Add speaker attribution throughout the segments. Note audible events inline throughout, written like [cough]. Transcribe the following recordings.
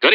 Speaker 1: Good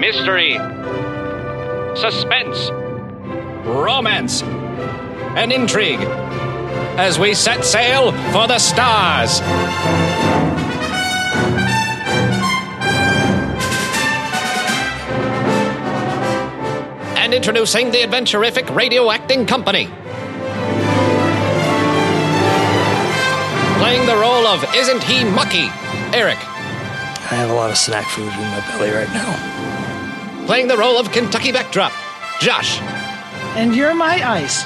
Speaker 1: Mystery. Suspense. Romance. And intrigue. As we set sail for the stars. And introducing the Adventurific Radio Acting Company. Playing the role of Isn't He Mucky? Eric.
Speaker 2: I have a lot of snack food in my belly right now.
Speaker 1: Playing the role of Kentucky Backdrop, Josh.
Speaker 3: And you're my ice.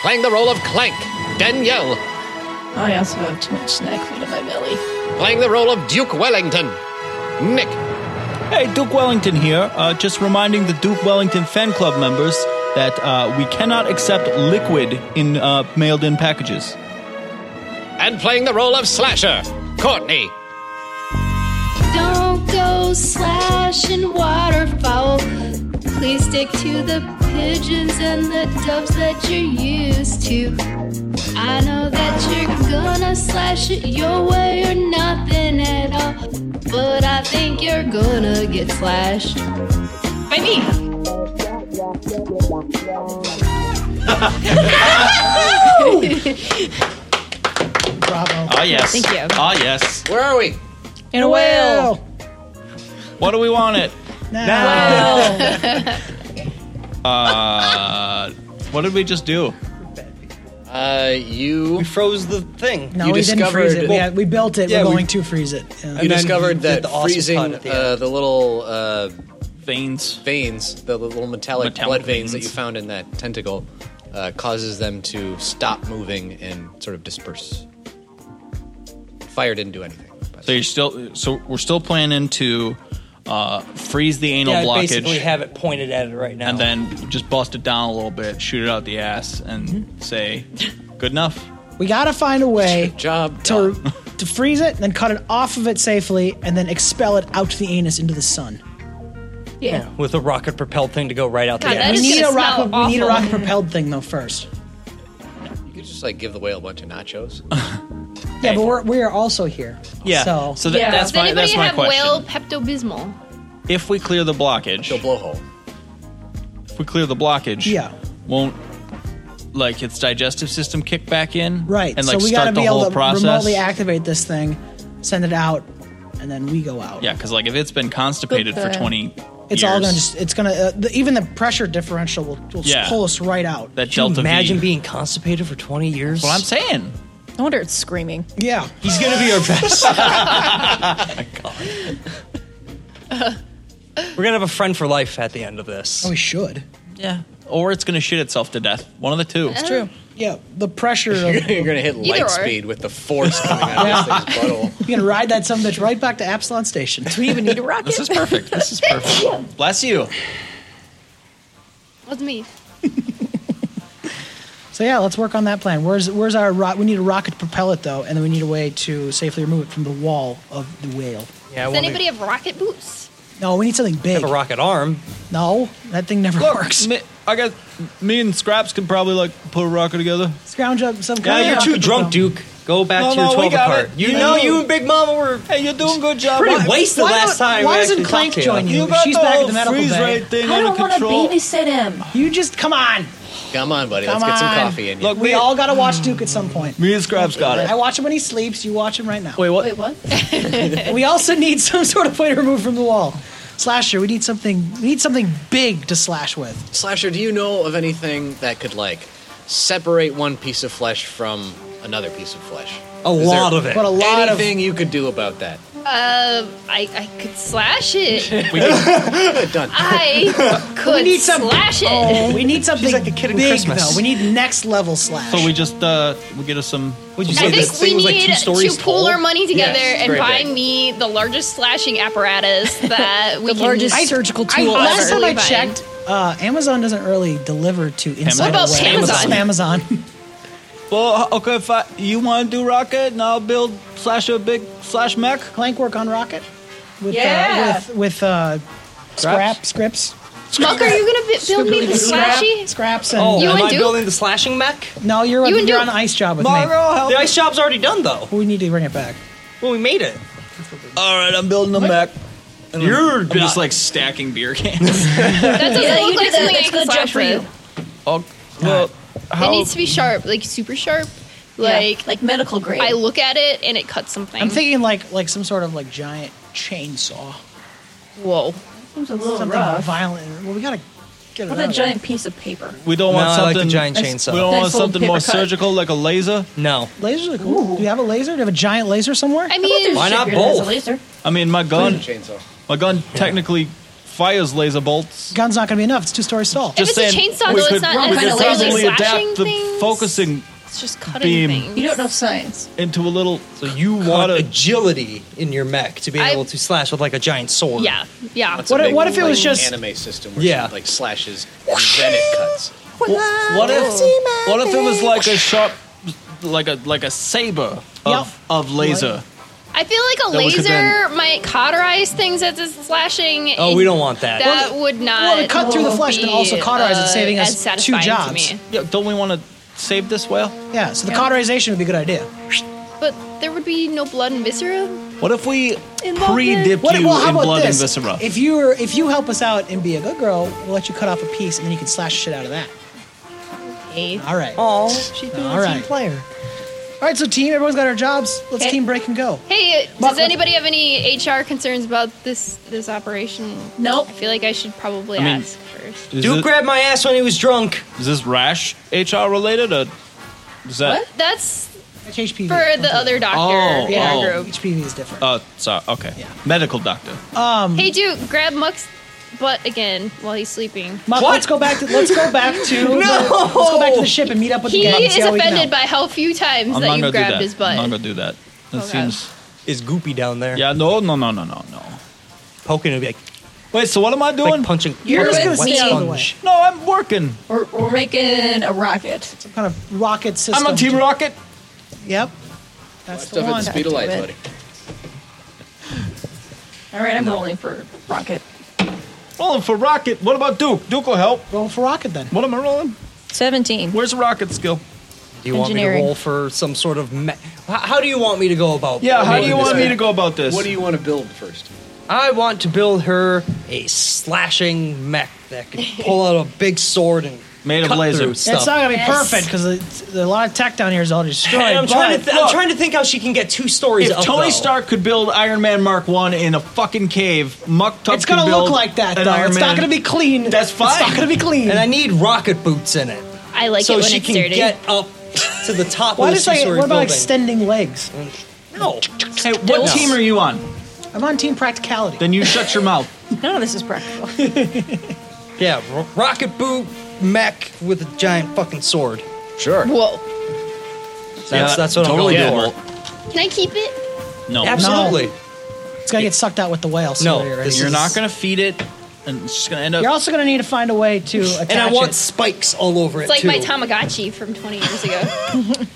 Speaker 1: Playing the role of Clank, Danielle.
Speaker 4: I also have too much snack food in my belly.
Speaker 1: Playing the role of Duke Wellington, Nick.
Speaker 5: Hey, Duke Wellington here. Uh, just reminding the Duke Wellington fan club members that uh, we cannot accept liquid in uh, mailed in packages.
Speaker 1: And playing the role of Slasher, Courtney.
Speaker 6: Don't go slashing waterfowl. Please stick to the pigeons and the doves that you're used to. I know that you're gonna slash it your way or nothing at all. But I think you're gonna get slashed.
Speaker 4: By me.
Speaker 3: Bravo.
Speaker 5: Ah, yes.
Speaker 4: Thank you.
Speaker 5: Ah, yes.
Speaker 1: Where are we?
Speaker 4: In a whale.
Speaker 5: What do we want it?
Speaker 3: Now.
Speaker 4: Whale.
Speaker 5: [laughs] Uh, what did we just do?
Speaker 7: Uh, you
Speaker 2: We froze the thing.
Speaker 3: No,
Speaker 7: You
Speaker 3: we didn't freeze
Speaker 7: discovered-
Speaker 3: it. yeah, we built it.
Speaker 2: Yeah,
Speaker 3: We're
Speaker 2: we-
Speaker 3: going to freeze it. Yeah.
Speaker 7: you
Speaker 2: then you
Speaker 7: discovered
Speaker 2: did
Speaker 7: that
Speaker 2: the awesome
Speaker 7: freezing
Speaker 2: part at the
Speaker 7: uh,
Speaker 2: end.
Speaker 7: the little uh,
Speaker 5: Veins.
Speaker 7: veins, the little metallic,
Speaker 5: Metallic
Speaker 7: blood veins. that
Speaker 5: veins.
Speaker 7: you found in that tentacle, uh, causes them to stop moving and sort of disperse. Fire didn't do anything. by the
Speaker 5: So
Speaker 7: way.
Speaker 5: you're still. So we're still planning to uh, freeze the anal
Speaker 2: Yeah, I basically
Speaker 5: blockage
Speaker 2: have it pointed at it right now.
Speaker 5: and then just bust it down a little bit, shoot it out the ass, and say, "Good enough."
Speaker 3: We gotta find a way
Speaker 7: Good job.
Speaker 3: to to freeze it, then cut it off of it safely, and then expel it out the anus into the sun.
Speaker 4: Yeah.
Speaker 2: with a rocket propelled thing to go right out
Speaker 4: God,
Speaker 2: the
Speaker 4: that
Speaker 2: end.
Speaker 4: is-
Speaker 3: We
Speaker 4: It's
Speaker 3: need a
Speaker 4: gonna
Speaker 3: rocket.
Speaker 4: smell
Speaker 3: We need a
Speaker 4: awful.
Speaker 3: rocket propelled thing though first.
Speaker 7: You could just like give the whale a bunch of nachos.
Speaker 3: Yeah, but we're we are also here.
Speaker 5: Yeah.
Speaker 3: So,
Speaker 5: So tha-
Speaker 4: Yeah.
Speaker 5: that's
Speaker 4: Does
Speaker 5: my
Speaker 6: Anybody
Speaker 5: that's my
Speaker 6: have
Speaker 5: question.
Speaker 6: whale Pepto Bismol?
Speaker 5: if we clear the blockage,
Speaker 7: She'll blowhole.
Speaker 5: if we clear the blockage,
Speaker 3: Yeah.
Speaker 5: won't like its digestive system kick back in,
Speaker 3: right.
Speaker 5: And like
Speaker 3: so we
Speaker 5: start
Speaker 3: gotta
Speaker 5: the
Speaker 3: be
Speaker 5: whole
Speaker 3: able to
Speaker 5: process.
Speaker 3: remotely activate this thing, send it out, and then we go out.
Speaker 5: Yeah, because like if it's been constipated for
Speaker 4: Goodbye.
Speaker 5: twenty,
Speaker 3: It's all
Speaker 5: years,
Speaker 3: gonna just. It's gonna. Uh, the, even the pressure differential will, will just
Speaker 5: Yeah.
Speaker 3: pull us right out.
Speaker 5: that
Speaker 2: Can
Speaker 5: delta
Speaker 2: you imagine
Speaker 5: V.
Speaker 2: being constipated for 20 years?
Speaker 5: That's what I'm saying.
Speaker 4: No wonder it's screaming.
Speaker 3: yeah.
Speaker 2: He's gonna be our best. We're gonna have a friend for life at the end of this.
Speaker 3: Oh, we should.
Speaker 5: Yeah. Or it's gonna shit itself to death. One of the two.
Speaker 3: True. Yeah. The pressure
Speaker 2: [laughs]
Speaker 3: of.
Speaker 7: You're gonna hit light
Speaker 4: or.
Speaker 7: speed with the force coming out of this thing's butthole.
Speaker 3: You can ride that some bitch right back to Absalon Station.
Speaker 4: Do we even need a rocket?
Speaker 5: This is perfect. This
Speaker 4: [laughs]
Speaker 5: is perfect. Bless you.
Speaker 6: Was me.
Speaker 3: [laughs] So yeah, let's work on that plan. Where's where's our ro- we need a rocket to propel it though, and then we need a way to safely remove it from the wall of the whale.
Speaker 2: Yeah,
Speaker 6: Does
Speaker 2: well, we
Speaker 6: anybody have rocket boots?
Speaker 3: No, we need something big.
Speaker 2: have a rocket arm.
Speaker 3: No, that thing never works.
Speaker 5: Me, I guess me and Scraps can probably like put a rocket together.
Speaker 3: Scrounge up some.
Speaker 2: Yeah,
Speaker 3: kind of
Speaker 2: you're
Speaker 3: rocket
Speaker 2: too drunk,
Speaker 3: propel.
Speaker 2: Duke. Go back
Speaker 5: No,
Speaker 2: to your
Speaker 5: no, we
Speaker 2: 12
Speaker 5: got
Speaker 2: apart.
Speaker 5: it.
Speaker 2: You
Speaker 5: Yeah,
Speaker 2: know
Speaker 5: you-
Speaker 2: you and Big Mama were
Speaker 5: Hey, you're doing a good job.
Speaker 2: pretty
Speaker 5: Why-
Speaker 2: wasted
Speaker 3: why
Speaker 2: last
Speaker 3: don't-
Speaker 2: time.
Speaker 3: why
Speaker 2: we
Speaker 3: doesn't
Speaker 2: actually talked
Speaker 3: Clank
Speaker 2: to you.
Speaker 3: join you?
Speaker 5: You got
Speaker 3: She's
Speaker 5: the
Speaker 3: back at
Speaker 5: whole
Speaker 3: the medical
Speaker 5: freeze
Speaker 3: bay.
Speaker 5: ray thing
Speaker 8: I
Speaker 5: under
Speaker 8: don't want to
Speaker 5: control.
Speaker 8: babysit him.
Speaker 3: You just come on.
Speaker 7: Come on, buddy.
Speaker 3: Come
Speaker 7: Let's get some
Speaker 3: on.
Speaker 7: coffee in you.
Speaker 5: Look,
Speaker 3: We
Speaker 5: me,
Speaker 3: all gotta watch
Speaker 2: Hmm.
Speaker 3: Duke at some point.
Speaker 5: me and Scraps got
Speaker 3: I
Speaker 5: it.
Speaker 3: watch him when he sleeps. You watch him right now.
Speaker 5: Wait, what?
Speaker 4: Wait, what?
Speaker 3: We also need [laughs] some sort of way to remove from the wall. Slasher, we need something. We need something big to slash with.
Speaker 7: Slasher, do you know of anything that could like separate one piece of flesh from another piece of flesh?
Speaker 2: A
Speaker 7: Is
Speaker 2: lot
Speaker 7: there
Speaker 2: of it.
Speaker 3: But a lot
Speaker 7: anything
Speaker 3: of
Speaker 7: you could do about that?
Speaker 6: Uh, I, I could slash it.
Speaker 7: We can, done.
Speaker 6: I could
Speaker 3: need some-
Speaker 6: slash it.
Speaker 3: We need something
Speaker 2: like a kid in
Speaker 3: big,
Speaker 2: Christmas.
Speaker 3: though. We need next level slash.
Speaker 5: So we just uh, we get us some. Would you
Speaker 6: I
Speaker 7: this
Speaker 6: think
Speaker 7: thing
Speaker 6: we
Speaker 7: was, like, two
Speaker 6: need
Speaker 7: stories
Speaker 6: to pool
Speaker 7: tall?
Speaker 6: our money together
Speaker 7: Yes,
Speaker 6: and
Speaker 7: very
Speaker 6: buy
Speaker 7: big.
Speaker 6: me the largest slashing apparatus that we
Speaker 4: The
Speaker 6: can.
Speaker 4: largest surgical
Speaker 3: I,
Speaker 4: tool
Speaker 3: last
Speaker 4: ever.
Speaker 3: time I
Speaker 6: Find.
Speaker 3: checked, uh, Amazon doesn't really deliver to inside
Speaker 5: What
Speaker 6: about
Speaker 3: the web.
Speaker 6: Amazon?
Speaker 3: Amazon. [laughs]
Speaker 5: Well, okay, if I, you want to do rocket, and I'll build slash a big slash mech.
Speaker 3: Clank work on Rocket with
Speaker 4: Yeah.
Speaker 3: uh, with with uh, scrap scripts,
Speaker 6: Muck, are you gonna bi- build me the slashy?
Speaker 3: scraps, and
Speaker 2: Oh,
Speaker 6: You
Speaker 2: am
Speaker 6: and
Speaker 2: I
Speaker 6: Duke?
Speaker 2: building the slashing mech?
Speaker 3: no, you're
Speaker 6: you and
Speaker 3: you're
Speaker 6: do-
Speaker 3: on ice job with me.
Speaker 5: Margo, help
Speaker 2: The ice job's already done though.
Speaker 3: We need to bring it back.
Speaker 2: Well, we made it.
Speaker 5: All right, I'm building a mech. And I'm-
Speaker 2: You're
Speaker 5: I'm
Speaker 2: not-
Speaker 5: just like stacking beer cans.
Speaker 6: That doesn't
Speaker 4: you
Speaker 6: look
Speaker 4: do
Speaker 6: like
Speaker 4: that.
Speaker 6: something I
Speaker 4: That's
Speaker 6: can
Speaker 4: good job
Speaker 6: slash
Speaker 4: for you.
Speaker 6: with.
Speaker 5: oh, well,
Speaker 6: It
Speaker 5: how?
Speaker 6: needs to be sharp, like super sharp. Like
Speaker 4: like medical grade.
Speaker 6: I look at it and it cuts something.
Speaker 3: I'm thinking like like some sort of like giant chainsaw,
Speaker 6: whoa.
Speaker 4: Seems a little
Speaker 3: something
Speaker 4: Oh, rough.
Speaker 3: violent. Well, we gotta get it.
Speaker 4: What
Speaker 3: out
Speaker 4: a
Speaker 3: of
Speaker 4: giant piece of paper.
Speaker 5: we don't
Speaker 2: No,
Speaker 5: want
Speaker 2: I like
Speaker 5: something
Speaker 2: the giant
Speaker 5: We
Speaker 2: chainsaw.
Speaker 5: don't want
Speaker 4: Nice little
Speaker 5: something more
Speaker 4: paper cut.
Speaker 5: surgical like a laser.
Speaker 2: No.
Speaker 3: there. Lasers are cool. Do you have a laser? Do you have a giant laser somewhere?
Speaker 6: I mean,
Speaker 2: Why not
Speaker 4: Figured it as a
Speaker 2: both?
Speaker 4: laser.
Speaker 5: I mean, my gun,
Speaker 7: Chainsaw.
Speaker 5: my gun technically fires laser bolts.
Speaker 3: Gun's not gonna be enough. It's two stories tall.
Speaker 6: If it's a chainsaw,
Speaker 5: we
Speaker 6: though, it's
Speaker 5: could-
Speaker 6: not
Speaker 5: we could
Speaker 4: necessarily
Speaker 5: probably
Speaker 6: slashing
Speaker 5: adapt the
Speaker 6: things.
Speaker 5: focusing
Speaker 6: it's just cutting
Speaker 5: Beam.
Speaker 6: things.
Speaker 4: You don't know science.
Speaker 5: into a little. So
Speaker 2: You want
Speaker 5: want a
Speaker 2: agility in your mech to be
Speaker 6: I-
Speaker 2: able to slash with like a giant sword.
Speaker 6: Yeah, yeah.
Speaker 7: That's
Speaker 3: What
Speaker 7: a
Speaker 3: if-
Speaker 7: big,
Speaker 3: what if it was
Speaker 7: like,
Speaker 3: just-
Speaker 7: anime system where
Speaker 2: Yeah.
Speaker 7: yeah. like slashes and then it cuts.
Speaker 5: What if what if it was like a sharp, like a like a saber
Speaker 3: Yep.
Speaker 5: of of laser?
Speaker 6: I feel like a
Speaker 5: That we could
Speaker 6: laser
Speaker 5: then-
Speaker 6: might cauterize things as it's slashing.
Speaker 2: Oh,
Speaker 6: and
Speaker 2: we don't want that.
Speaker 6: That would not.
Speaker 3: Well, it cut through the flesh and also
Speaker 6: be,
Speaker 3: cauterize it, saving
Speaker 6: uh,
Speaker 3: us
Speaker 6: as
Speaker 3: two
Speaker 6: satisfying to
Speaker 3: jobs.
Speaker 6: me.
Speaker 5: Yeah, don't we want to save this whale?
Speaker 3: yeah, so the cauterization would be a good idea.
Speaker 6: But there would be no blood and viscera.
Speaker 5: What if we
Speaker 6: Involvement?
Speaker 5: pre-dip
Speaker 3: What,
Speaker 5: you
Speaker 3: well, how
Speaker 5: in
Speaker 3: about
Speaker 5: blood
Speaker 3: this?
Speaker 5: and viscera?
Speaker 3: If you are if you help us out and be a good girl, we'll let you cut off a piece and then you can slash shit out of that.
Speaker 6: Okay.
Speaker 3: All right.
Speaker 2: Oh,
Speaker 6: She's been
Speaker 3: All right. player. All right, so team, everyone's got our jobs. Let's
Speaker 4: Okay.
Speaker 3: team break and go.
Speaker 6: Hey, uh,
Speaker 3: Mark,
Speaker 6: does
Speaker 3: what-
Speaker 6: anybody have any HR concerns about this this operation?
Speaker 4: Nope.
Speaker 6: I feel like I should probably
Speaker 5: mean-
Speaker 6: ask first.
Speaker 5: Is,
Speaker 2: Duke
Speaker 5: thi-
Speaker 2: grabbed my ass when he was drunk.
Speaker 5: is this rash HR related or is that?
Speaker 4: What?
Speaker 6: That's
Speaker 3: It's HPV.
Speaker 6: for the other doctor
Speaker 5: Oh,
Speaker 6: in
Speaker 5: oh.
Speaker 6: our group.
Speaker 3: HPV is different.
Speaker 5: Uh, sorry. Okay. Medical doctor.
Speaker 6: Hey, Duke, grab Muck's butt again while he's sleeping.
Speaker 3: Muck,
Speaker 2: What?
Speaker 3: let's go back to let's go back to
Speaker 2: [laughs]
Speaker 3: the, let's go back to the ship and meet up with
Speaker 6: He
Speaker 3: the gang. and
Speaker 6: is
Speaker 3: see how we can
Speaker 6: offended
Speaker 3: help.
Speaker 6: by how few times
Speaker 5: I'm
Speaker 6: that
Speaker 5: not
Speaker 6: you
Speaker 5: gonna do
Speaker 6: grabbed
Speaker 5: that.
Speaker 6: his
Speaker 5: I'm not
Speaker 6: butt.
Speaker 5: gonna do that. That
Speaker 6: Okay.
Speaker 5: seems.
Speaker 2: Is Goopy down there?
Speaker 5: Yeah. No. No. No. No. No. No.
Speaker 2: Poking would be like,
Speaker 5: Wait. So what am I doing?
Speaker 2: like punching.
Speaker 4: You're
Speaker 2: punching
Speaker 4: just
Speaker 2: a
Speaker 4: gonna
Speaker 2: wet
Speaker 4: stay out of
Speaker 3: the way.
Speaker 2: sponge.
Speaker 5: no, I'm working.
Speaker 4: We're, we're making a rocket.
Speaker 3: some kind of rocket system.
Speaker 5: I'm on Team Rocket.
Speaker 3: Yep. That's the one.
Speaker 7: of light,
Speaker 4: buddy. All right, I'm rolling for rocket.
Speaker 5: Rolling for Rocket. What about Duke? Duke will help.
Speaker 3: Roll for rocket then.
Speaker 5: What am I rolling?
Speaker 4: 17.
Speaker 5: Where's the rocket skill?
Speaker 2: Do you want me to
Speaker 4: Engineering.
Speaker 2: roll for some sort of? Me- how, how do you want me to go about?
Speaker 5: Yeah, how do
Speaker 2: making
Speaker 5: you
Speaker 2: this
Speaker 5: want
Speaker 2: mech?
Speaker 5: me to go about this?
Speaker 7: What do you want to build first?
Speaker 2: I want to build her a slashing mech that can pull out a big sword and
Speaker 5: Made of
Speaker 2: cut
Speaker 5: laser.
Speaker 2: through
Speaker 5: It's
Speaker 2: stuff.
Speaker 3: It's not gonna be
Speaker 4: Yes.
Speaker 3: perfect because a lot of tech down here is all destroyed.
Speaker 2: And I'm
Speaker 3: but-
Speaker 2: trying, to th- I'm
Speaker 5: look.
Speaker 2: trying to think how she can get two stories.
Speaker 5: If
Speaker 2: up,
Speaker 5: Tony
Speaker 2: though.
Speaker 5: Stark could build Iron Man Mark One in a fucking cave, Muck Tuck
Speaker 3: it's gonna
Speaker 5: could build
Speaker 3: look like that
Speaker 5: an
Speaker 3: though.
Speaker 5: Iron
Speaker 3: It's not
Speaker 5: Man.
Speaker 3: gonna be clean.
Speaker 5: That's
Speaker 3: It's
Speaker 5: fine.
Speaker 3: not gonna be clean.
Speaker 2: and I need rocket boots in it,
Speaker 6: I like it
Speaker 2: so
Speaker 6: when
Speaker 2: she
Speaker 6: it's
Speaker 2: can
Speaker 6: dirty.
Speaker 2: get up to the top
Speaker 3: Why
Speaker 2: of the
Speaker 3: does like
Speaker 2: two-story
Speaker 3: what about
Speaker 2: building.
Speaker 3: extending legs?
Speaker 2: no,
Speaker 5: Hey, what
Speaker 2: No.
Speaker 5: team are you on?
Speaker 3: I'm on team practicality.
Speaker 5: Then you shut your
Speaker 3: [laughs]
Speaker 5: mouth.
Speaker 4: None of this is practical.
Speaker 2: yeah, ro- rocket boot mech with a giant fucking sword.
Speaker 7: Sure.
Speaker 6: Whoa.
Speaker 2: That's that's what
Speaker 5: totally
Speaker 2: I'm going
Speaker 5: doable.
Speaker 2: for.
Speaker 6: Can I keep it?
Speaker 5: No,
Speaker 2: Absolutely.
Speaker 3: it's gonna get sucked out with the whale. So
Speaker 2: No,
Speaker 3: you're,
Speaker 2: this
Speaker 5: you're
Speaker 2: is-
Speaker 5: not gonna feed it, and it's just gonna end up.
Speaker 3: you're also gonna need to find a way to attach
Speaker 2: And I want
Speaker 3: it.
Speaker 2: spikes all over
Speaker 6: It's
Speaker 2: it
Speaker 6: like
Speaker 2: too.
Speaker 6: my Tamagotchi from 20 years ago.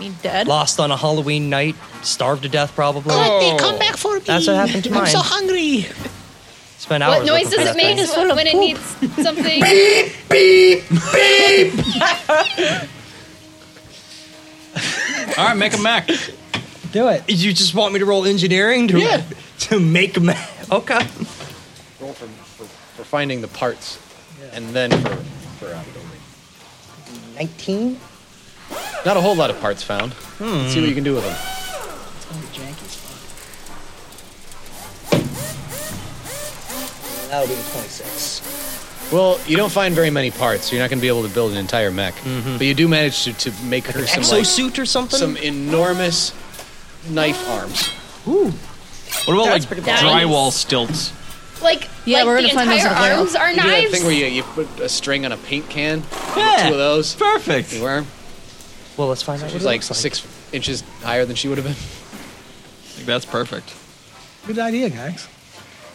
Speaker 4: Me dead.
Speaker 2: Lost on a Halloween night, starved to death probably.
Speaker 3: Oh, They come back for me.
Speaker 2: That's what happened to
Speaker 3: I'm
Speaker 2: mine.
Speaker 3: so hungry.
Speaker 2: Oh. Spent hours.
Speaker 6: what noise
Speaker 2: looking for
Speaker 6: does it
Speaker 2: that
Speaker 6: make
Speaker 2: thing.
Speaker 6: when, when it needs something? Beep,
Speaker 5: All right, make a Mac.
Speaker 3: Do it.
Speaker 2: You just want me to roll engineering to
Speaker 3: Yeah.
Speaker 2: [laughs] to make ma- okay.
Speaker 7: Roll for, for, for finding the parts, and then for for uh, building.
Speaker 2: Nineteen.
Speaker 7: Not a whole lot of parts found. Let's see what you can do with them.
Speaker 2: That'll be twenty-six.
Speaker 7: Well, you don't find very many parts. So you're not going to be able to build an entire mech,
Speaker 2: Mm-hmm.
Speaker 7: but you do manage to, to make her some like,
Speaker 2: Exosuit or something.
Speaker 7: some enormous knife arms.
Speaker 2: Ooh.
Speaker 5: What about
Speaker 4: That's
Speaker 5: like
Speaker 4: pretty bad.
Speaker 5: drywall stilts?
Speaker 6: Like,
Speaker 4: Yeah,
Speaker 6: like
Speaker 4: we're
Speaker 6: the
Speaker 4: gonna find
Speaker 6: entire
Speaker 4: those in Blair.
Speaker 6: arms are
Speaker 7: You do that
Speaker 6: knives.
Speaker 7: thing where you, you put a string on a paint can.
Speaker 5: Yeah,
Speaker 7: Two of those.
Speaker 5: Perfect.
Speaker 7: You wear 'em.
Speaker 2: Well, let's find out.
Speaker 7: She's
Speaker 2: what it
Speaker 7: like
Speaker 2: looks like
Speaker 7: six inches higher than she would have been.
Speaker 5: Like, that's perfect.
Speaker 3: Good idea, guys.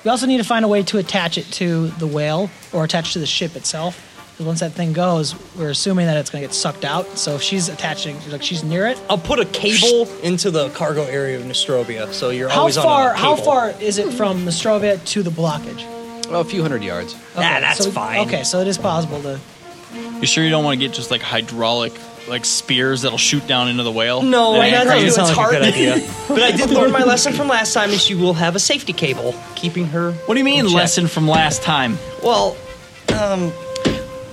Speaker 3: We also need to find a way to attach it to the whale or attach to the ship itself. Because once that thing goes, we're assuming that it's going to get sucked out. So if she's attaching, like she's near it.
Speaker 2: I'll put a cable into the cargo area of Nostrobia, so you're
Speaker 3: How
Speaker 2: always on
Speaker 3: far?
Speaker 2: a
Speaker 3: How
Speaker 2: cable.
Speaker 3: far is it from Nostrovia to the blockage?
Speaker 7: Oh, a few hundred yards.
Speaker 2: Nah, that's
Speaker 3: so-
Speaker 2: fine.
Speaker 3: Okay, so it is possible to.
Speaker 5: You sure you don't want to get just like hydraulic like spears that'll shoot down into the whale?
Speaker 2: No,
Speaker 5: That
Speaker 2: I
Speaker 5: ain't
Speaker 2: know
Speaker 5: crazy.
Speaker 2: it's sound like a good idea. but I did learn my lesson from last time, and she will have a safety cable keeping her.
Speaker 5: What do you mean
Speaker 2: in check.
Speaker 5: lesson from last time?
Speaker 2: Well,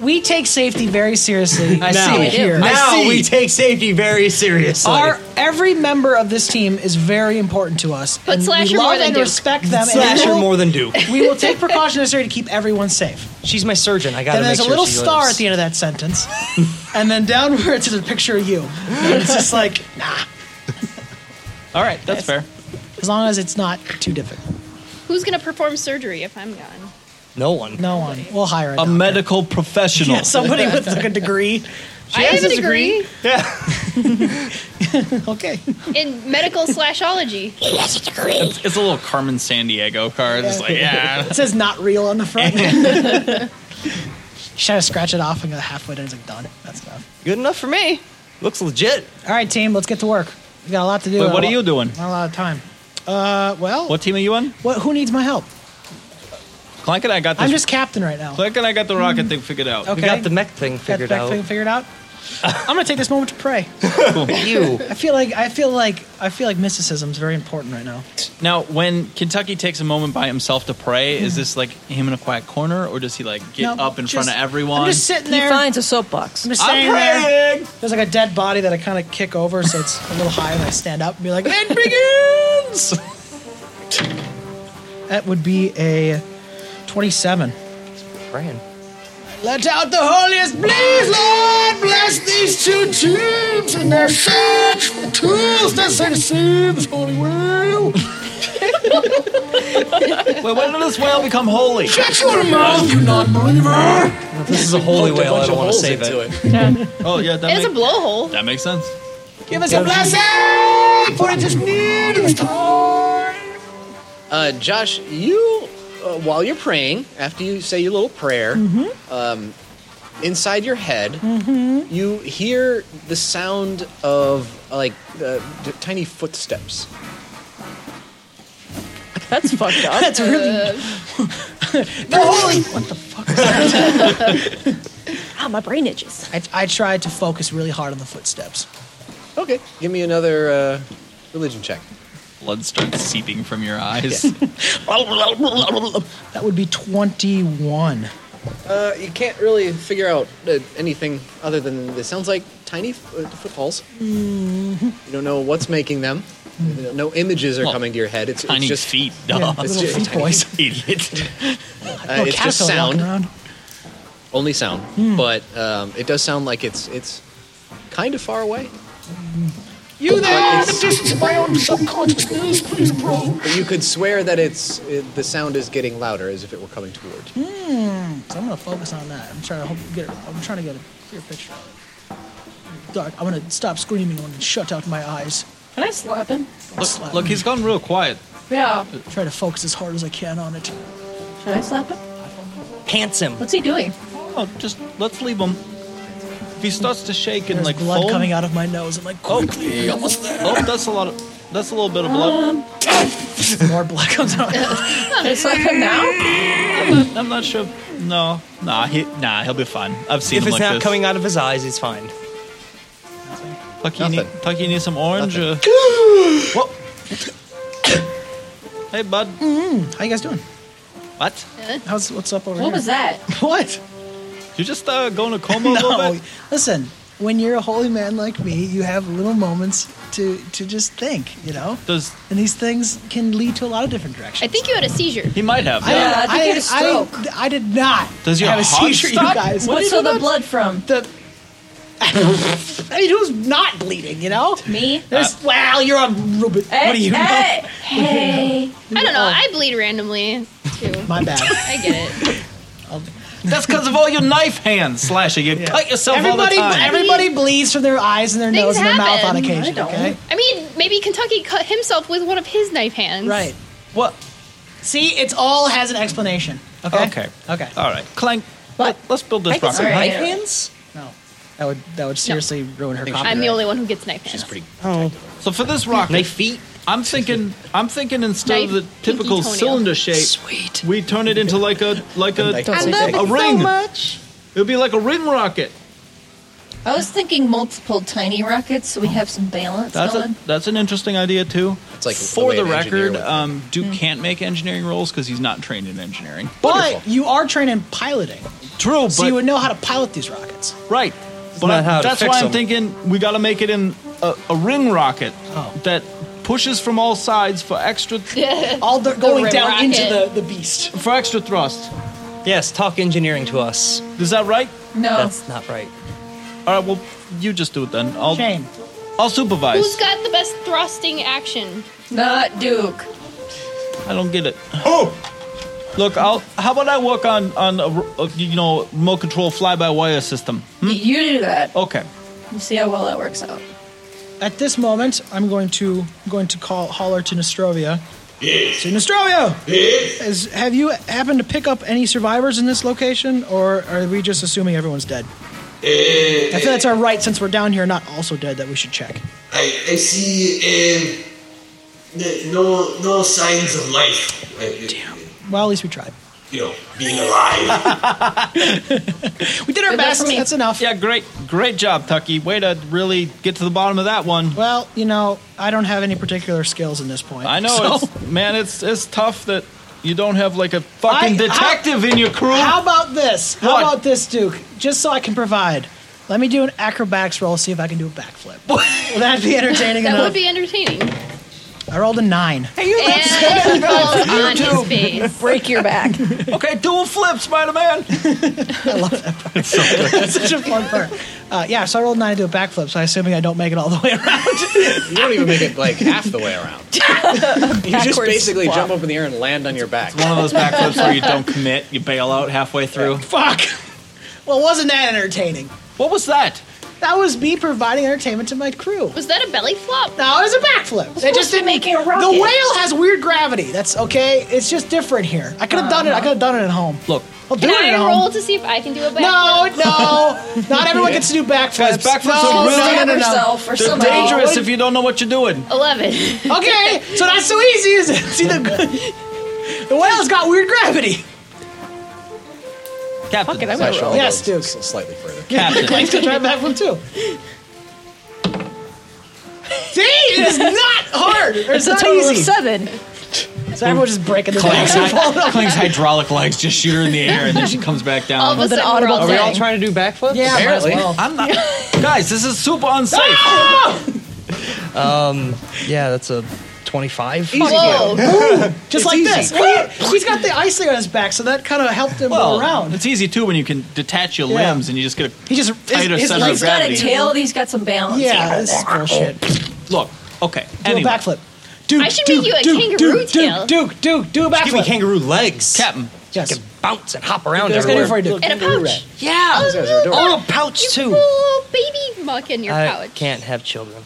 Speaker 3: We take safety very seriously.
Speaker 2: [laughs] I
Speaker 5: Now-
Speaker 2: see.
Speaker 4: We do.
Speaker 2: Now
Speaker 5: I see.
Speaker 2: we [laughs] take safety very seriously.
Speaker 3: Our every member of this team is very important to us.
Speaker 6: But
Speaker 3: and we
Speaker 6: Slasher
Speaker 3: love
Speaker 6: more than
Speaker 3: and
Speaker 6: Duke.
Speaker 3: respect
Speaker 6: [laughs]
Speaker 3: them. and
Speaker 2: Slasher
Speaker 3: we will-
Speaker 2: more than Duke.
Speaker 3: We will take precaution necessary to keep everyone safe.
Speaker 2: She's my surgeon. I gotta
Speaker 3: And
Speaker 2: make
Speaker 3: there's
Speaker 2: sure
Speaker 3: a little
Speaker 2: she
Speaker 3: star
Speaker 2: lives.
Speaker 3: at the end of that sentence, [laughs] and then downwards is a picture of you. And it's just like, nah.
Speaker 5: All right, that's fair.
Speaker 3: As long as it's not too difficult.
Speaker 6: Who's gonna perform surgery if I'm gone?
Speaker 2: No one.
Speaker 3: No one. We'll hire a
Speaker 5: A
Speaker 3: doctor.
Speaker 5: medical professional.
Speaker 3: Yeah, [laughs] somebody with like a degree.
Speaker 6: I have a degree
Speaker 3: Okay.
Speaker 6: in
Speaker 3: [laughs]
Speaker 6: medical slashology.
Speaker 5: It's a little Carmen San Diego card. It's like, yeah.
Speaker 3: [laughs] It says not real on the
Speaker 2: [laughs]
Speaker 3: front. Should I scratch it off and go halfway down? It's like done. That's enough.
Speaker 2: Good enough for me. Looks legit.
Speaker 3: All right, team. Let's get to work. We got a lot to do.
Speaker 5: Wait, what
Speaker 3: Not a
Speaker 5: are
Speaker 3: lo-
Speaker 5: you doing?
Speaker 3: Not a lot of time. Uh, well,
Speaker 5: What team are you on?
Speaker 3: what? Who needs my help?
Speaker 5: Clank and I got this.
Speaker 3: I'm just Mm-hmm. captain right now.
Speaker 5: Clank and I got the rocket thing figured out.
Speaker 3: Okay.
Speaker 2: We got the mech thing
Speaker 3: Got the
Speaker 2: figured
Speaker 3: back
Speaker 2: out.
Speaker 3: thing figured out. I'm gonna take this moment to pray.
Speaker 2: You.
Speaker 3: I feel like I feel like I feel like mysticism is very important right now.
Speaker 5: Now, when Kentucky takes a moment by himself to pray, is this like him in a quiet corner, or does he like get
Speaker 3: Mm-hmm. No,
Speaker 5: up in
Speaker 3: just-
Speaker 5: front of everyone?
Speaker 3: I'm just sitting
Speaker 4: He
Speaker 3: there.
Speaker 4: finds a soapbox.
Speaker 3: I'm just
Speaker 5: I'm
Speaker 3: sitting there.
Speaker 5: praying.
Speaker 3: There's like a dead body that I kind of kick over, so it's a little high, and I stand up and be like, "Man, big
Speaker 5: [laughs] begins.
Speaker 3: That would be a 27.
Speaker 2: Brian.
Speaker 3: Let out the holiest, please, Lord, bless these two teams and their search for tools that succeeds, holy will.
Speaker 5: Wait, when did this whale become holy?
Speaker 3: Shut your mouth, you non-believer.
Speaker 2: This is a holy whale. I don't want to save
Speaker 7: into
Speaker 2: it.
Speaker 7: it.
Speaker 5: Oh yeah, that,
Speaker 6: It's a
Speaker 5: make,
Speaker 6: blowhole.
Speaker 5: that makes sense.
Speaker 3: Give us a blessing, for it is needed this time.
Speaker 7: Uh, Josh, you uh, while you're praying, after you say your little prayer, um, inside your head, you hear the sound of like uh, t- tiny footsteps.
Speaker 4: That's fucked up.
Speaker 3: That's really. the holy. What the fuck is that?
Speaker 4: ah, my brain itches.
Speaker 3: I, I tried to focus really hard on the footsteps.
Speaker 7: Okay, give me another uh, religion check.
Speaker 5: Blood starts seeping from your eyes.
Speaker 3: That would be 21.
Speaker 7: Uh, you can't really figure out uh, anything other than it sounds like tiny f- uh, footfalls. You don't know what's making them. No images are
Speaker 5: Well,
Speaker 7: coming to your head. It's, it's
Speaker 5: Tiny
Speaker 7: just
Speaker 5: feet,
Speaker 3: Yeah,
Speaker 5: duh.
Speaker 7: It's
Speaker 3: little
Speaker 7: just
Speaker 3: feet
Speaker 7: tiny.
Speaker 3: boys.
Speaker 5: [laughs] Idiot.
Speaker 7: Uh, it's just
Speaker 3: caterpillar walking
Speaker 7: sound.
Speaker 3: around.
Speaker 7: only sound, but um, it does sound like it's it's kind of far away. You there? The distance of my own subconsciousness, please approach. But you could swear that it's it, the sound is getting louder, as if it were coming toward. you.
Speaker 3: So I'm gonna focus on that. I'm trying to hope, get. I'm trying to get a clear picture. of it. Dark. I'm gonna stop screaming and shut out my eyes.
Speaker 4: Can I slap him?
Speaker 5: Look, look, he's gone real quiet.
Speaker 4: Yeah.
Speaker 3: Try to focus as hard as I can on it.
Speaker 4: Should I slap him?
Speaker 2: Pants him.
Speaker 4: What's he doing?
Speaker 5: Oh, just let's leave him. If he starts to shake and
Speaker 3: There's
Speaker 5: like
Speaker 3: blood
Speaker 5: foam,
Speaker 3: coming out of my nose. I'm like, quickly, almost there.
Speaker 5: Oh, that's a lot of. That's a little bit of blood.
Speaker 3: [laughs] More blood comes out.
Speaker 4: Should I slap him now?
Speaker 5: I'm not sure. No, nah, he, nah, he'll be fine. I've seen
Speaker 2: If
Speaker 5: him
Speaker 2: it's
Speaker 5: like
Speaker 2: not
Speaker 5: this.
Speaker 2: coming out of his eyes, he's fine.
Speaker 5: Tuck, you need,
Speaker 7: Nothing.
Speaker 5: Tuck, you need some orange. Or... Whoa. hey, bud.
Speaker 3: How you guys doing?
Speaker 5: What?
Speaker 3: How's what's up over
Speaker 4: What
Speaker 3: here?
Speaker 4: was that?
Speaker 3: [laughs] What?
Speaker 5: You just uh, going to coma [laughs] a little
Speaker 3: No.
Speaker 5: bit?
Speaker 3: Listen, when you're a holy man like me, you have little moments to to just think. You know.
Speaker 5: Does
Speaker 3: And these things can lead to a lot of different
Speaker 6: I
Speaker 3: directions.
Speaker 6: think you had a seizure.
Speaker 5: he might have?
Speaker 4: Yeah, I think he had a
Speaker 3: I,
Speaker 4: stroke.
Speaker 3: I did not.
Speaker 5: Does your
Speaker 3: have a
Speaker 5: heart
Speaker 3: seizure,
Speaker 5: stop?
Speaker 3: you guys.
Speaker 4: What's all the blood from?
Speaker 3: The [laughs] I mean, who's not bleeding? You know?
Speaker 8: Me?
Speaker 3: There's,
Speaker 5: Uh,
Speaker 3: wow, you're a robot.
Speaker 8: Hey,
Speaker 3: what do you
Speaker 8: hey!
Speaker 3: know?
Speaker 4: Hey.
Speaker 6: I don't know.
Speaker 3: Oh.
Speaker 6: I bleed randomly too.
Speaker 3: My
Speaker 4: [laughs]
Speaker 3: bad.
Speaker 6: I get it.
Speaker 5: That's because of all your knife hands, Slasher. You cut yourself
Speaker 3: Everybody,
Speaker 5: all the time.
Speaker 3: everybody bleeds from their eyes and their nose
Speaker 6: Things
Speaker 3: and their mouth on
Speaker 6: happen.
Speaker 3: occasion.
Speaker 4: I don't.
Speaker 3: Okay.
Speaker 6: I mean, maybe Kentucky cut himself with one of his knife hands.
Speaker 3: Right.
Speaker 5: what?
Speaker 3: See, it's all has an explanation. Okay.
Speaker 5: Okay.
Speaker 3: Okay.
Speaker 5: All right, Clank.
Speaker 3: But-
Speaker 5: let's build this
Speaker 3: I can
Speaker 5: properly.
Speaker 3: see knife
Speaker 4: Yeah.
Speaker 3: hands? No. That would that would seriously ruin her copyright.
Speaker 6: I'm the only one who gets knife
Speaker 7: She's
Speaker 6: hands.
Speaker 7: pretty.
Speaker 5: So for this rocket,
Speaker 2: My feet.
Speaker 5: I'm thinking. I'm thinking instead of
Speaker 6: Knife,
Speaker 5: the
Speaker 6: pinky,
Speaker 5: typical
Speaker 6: toenail.
Speaker 5: cylinder shape,
Speaker 3: Sweet.
Speaker 5: we turn it into like a like a
Speaker 7: Don't say
Speaker 5: a ring. It would be like a ring rocket.
Speaker 4: I was thinking multiple tiny rockets, so we have some balance
Speaker 5: That's a,
Speaker 4: going.
Speaker 5: that's an interesting idea too.
Speaker 7: It's like the
Speaker 5: for
Speaker 7: way
Speaker 5: the
Speaker 7: an engineer
Speaker 5: record,
Speaker 7: would think.
Speaker 5: um, Duke can't make engineering roles because he's not trained in engineering.
Speaker 3: But
Speaker 7: Wonderful.
Speaker 3: you are trained in piloting,
Speaker 5: True, but
Speaker 3: so you would know how to pilot these rockets.
Speaker 5: right. But
Speaker 2: not
Speaker 5: I-
Speaker 2: how to
Speaker 5: that's
Speaker 2: fix
Speaker 5: why I'm
Speaker 2: them.
Speaker 5: thinking we got to make it in a, a ring rocket that pushes from all sides for extra
Speaker 3: All the, going
Speaker 6: rim
Speaker 3: down
Speaker 6: rocket.
Speaker 3: into the, the beast.
Speaker 5: for extra thrust.
Speaker 2: Yes, talk engineering to us.
Speaker 5: Is that right?
Speaker 4: no.
Speaker 2: That's not right.
Speaker 5: All right. Well, you just do it then. I'll
Speaker 3: Shame.
Speaker 5: I'll supervise.
Speaker 6: Who's got the best thrusting action?
Speaker 4: Not Duke.
Speaker 5: I don't get it. Oh. Look, I'll. How about I work on on a, r- a, you know remote control fly by wire system?
Speaker 3: Hmm?
Speaker 4: You do that.
Speaker 5: Okay.
Speaker 4: You see how well that works out.
Speaker 3: At this moment, I'm going to I'm going to call holler to Nostrovia. To Nostrovia, Is- have you happened to pick up any survivors in this location, or are we just assuming everyone's dead?
Speaker 9: Eh,
Speaker 3: I feel that's our right since we're down here, not also dead, that we should check.
Speaker 9: I, I see um, n- no no signs of life. Like, Damn.
Speaker 3: Well, at least we tried.
Speaker 9: You know,
Speaker 3: [laughs]
Speaker 9: being alive.
Speaker 3: We did our
Speaker 4: Good enough
Speaker 3: best.
Speaker 4: for me.
Speaker 3: That's enough.
Speaker 5: Yeah. Great. Great job, Tucky. Way to really get to the bottom of that one.
Speaker 3: Well, you know, I don't have any particular skills in this point.
Speaker 5: I know.
Speaker 3: so-
Speaker 5: It's, man, it's it's tough that you don't have like a fucking
Speaker 3: I-
Speaker 5: detective in your crew.
Speaker 3: How about this? How
Speaker 5: What?
Speaker 3: about this, Duke? Just so I can provide. Let me do an acrobatics roll, see if I can do a backflip. Will that be entertaining
Speaker 6: That
Speaker 3: enough?
Speaker 6: would be entertaining. And
Speaker 3: I rolled a
Speaker 6: [laughs]
Speaker 3: nine.
Speaker 6: it falls on his face.
Speaker 8: Break your
Speaker 3: [laughs]
Speaker 8: back.
Speaker 5: [laughs] okay, dual flip, Spider Man.
Speaker 3: That's such a fun part. Uh, yeah, so I rolled nine to do a backflip, so I'm assuming I don't make it all the way [laughs] around.
Speaker 7: You don't even make it like half the way around. you just
Speaker 8: Backwards
Speaker 7: basically
Speaker 8: flop.
Speaker 7: jump up in the air and land on your back.
Speaker 5: One of those backflips where you don't commit, you bail out halfway through.
Speaker 3: Fuck. Well, wasn't that entertaining?
Speaker 5: What was that?
Speaker 3: That was me providing entertainment to my crew.
Speaker 6: Was that a belly flop?
Speaker 3: No, it was a backflip. They just
Speaker 4: to
Speaker 3: didn't
Speaker 4: make it a
Speaker 3: The
Speaker 4: rocket.
Speaker 3: whale has weird gravity. That's okay. It's just different here. I could have done it. I could have done it at home.
Speaker 5: Look,
Speaker 3: I'll do
Speaker 6: Can
Speaker 3: it at
Speaker 6: I
Speaker 3: home.
Speaker 6: roll to see if I can do a backflip?
Speaker 3: No, no, not everyone gets to do backflips.
Speaker 5: Guys, backflips
Speaker 3: no,
Speaker 5: are really-
Speaker 3: no,
Speaker 4: Stab
Speaker 3: no, no, no.
Speaker 4: yourself or
Speaker 5: they're
Speaker 4: somebody.
Speaker 5: dangerous if you don't know what you're doing.
Speaker 6: Eleven.
Speaker 3: Okay, so that's so easy, is it? See the [laughs] the whale's got weird gravity.
Speaker 5: Captain.
Speaker 8: Fuck it, I'm
Speaker 7: So I
Speaker 8: gonna
Speaker 7: shall
Speaker 8: roll.
Speaker 7: go
Speaker 3: Yes, Duke.
Speaker 7: s- Slightly further.
Speaker 5: Captain.
Speaker 3: [laughs] Claims to try backflip too. See, it is not hard. It's,
Speaker 8: It's a
Speaker 3: not
Speaker 8: total of
Speaker 3: easy.
Speaker 8: seven.
Speaker 3: So everyone's just breaking the
Speaker 5: Clink's,
Speaker 3: legs and falling off.
Speaker 5: Clink's hydraulic legs just shoot her in the air, and then she comes back
Speaker 6: All
Speaker 5: down.
Speaker 6: of a
Speaker 8: With an
Speaker 6: sudden, we're
Speaker 8: audible
Speaker 6: all
Speaker 8: Are we
Speaker 6: dead.
Speaker 8: all
Speaker 2: Trying to do backflip?
Speaker 3: Yeah, might as
Speaker 7: Apparently.
Speaker 3: well. Ah!
Speaker 5: I'm not, guys. This is super unsafe.
Speaker 3: Oh,
Speaker 2: Yeah, that's a 25.
Speaker 6: Whoa!
Speaker 3: Just like this. He's got the icing on his back, so that kind of helped him roll around.
Speaker 5: it's easy too when you can detach your
Speaker 3: Yeah.
Speaker 5: limbs and you just get a
Speaker 3: He just
Speaker 5: tighter
Speaker 3: his, his
Speaker 5: center
Speaker 3: legs
Speaker 5: of
Speaker 4: He's got
Speaker 5: gravity.
Speaker 4: a tail, he's got some balance.
Speaker 3: Yeah, this is bullshit. Do
Speaker 5: look. Okay, anyway,
Speaker 3: a backflip. Duke,
Speaker 6: I should
Speaker 3: Duke,
Speaker 6: make you a
Speaker 3: Duke,
Speaker 6: kangaroo
Speaker 3: Duke,
Speaker 6: tail.
Speaker 3: Duke, Duke, Duke, do a
Speaker 2: Give me
Speaker 3: backflip.
Speaker 2: kangaroo legs.
Speaker 5: Captain.
Speaker 3: Yes.
Speaker 2: Can bounce and hop around
Speaker 3: That's gonna do
Speaker 2: everywhere.
Speaker 3: it for you, Duke.
Speaker 6: And a pouch.
Speaker 2: Yeah.
Speaker 7: These guys are adorable.
Speaker 2: Oh, a pouch too.
Speaker 6: Little baby muck in your
Speaker 2: I
Speaker 6: pouch.
Speaker 2: can't have children.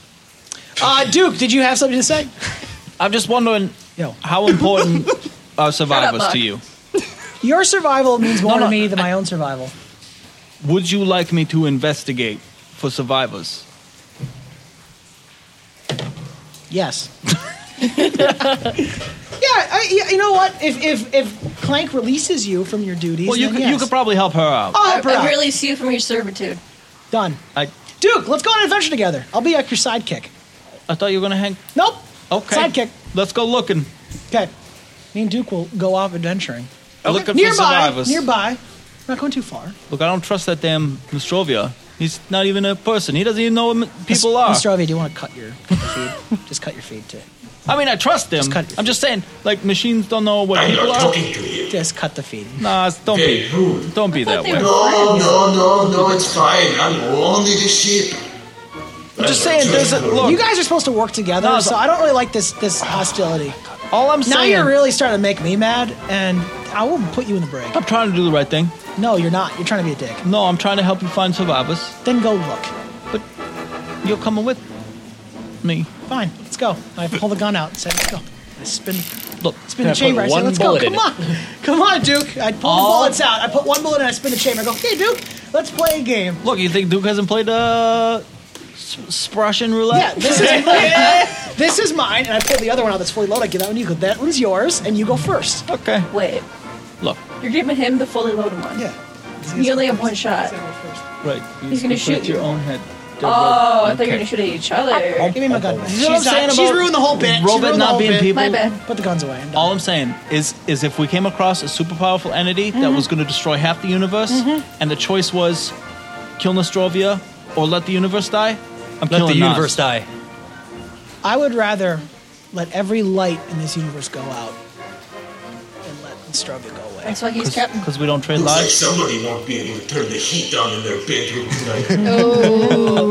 Speaker 3: Uh, Duke, did you have something to say?
Speaker 5: I'm just wondering
Speaker 3: Yo. [laughs]
Speaker 5: how important are survivors
Speaker 4: Buck.
Speaker 5: to you.
Speaker 3: Your survival means more
Speaker 5: No, no,
Speaker 3: to me than my own survival.
Speaker 5: Would you like me to investigate for survivors?
Speaker 3: Yes. yeah, I, yeah, you know what? If if if Clank releases you from your duties,
Speaker 5: Well, you
Speaker 3: then
Speaker 5: could,
Speaker 3: yes. Oh.
Speaker 5: you could probably help her out.
Speaker 3: I'll
Speaker 4: I,
Speaker 3: help her out.
Speaker 4: I really see you from your servitude.
Speaker 3: Done.
Speaker 5: I
Speaker 3: Duke, let's go on an adventure together. I'll be like your sidekick.
Speaker 5: I thought you were gonna hang.
Speaker 3: Nope.
Speaker 5: Okay,
Speaker 3: Sidekick.
Speaker 5: Let's go looking.
Speaker 3: Okay. Me and Duke will go off adventuring.
Speaker 5: Looking for
Speaker 3: Nearby.
Speaker 5: survivors.
Speaker 3: Nearby. We're not going too far.
Speaker 5: Look, I don't trust that damn Nostrovia. He's not even a person. He doesn't even know what m- people are.
Speaker 3: Mr. Ovia, do you want to cut your, cut your feed? Just cut your feed too.
Speaker 5: I mean, I trust him.
Speaker 3: Just cut your
Speaker 5: I'm just saying, like, machines don't know what
Speaker 9: I'm
Speaker 5: people
Speaker 9: not
Speaker 5: are.
Speaker 9: [laughs] talking to you.
Speaker 3: Just cut the feed.
Speaker 5: Nah, don't
Speaker 9: Hey,
Speaker 5: be,
Speaker 9: who?
Speaker 5: don't be that
Speaker 4: they
Speaker 5: way.
Speaker 4: were-
Speaker 9: No, no, no, no, it's fine. I'm only the sheep. I'm
Speaker 5: just saying, there's a- look-
Speaker 3: You guys are supposed to work together,
Speaker 5: No, it's-
Speaker 3: so I don't really like this this hostility.
Speaker 5: All I'm
Speaker 3: Now
Speaker 5: saying,
Speaker 3: you're really starting to make me mad, and I will put you in the break.
Speaker 5: I'm trying to do the right thing.
Speaker 3: No, you're not. You're trying to be a dick.
Speaker 5: No, I'm trying to help you find survivors.
Speaker 3: Then go look.
Speaker 5: But you're coming with me.
Speaker 3: Fine, let's go. I pull the gun out and say, let's go. I spin,
Speaker 5: Look,
Speaker 3: spin the
Speaker 7: I put
Speaker 3: chamber. I say,
Speaker 7: one
Speaker 3: let's go.
Speaker 7: bullet in
Speaker 3: Come on. Come on, Duke. I pull the bullets out. I put one bullet and I spin the chamber. I go, hey, Duke, let's play a game.
Speaker 5: look. You think Duke hasn't played uh, sp- Sprussian
Speaker 3: Yeah,
Speaker 5: roulette?
Speaker 3: this is
Speaker 5: [laughs]
Speaker 3: mine. this is mine. And I pull the other one out that's fully loaded. I give that one to you. Go, that one's yours, and you go first.
Speaker 5: Okay.
Speaker 4: Wait,
Speaker 5: Look,
Speaker 4: you're giving him the fully loaded one.
Speaker 3: Yeah.
Speaker 4: You only have one shot.
Speaker 5: right. You,
Speaker 4: He's gonna
Speaker 5: you put
Speaker 4: shoot
Speaker 5: your
Speaker 4: you.
Speaker 5: own head.
Speaker 4: Oh, I thought you were gonna shoot at each other.
Speaker 3: Give me my gun.
Speaker 5: This is what I'm
Speaker 3: She's, not-
Speaker 5: saying
Speaker 3: she's
Speaker 5: about
Speaker 3: ruined the whole bit. She's
Speaker 5: Robot
Speaker 3: ruined the
Speaker 5: not
Speaker 3: whole
Speaker 5: being
Speaker 3: bit.
Speaker 5: people.
Speaker 4: My bad.
Speaker 3: Put the guns away. I'm done.
Speaker 5: All I'm saying is, is if we came across a super powerful entity that
Speaker 3: Mm-hmm.
Speaker 5: was going to destroy half the universe, and the choice was kill Nostrovia or let the universe die, I'm
Speaker 2: Let
Speaker 5: killing
Speaker 2: the
Speaker 5: Nos.
Speaker 2: universe die.
Speaker 3: I would rather let every light in this universe go out and let Nostrovia go away.
Speaker 4: That's why he's kept.
Speaker 5: because we don't trade
Speaker 9: Looks like
Speaker 5: lives.
Speaker 9: somebody won't be able to turn the heat down in their bedroom tonight.
Speaker 4: Oh,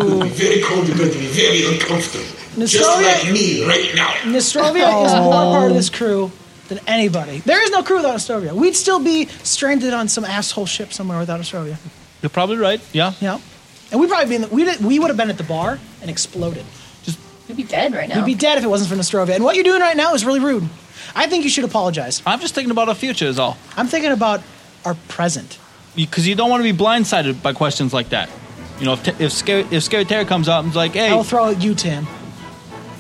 Speaker 9: It'll be very cold. You're going to be very uncomfortable. Just
Speaker 3: Nostrovia-
Speaker 9: like me right now.
Speaker 3: Nostrovia is more part of this crew than anybody. There is no crew without Nostrovia. We'd still be stranded on some asshole ship somewhere without Nostrovia.
Speaker 5: You're probably right. Yeah.
Speaker 3: Yeah. And we'd probably be in the, we'd, we would have been at the bar and exploded.
Speaker 4: we'd be dead right now.
Speaker 3: We'd be dead if it wasn't for Nostrovia. And what you're doing right now is really rude. I think you should apologize.
Speaker 5: I'm just thinking about our future is all,
Speaker 3: I'm thinking about our present.
Speaker 5: because you don't want to be blindsided by questions like that. You know, if t- if scary if scary terror comes out and is like, hey,
Speaker 3: I'll throw out you, Tim.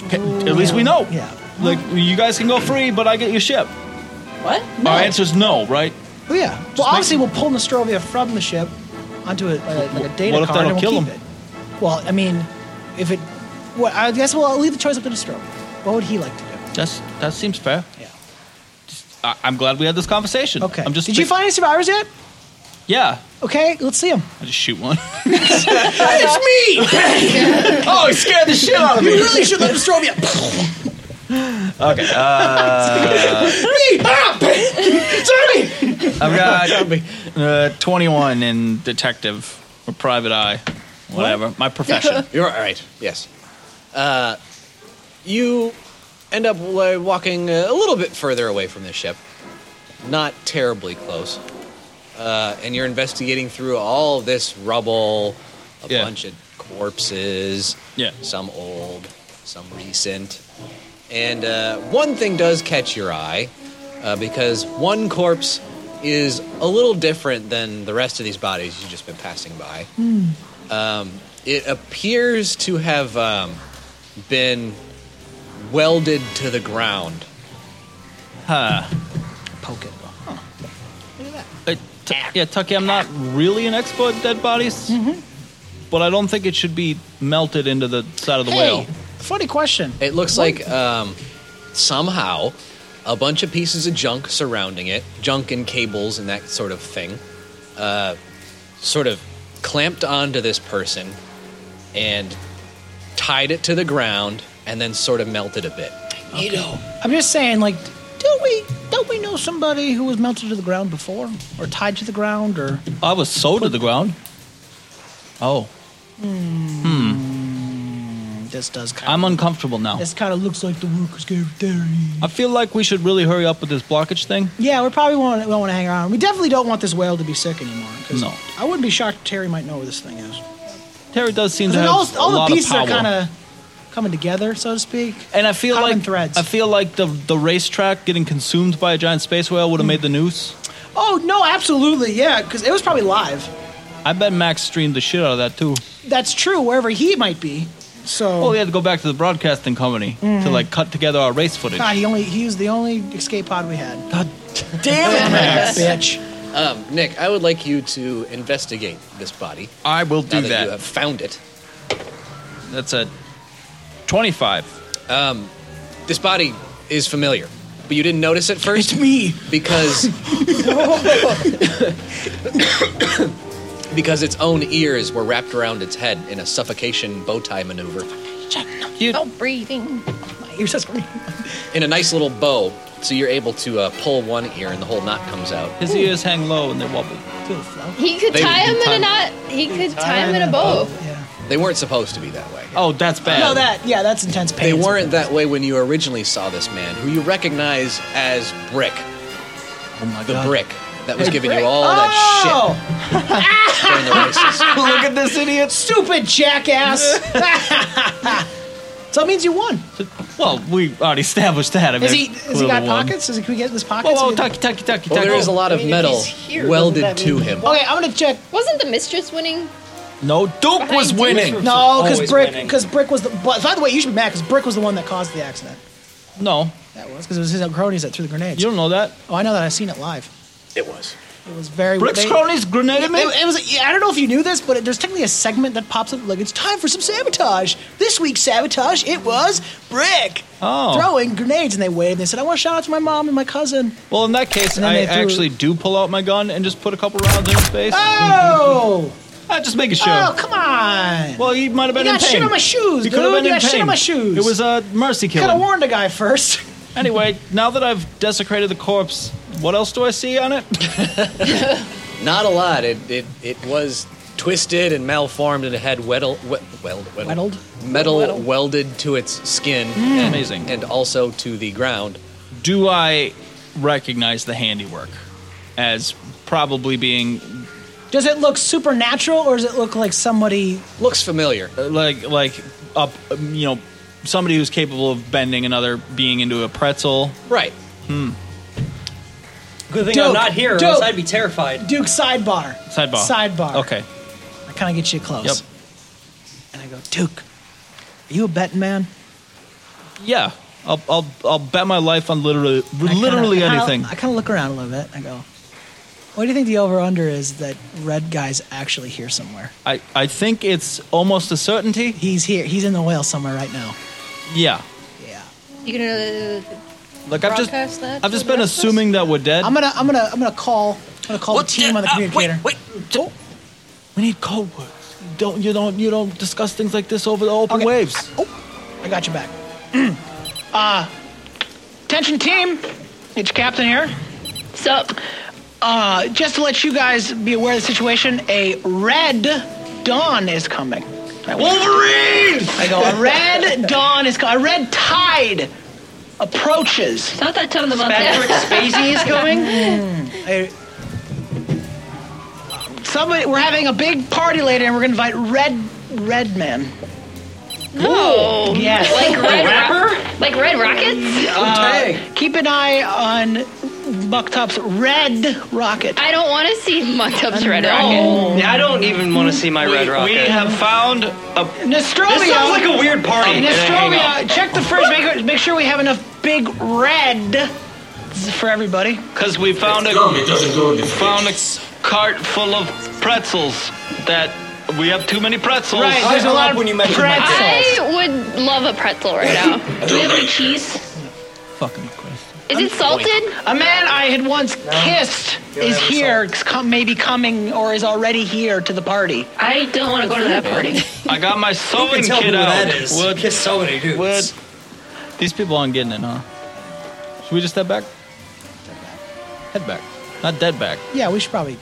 Speaker 5: ca- at least we know.
Speaker 3: Yeah.
Speaker 5: Like you guys can go free, but I get your ship.
Speaker 4: What?
Speaker 5: Our answer is no, right?
Speaker 3: Well, Oh, yeah. well, obviously, we'll pull Nostrovia from the ship onto a, like a, like a data
Speaker 5: What if
Speaker 3: card
Speaker 5: that'll
Speaker 3: and we'll
Speaker 5: kill
Speaker 3: keep
Speaker 5: him?
Speaker 3: it. Well, I mean, if it, well, I guess we'll leave the choice up to Nostrovia. What would he like to do?
Speaker 5: That's that seems fair.
Speaker 3: Yeah.
Speaker 5: I- I'm glad we had this conversation.
Speaker 3: Okay.
Speaker 5: I'm just.
Speaker 3: Did you
Speaker 5: think-
Speaker 3: find any survivors yet?
Speaker 5: Yeah.
Speaker 3: Okay, let's see them.
Speaker 5: I just shoot one. [laughs]
Speaker 7: [laughs]
Speaker 5: it's me! oh, he scared the shit out of me.
Speaker 3: really should let Nostrovia.
Speaker 5: Okay. I've got uh, 21 in detective or private eye, whatever. My [laughs] profession.
Speaker 7: [laughs] You're all right. Yes. Uh, you end up wa- walking a little bit further away from the ship, not terribly close, uh, and you're investigating through all this rubble, a
Speaker 5: Yeah.
Speaker 7: bunch of corpses,
Speaker 5: Yeah.
Speaker 7: some old, some recent, and uh, one thing does catch your eye uh, because one corpse is a little different than the rest of these bodies you've just been passing by Um, it appears to have um, been welded to the ground.
Speaker 3: Poke it.
Speaker 5: Uh, t- yeah, Tucky, I'm not really an expert at dead bodies, but I don't think it should be melted into the side of the
Speaker 3: Hey,
Speaker 5: whale.
Speaker 3: funny question.
Speaker 7: It looks like um, somehow a bunch of pieces of junk surrounding it, junk and cables and that sort of thing, uh, sort of clamped onto this person and tied it to the ground and then sort of melted a bit. You know,
Speaker 3: I'm just saying, like, do we don't we know somebody who was melted to the ground before, or tied to the ground, or
Speaker 5: I was sewed to the ground. Oh,
Speaker 3: this does kind
Speaker 5: I'm
Speaker 3: of
Speaker 5: uncomfortable now.
Speaker 3: this kind of looks like the workers' cave theory.
Speaker 5: I feel like we should really hurry up with this blockage thing.
Speaker 3: Yeah, we probably won't, we don't want to hang around. We definitely don't want this whale to be sick anymore. 'cause
Speaker 5: No.
Speaker 3: I wouldn't be shocked if Terry might know where this thing is.
Speaker 5: Terry does seem to
Speaker 3: Because
Speaker 5: have
Speaker 3: all, all
Speaker 5: a lot
Speaker 3: the pieces
Speaker 5: of
Speaker 3: are
Speaker 5: power.
Speaker 3: kind of coming together, so to speak.
Speaker 5: and I feel
Speaker 3: common
Speaker 5: like
Speaker 3: threads.
Speaker 5: I feel like the the racetrack getting consumed by a giant space whale
Speaker 3: Hmm.
Speaker 5: would have made the news.
Speaker 3: Oh no, absolutely, yeah, because it was probably live.
Speaker 5: I bet Max streamed the shit out of that too.
Speaker 3: That's true, wherever he might be. So
Speaker 5: Well, we had to go back to the broadcasting company
Speaker 3: Hmm.
Speaker 5: to like cut together our race footage.
Speaker 3: God, he only he was the only escape pod we had.
Speaker 5: God damn it, [laughs] Max!
Speaker 3: Bitch.
Speaker 7: um, Nick, I would like you to investigate this body
Speaker 5: I will do
Speaker 7: now that,
Speaker 5: that.
Speaker 7: you have found it.
Speaker 5: That's a twenty-five.
Speaker 7: This body is familiar, but you didn't notice at first.
Speaker 3: me.
Speaker 5: [laughs]
Speaker 7: because [coughs] because its own ears were wrapped around its head in a suffocation bow tie maneuver.
Speaker 5: You
Speaker 4: No breathing.
Speaker 3: My ears as for me.
Speaker 7: in a nice little bow, so you're able to uh, pull one ear and the whole knot comes out.
Speaker 5: His ears hang low and they wobble.
Speaker 3: Feel the flow.
Speaker 6: He could
Speaker 7: They-
Speaker 6: tie him in
Speaker 7: tie-
Speaker 6: a knot. He could tie him in a bow.
Speaker 3: Yeah.
Speaker 7: They weren't supposed to be that way.
Speaker 5: Oh, that's bad.
Speaker 3: No, that yeah, that's intense pain.
Speaker 7: They weren't that way when you originally saw this man, who you recognize as Brick,
Speaker 5: Oh my
Speaker 7: the
Speaker 5: God.
Speaker 7: Brick that was giving you
Speaker 3: Brick.
Speaker 7: all that
Speaker 3: Oh,
Speaker 7: shit during the
Speaker 5: [laughs]
Speaker 7: races.
Speaker 5: Look at this idiot.
Speaker 3: stupid
Speaker 5: [laughs]
Speaker 3: jackass! [laughs] so that means you won.
Speaker 5: Well, we already [laughs] established that. I mean,
Speaker 3: Is he? Has he
Speaker 5: clearly
Speaker 3: got
Speaker 5: won.
Speaker 3: pockets? Is he? Can we get in his
Speaker 5: Whoa,
Speaker 3: pockets?
Speaker 5: whoa,
Speaker 3: He-
Speaker 5: tucky, tucky, tucky,
Speaker 7: Well,
Speaker 5: tucky.
Speaker 7: there is a lot of
Speaker 8: I mean, if
Speaker 7: metal
Speaker 8: he's here,
Speaker 7: welded
Speaker 8: doesn't that
Speaker 7: to
Speaker 8: mean-
Speaker 7: him.
Speaker 3: Okay, I'm gonna check.
Speaker 6: Wasn't the mistress winning?
Speaker 5: No, Duke was
Speaker 6: Behind
Speaker 5: winning.
Speaker 3: No, because
Speaker 2: always
Speaker 3: Brick,
Speaker 2: winning.
Speaker 3: because Brick was the. But by the way, you should be mad because Brick was the one that caused the accident.
Speaker 5: No,
Speaker 3: That was because it was his cronies that threw the grenades.
Speaker 5: you don't know that.
Speaker 3: oh, I know that. I've seen it live.
Speaker 7: It was.
Speaker 3: It was very.
Speaker 5: Brick's
Speaker 3: they-
Speaker 5: cronies
Speaker 3: It,
Speaker 5: grenaded me.
Speaker 3: it was. yeah, I don't know if you knew this, but it, there's technically a segment that pops up like it's time for some sabotage. This week's sabotage, it was Brick
Speaker 5: Oh.
Speaker 3: throwing grenades, and they waved. And they said, "I want to shout out to my mom and my cousin."
Speaker 5: Well, in that case,
Speaker 3: And then
Speaker 5: I
Speaker 3: they threw-
Speaker 5: actually do pull out my gun and just put a couple rounds in his face.
Speaker 3: Oh,
Speaker 5: I just make a show.
Speaker 3: oh, come on!
Speaker 5: Well, he might have been
Speaker 3: You
Speaker 5: in
Speaker 3: got
Speaker 5: pain.
Speaker 3: shit on my shoes,
Speaker 5: He could have
Speaker 3: dude.
Speaker 5: been
Speaker 3: You
Speaker 5: in
Speaker 3: got shit
Speaker 5: pain.
Speaker 3: on my shoes.
Speaker 5: It was a mercy
Speaker 3: Could have
Speaker 5: killing.
Speaker 3: warned a guy first.
Speaker 5: Anyway, now that I've desecrated the corpse, what else do I see on it?
Speaker 7: Not a lot. It it, it was twisted and malformed and it had weddle, wed, weld, weddle,
Speaker 3: Weddled? Hmm.
Speaker 7: metal
Speaker 3: Weddle.
Speaker 7: welded to its skin
Speaker 5: Amazing.
Speaker 7: and also to the ground.
Speaker 5: do I recognize the handiwork as probably being
Speaker 3: Does it look supernatural, or does it look like somebody?
Speaker 7: Looks familiar.
Speaker 5: uh, like like up um, you know somebody who's capable of bending another being into a pretzel?
Speaker 7: Right.
Speaker 2: Good thing
Speaker 3: Duke,
Speaker 2: I'm not here, or
Speaker 3: Duke.
Speaker 2: else I'd be terrified.
Speaker 3: Duke sidebar.
Speaker 5: Sidebar.
Speaker 3: Sidebar.
Speaker 5: Okay.
Speaker 3: I kind of get you close.
Speaker 5: Yep.
Speaker 3: And I go, Duke, are you a betting man?
Speaker 5: Yeah. I'll, I'll, I'll bet my life on literally
Speaker 3: I kinda-
Speaker 5: literally
Speaker 3: I kinda-
Speaker 5: anything.
Speaker 3: I kind of look around a little bit. I go, what do you think the over under is that red guy's actually here somewhere?
Speaker 5: I, I think it's almost a certainty.
Speaker 3: He's here. He's in the whale somewhere right now.
Speaker 5: Yeah.
Speaker 3: Yeah.
Speaker 6: You gonna?
Speaker 5: Like I've just
Speaker 6: Broadcast that
Speaker 5: I've
Speaker 6: to
Speaker 5: just
Speaker 6: the
Speaker 5: been
Speaker 6: rest of us?
Speaker 5: assuming that we're dead.
Speaker 3: I'm gonna I'm gonna I'm gonna call I'm gonna call the team on
Speaker 2: Uh,
Speaker 3: the communicator.
Speaker 5: uh, wait, wait. We need code words. Don't you don't you don't discuss things like this over the open
Speaker 3: Okay.
Speaker 5: waves.
Speaker 2: Oh.
Speaker 3: I got your back. [clears throat] uh, attention team, it's Captain here. Sup? Uh, just to let you guys be aware of the situation, a red dawn is coming. Wolverine! I go, a red dawn is coming. A red tide approaches.
Speaker 6: Not that time of the month.
Speaker 2: Patrick Spacey is coming.
Speaker 3: [laughs] I- Somebody, we're having a big party later, and we're gonna invite Red Red Man.
Speaker 6: No.
Speaker 3: Yes.
Speaker 6: Like red
Speaker 2: Rapper?
Speaker 6: Like red rockets?
Speaker 3: Uh,
Speaker 2: Tag.
Speaker 3: Keep an eye on Bucktop's Red Rocket.
Speaker 6: I don't want to see mucked up's red rocket.
Speaker 2: Oh, I don't even want to see my red rocket.
Speaker 8: We have found a.
Speaker 3: Nostrovia.
Speaker 2: This sounds like a weird party. and I hang up.
Speaker 3: Nostrovia, Oh, check the fridge. Make, make sure we have enough big red. This is for everybody.
Speaker 8: Because we found a
Speaker 9: Gum, it doesn't go in the fridge.
Speaker 8: found a cart full of pretzels that we have too many pretzels.
Speaker 3: Right, there's a
Speaker 2: hung
Speaker 3: lot
Speaker 2: up
Speaker 3: of
Speaker 2: when you mentioned my
Speaker 3: pretzels.
Speaker 6: I would love a pretzel right [laughs] now. Do we have any cheese?
Speaker 5: Fucking Christ.
Speaker 6: Is it salted?
Speaker 3: A man I had once kissed is here, come, maybe coming or is already here to the party.
Speaker 6: I don't want to go to that party.
Speaker 8: I got my
Speaker 2: You
Speaker 8: sewing
Speaker 2: can tell who
Speaker 8: kit out.
Speaker 2: that is.
Speaker 5: Would-
Speaker 2: Kiss so many dudes.
Speaker 5: Would- These people aren't getting it, huh? Should we just step back? Head back. Not dead back.
Speaker 3: Yeah, we should probably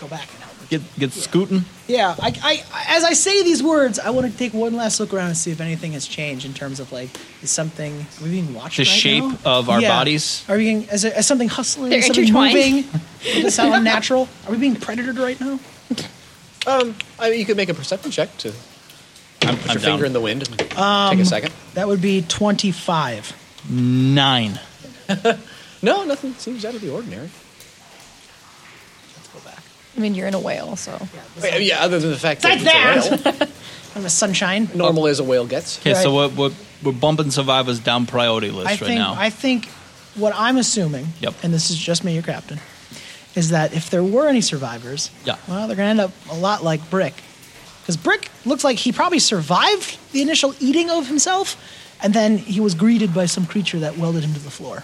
Speaker 3: go back and help.
Speaker 5: Get get scooting.
Speaker 3: Yeah, I, I, as I say these words, I want to take one last look around and see if anything has changed in terms of like, is something are we being watched?
Speaker 5: The
Speaker 3: right
Speaker 5: shape
Speaker 3: now?
Speaker 5: of our bodies?
Speaker 3: Are we? Being, is, there, is something hustling?
Speaker 6: They're
Speaker 3: is something
Speaker 6: intertwined.
Speaker 3: moving?
Speaker 6: [laughs]
Speaker 3: Does it sound unnatural? Are we being predated right now?
Speaker 7: Um, I mean, you could make a perception check to
Speaker 5: I'm,
Speaker 7: put
Speaker 5: I'm
Speaker 7: your
Speaker 5: down.
Speaker 7: finger in the wind. And
Speaker 3: Um,
Speaker 7: take a second.
Speaker 3: That would be twenty-five.
Speaker 5: Nine.
Speaker 7: No, nothing seems out of the ordinary.
Speaker 4: I mean, you're in a whale, so.
Speaker 7: Wait, yeah, other than the fact
Speaker 3: Besides
Speaker 7: that it's
Speaker 3: [laughs]
Speaker 7: a whale,
Speaker 3: On the sunshine.
Speaker 7: normal as a whale gets.
Speaker 5: Okay, so we're,
Speaker 3: Right.
Speaker 5: we're we're bumping survivors down priority list
Speaker 3: I
Speaker 5: right
Speaker 3: think.
Speaker 5: now.
Speaker 3: I think what I'm assuming,
Speaker 5: Yep.
Speaker 3: and this is just me, your captain, is that if there were any survivors,
Speaker 5: Yeah.
Speaker 3: well, they're gonna end up a lot like Brick, because Brick looks like he probably survived the initial eating of himself, and then he was greeted by some creature that welded him to the floor.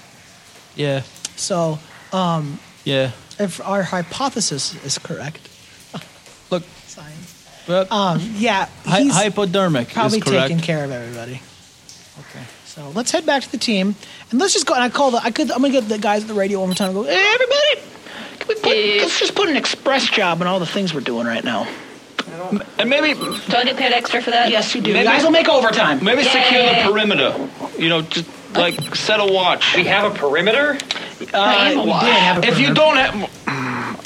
Speaker 5: yeah.
Speaker 3: So,
Speaker 5: Yeah.
Speaker 3: if our hypothesis is correct,
Speaker 5: Look.
Speaker 3: science.
Speaker 5: Uh,
Speaker 3: Um, yeah,
Speaker 5: hy-
Speaker 3: he's
Speaker 5: hypodermic is
Speaker 3: probably
Speaker 5: correct.
Speaker 3: taking care of everybody. Okay. So let's head back to the team and let's just go. And I call the I could I'm gonna get the guys at the radio one more time and go. Hey, everybody, can we put, let's just put an express job on all the things we're doing right now.
Speaker 8: And maybe
Speaker 10: Do I get paid extra for that?
Speaker 3: Yes, you do.
Speaker 8: Maybe-
Speaker 3: you guys will make overtime.
Speaker 8: maybe secure
Speaker 10: Yay.
Speaker 8: the perimeter. You know, just like set a watch.
Speaker 11: We have a perimeter?
Speaker 3: Uh, we did have a
Speaker 8: If you
Speaker 3: perimeter.
Speaker 8: don't have,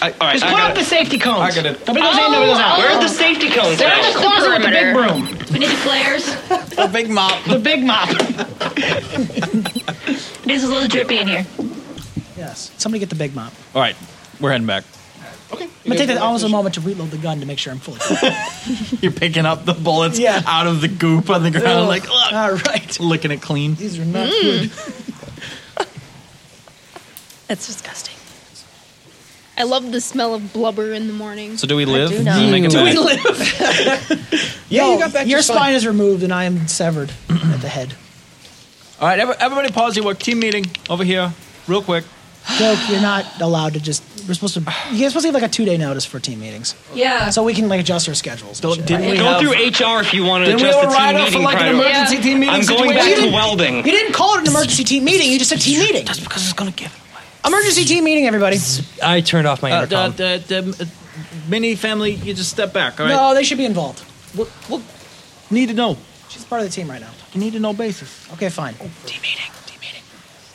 Speaker 8: I, all right,
Speaker 3: just
Speaker 8: I
Speaker 3: put
Speaker 8: got
Speaker 3: up
Speaker 8: it.
Speaker 3: the safety cones.
Speaker 8: I got it.
Speaker 3: Nobody goes in. Nobody goes
Speaker 10: Oh,
Speaker 3: out.
Speaker 11: Where are the safety cones?
Speaker 10: Where's
Speaker 11: now?
Speaker 10: the
Speaker 3: There's the closet with the big broom,
Speaker 10: We need the flares.
Speaker 5: A big mop.
Speaker 3: the big mop.
Speaker 10: This is a little drippy in here.
Speaker 3: yes. Somebody get the big mop.
Speaker 5: All right, we're heading back.
Speaker 3: I'm gonna take that almost a moment to reload the gun to make sure I'm fully.
Speaker 5: You're picking up the bullets
Speaker 3: Yeah.
Speaker 5: out of the goop on the ground, like ugh,
Speaker 3: all right.
Speaker 5: licking it clean.
Speaker 3: These are not good.
Speaker 10: That's disgusting.
Speaker 6: I love the smell of blubber in the morning.
Speaker 5: So do we live?
Speaker 10: do
Speaker 5: we
Speaker 10: not.
Speaker 5: make it
Speaker 3: Do we
Speaker 5: back?
Speaker 3: live?
Speaker 2: Yeah,
Speaker 3: No,
Speaker 2: you got back
Speaker 3: Your
Speaker 2: just
Speaker 3: spine
Speaker 2: fine.
Speaker 3: is removed and I am severed at the head.
Speaker 5: All right, every- everybody, pause your work. Team meeting over here, real quick.
Speaker 3: Joke, you're not allowed to just. We're supposed to. You're supposed to give like a two day notice for team meetings,
Speaker 4: Yeah.
Speaker 3: so we can like adjust our schedules. and shit.
Speaker 5: didn't we
Speaker 11: Go
Speaker 5: have-
Speaker 11: through HR if you want to
Speaker 5: Didn't we
Speaker 11: adjust
Speaker 5: all
Speaker 11: the team
Speaker 5: ride off for
Speaker 11: meeting
Speaker 5: like an
Speaker 11: priority.
Speaker 5: emergency
Speaker 10: Yeah.
Speaker 5: team meeting?
Speaker 11: I'm going
Speaker 5: situation?
Speaker 11: back to
Speaker 3: didn't-
Speaker 11: welding.
Speaker 3: You didn't call it an emergency team meeting. You just said team meeting. Just because it's gonna give it away. Emergency team meeting, everybody.
Speaker 2: I turned off my
Speaker 5: Uh,
Speaker 2: intercom.
Speaker 5: the, the, the, uh, mini family, you just step back. All right.
Speaker 3: No, they should be involved.
Speaker 5: We'll, we'll need to know.
Speaker 3: She's part of the team right now.
Speaker 5: You need to know basis.
Speaker 3: Okay, fine. Team meeting. Team meeting.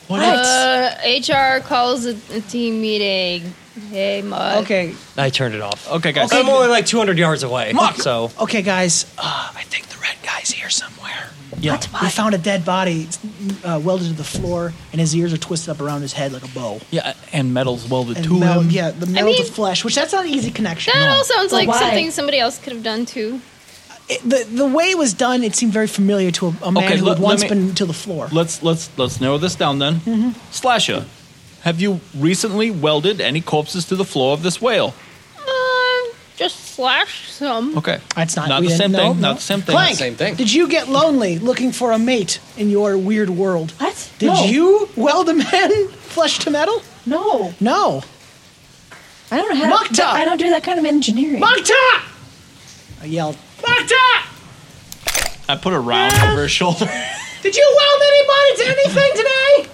Speaker 5: What?
Speaker 6: Uh, HR calls a, a team meeting. Hey, Mug.
Speaker 3: Okay,
Speaker 2: I turned it off.
Speaker 5: okay, guys.
Speaker 2: I'm only like 200 yards away. So
Speaker 3: okay, guys. Uh, I think the red guy's here somewhere.
Speaker 5: Yeah.
Speaker 3: We found a dead body it's, uh, welded to the floor, and his ears are twisted up around his head like a bow.
Speaker 5: Yeah, and metal's welded
Speaker 3: And
Speaker 5: to
Speaker 3: mel-
Speaker 5: him.
Speaker 3: yeah, the metal
Speaker 6: mean-
Speaker 3: to flesh, which that's not an easy connection.
Speaker 6: That all sounds
Speaker 4: But
Speaker 6: like
Speaker 4: why?
Speaker 6: something somebody else could have done too.
Speaker 3: It- the the way it was done, it seemed very familiar to a, a man
Speaker 5: Okay,
Speaker 3: who
Speaker 5: let-
Speaker 3: had once
Speaker 5: let me-
Speaker 3: been to the floor.
Speaker 5: Let's let's let's narrow this down then.
Speaker 3: Mm-hmm.
Speaker 5: Slasher, have you recently welded any corpses to the floor of this whale?
Speaker 6: Uh, just slash some.
Speaker 5: Okay.
Speaker 3: That's not,
Speaker 5: not
Speaker 3: we
Speaker 5: the
Speaker 3: didn't-
Speaker 5: same
Speaker 3: no,
Speaker 5: thing.
Speaker 3: no.
Speaker 5: Not the same thing.
Speaker 3: Plank,
Speaker 7: Same thing.
Speaker 3: Did you get lonely looking for a mate in your weird world?
Speaker 4: What?
Speaker 3: Did
Speaker 4: No.
Speaker 3: you weld a man [laughs] flesh to metal?
Speaker 4: No.
Speaker 3: No.
Speaker 4: I don't have.
Speaker 3: Mukta!
Speaker 4: I don't do that kind of engineering.
Speaker 3: Makta! I yelled. Makta!
Speaker 5: I put a round over his shoulder. [laughs]
Speaker 3: Did you weld anybody to anything today?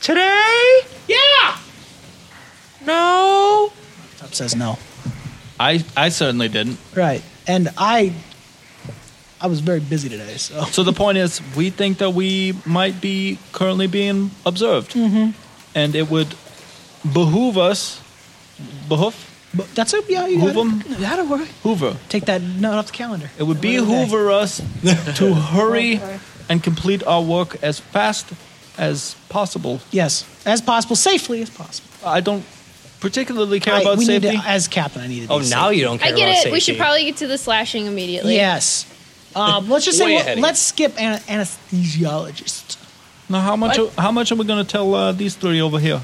Speaker 2: today,
Speaker 3: Yeah.
Speaker 2: no.
Speaker 3: Top says no.
Speaker 5: I I certainly didn't.
Speaker 3: Right. And I I was very busy today, so
Speaker 5: So the point is, we think that we might be currently being observed,
Speaker 3: Mm-hmm.
Speaker 5: and it would behoove us, behoof,
Speaker 3: but that's it. Yeah, you
Speaker 5: Move
Speaker 3: got it.
Speaker 5: 'em.
Speaker 3: That'll work.
Speaker 5: hoover.
Speaker 3: Take that note off the calendar.
Speaker 5: It would
Speaker 3: Another day.
Speaker 5: behoover us
Speaker 3: [laughs]
Speaker 5: to hurry and complete our work as fast as possible.
Speaker 3: Yes, as possible, safely as possible.
Speaker 5: I don't particularly care
Speaker 3: I-
Speaker 5: about
Speaker 3: we
Speaker 5: safety.
Speaker 3: Need to, as captain, I needed.
Speaker 2: Oh, now you don't
Speaker 6: I
Speaker 2: care
Speaker 6: get it.
Speaker 2: about
Speaker 6: We should
Speaker 2: safety.
Speaker 6: probably get to the slashing immediately.
Speaker 3: Yes. Um, let's just
Speaker 7: Way
Speaker 3: say
Speaker 7: ahead
Speaker 3: well,
Speaker 7: of
Speaker 3: let's skip an- anesthesiologist.
Speaker 5: now, how much? How much are we going to tell uh, these three over here?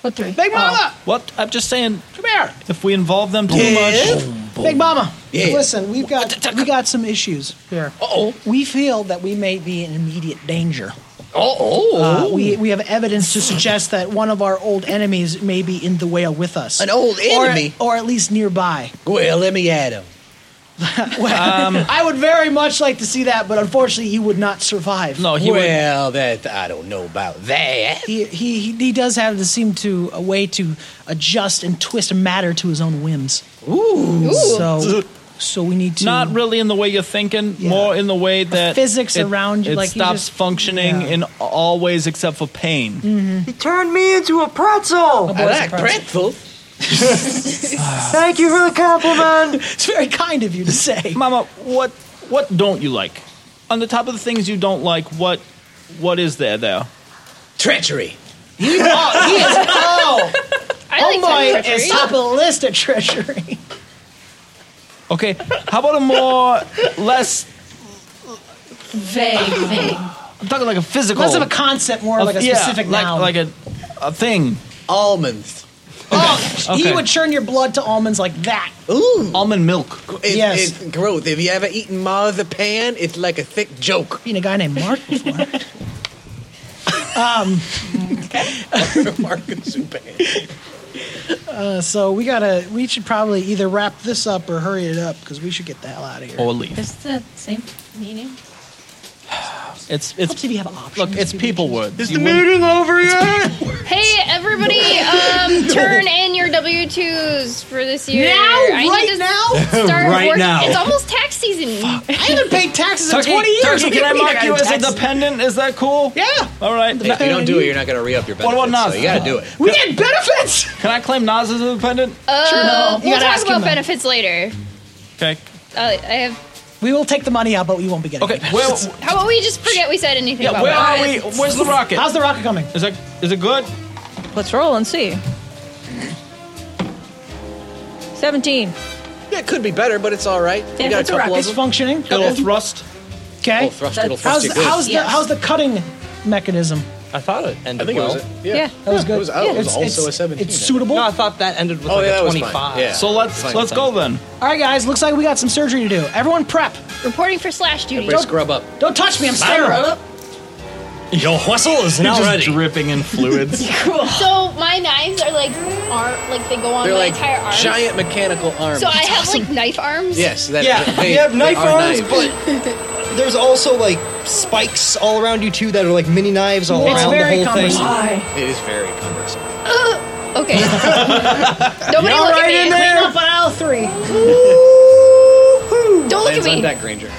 Speaker 4: What three?
Speaker 3: Big Mama,
Speaker 5: What? I'm just saying,
Speaker 3: come here.
Speaker 5: if we involve them too much,
Speaker 3: Big Mama,
Speaker 7: Yeah.
Speaker 3: listen, we've got we got some issues here.
Speaker 7: Uh-oh.
Speaker 3: We feel that we may be in immediate danger. Uh,
Speaker 7: Oh,
Speaker 3: we, we have evidence to suggest that one of our old enemies may be in the whale with us.
Speaker 7: An old
Speaker 3: Or-
Speaker 7: enemy?
Speaker 3: Or, at least nearby.
Speaker 7: well, let me add him.
Speaker 3: [laughs] I would very much like to see that, but unfortunately, he would not survive.
Speaker 5: no, he would.
Speaker 7: well, that I don't know about that.
Speaker 3: He, he, he- he does have to seem to a way to adjust and twist matter to his own whims.
Speaker 6: Ooh.
Speaker 3: So, so we need to.
Speaker 5: Not really in the way you're thinking,
Speaker 3: Yeah.
Speaker 5: more in the way that
Speaker 3: physics around you,
Speaker 5: It
Speaker 3: like, you
Speaker 5: stops
Speaker 3: just-
Speaker 5: functioning
Speaker 3: yeah. Mm.
Speaker 5: in all ways except for pain.
Speaker 2: He turned me into a pretzel.
Speaker 3: Boy,
Speaker 7: I like
Speaker 3: surprise.
Speaker 7: pretzel.
Speaker 2: Thank you for the compliment.
Speaker 3: [laughs] It's very kind of you to say.
Speaker 5: Mama, what what don't you like? On the top of the things you don't like, what what is there there?
Speaker 7: Treachery.
Speaker 3: oh, he is. Oh,
Speaker 6: I
Speaker 3: oh
Speaker 6: like
Speaker 3: my!
Speaker 6: my,
Speaker 3: It's top of the list of [laughs] treachery.
Speaker 5: Okay, how about
Speaker 3: [laughs]
Speaker 5: a more less?
Speaker 4: Oh, Vague, vague.
Speaker 5: I'm talking like a physical.
Speaker 3: Less of a concept, more like a
Speaker 5: yeah,
Speaker 3: specific
Speaker 5: like,
Speaker 3: noun.
Speaker 5: like a a thing.
Speaker 7: Almonds.
Speaker 5: [laughs]
Speaker 3: oh,
Speaker 5: Okay.
Speaker 3: he would churn your blood to almonds like that.
Speaker 7: Ooh.
Speaker 5: Almond milk.
Speaker 7: It's,
Speaker 3: Yes.
Speaker 7: it's growth. If you ever eaten marzipan, it's like a thick joke. [laughs]
Speaker 3: Been a guy named Mark before.
Speaker 5: [laughs]
Speaker 7: Marzipan.
Speaker 3: Uh, so we gotta. We should probably either wrap this up or
Speaker 5: Oh.
Speaker 3: hurry it up because we should get the hell out of here.
Speaker 5: Or leaf.
Speaker 4: Is the same meaning?
Speaker 5: It's it's
Speaker 3: if you have options.
Speaker 5: Look, it's people words. Is
Speaker 12: the meeting over yet?
Speaker 6: Hey,
Speaker 3: [laughs]
Speaker 6: everybody, um, turn in your W 2s for this year.
Speaker 3: Now?
Speaker 6: I
Speaker 3: Right
Speaker 6: need to
Speaker 3: now?
Speaker 5: [laughs]
Speaker 6: Start
Speaker 5: Right
Speaker 6: working.
Speaker 5: now.
Speaker 6: It's almost tax season. I
Speaker 3: haven't paid taxes
Speaker 5: [laughs] Turkey,
Speaker 3: [laughs]
Speaker 5: Turkey, can I mark you as a dependent? Is that cool? Yeah. All right.
Speaker 7: Hey, if you don't do it, you're not going to re-up your
Speaker 5: What
Speaker 7: benefits.
Speaker 5: about Nas?
Speaker 7: So you got to do it.
Speaker 5: We get benefits. Can I claim Nas as a dependent?
Speaker 6: Uh,
Speaker 3: You
Speaker 6: we'll
Speaker 3: gotta
Speaker 6: talk
Speaker 3: ask
Speaker 6: about
Speaker 3: him, though.
Speaker 6: benefits later.
Speaker 5: Okay.
Speaker 6: Uh, I have.
Speaker 3: We will take the money out, but we won't be getting.
Speaker 5: Okay. Well,
Speaker 6: How about we just forget we said anything
Speaker 5: yeah.
Speaker 6: about
Speaker 5: Where are we?
Speaker 6: benefits?
Speaker 5: Where's the rocket?
Speaker 3: How's the rocket coming?
Speaker 5: Is that is it good?
Speaker 13: Let's roll and see. 17.
Speaker 7: Yeah, it could be better, but it's all right.
Speaker 3: Yeah,
Speaker 7: we got
Speaker 3: it's
Speaker 7: a
Speaker 3: all
Speaker 7: couple
Speaker 3: right.
Speaker 7: of
Speaker 3: It's
Speaker 7: them.
Speaker 3: functioning. It'll
Speaker 5: thrust.
Speaker 3: Okay.
Speaker 7: It'll thrust- it'll thrust
Speaker 3: how's
Speaker 7: you good.
Speaker 3: how's the
Speaker 7: Yes.
Speaker 3: how's the cutting mechanism?
Speaker 12: I thought it ended
Speaker 7: I think it
Speaker 12: well.
Speaker 7: was yeah. Yeah.
Speaker 3: That was good.
Speaker 7: It was, oh, it
Speaker 3: It's-
Speaker 7: was also
Speaker 3: it's-
Speaker 7: a 17.
Speaker 3: It's suitable.
Speaker 2: I thought that ended with
Speaker 7: Oh,
Speaker 2: like
Speaker 7: yeah,
Speaker 2: a
Speaker 7: that was fine.
Speaker 2: 25.
Speaker 7: Yeah.
Speaker 5: So let's
Speaker 7: Fine,
Speaker 5: let's
Speaker 7: fine.
Speaker 5: go then.
Speaker 3: All right, guys. Looks like we got some surgery to do. Everyone, prep.
Speaker 6: Reporting for slash duty.
Speaker 7: Everybody scrub up.
Speaker 3: Don't touch me. I'm sterile.
Speaker 12: Your whistle is now
Speaker 5: Just
Speaker 12: ready.
Speaker 5: dripping in fluids.
Speaker 6: Cool. So my knives are like arm, like they go on
Speaker 7: They're
Speaker 6: my
Speaker 7: like
Speaker 6: entire arm.
Speaker 7: giant mechanical arms.
Speaker 6: So I have like knife arms.
Speaker 7: Yes, that,
Speaker 2: Yeah,
Speaker 7: they,
Speaker 2: you have
Speaker 7: they
Speaker 2: knife
Speaker 7: are
Speaker 2: arms,
Speaker 7: knives.
Speaker 2: but [laughs] there's also like spikes all around you too that are like mini knives all
Speaker 3: It's
Speaker 2: around
Speaker 3: very
Speaker 2: the whole
Speaker 3: cumbersome.
Speaker 2: thing.
Speaker 7: It is very cumbersome.
Speaker 3: [laughs]
Speaker 6: Ugh. okay. Nobody
Speaker 3: All
Speaker 6: look
Speaker 3: right,
Speaker 6: at
Speaker 3: in
Speaker 6: me.
Speaker 3: there. Clean up on aisle three.
Speaker 6: Don't look at
Speaker 7: Lands on
Speaker 6: me.
Speaker 7: deck, Granger.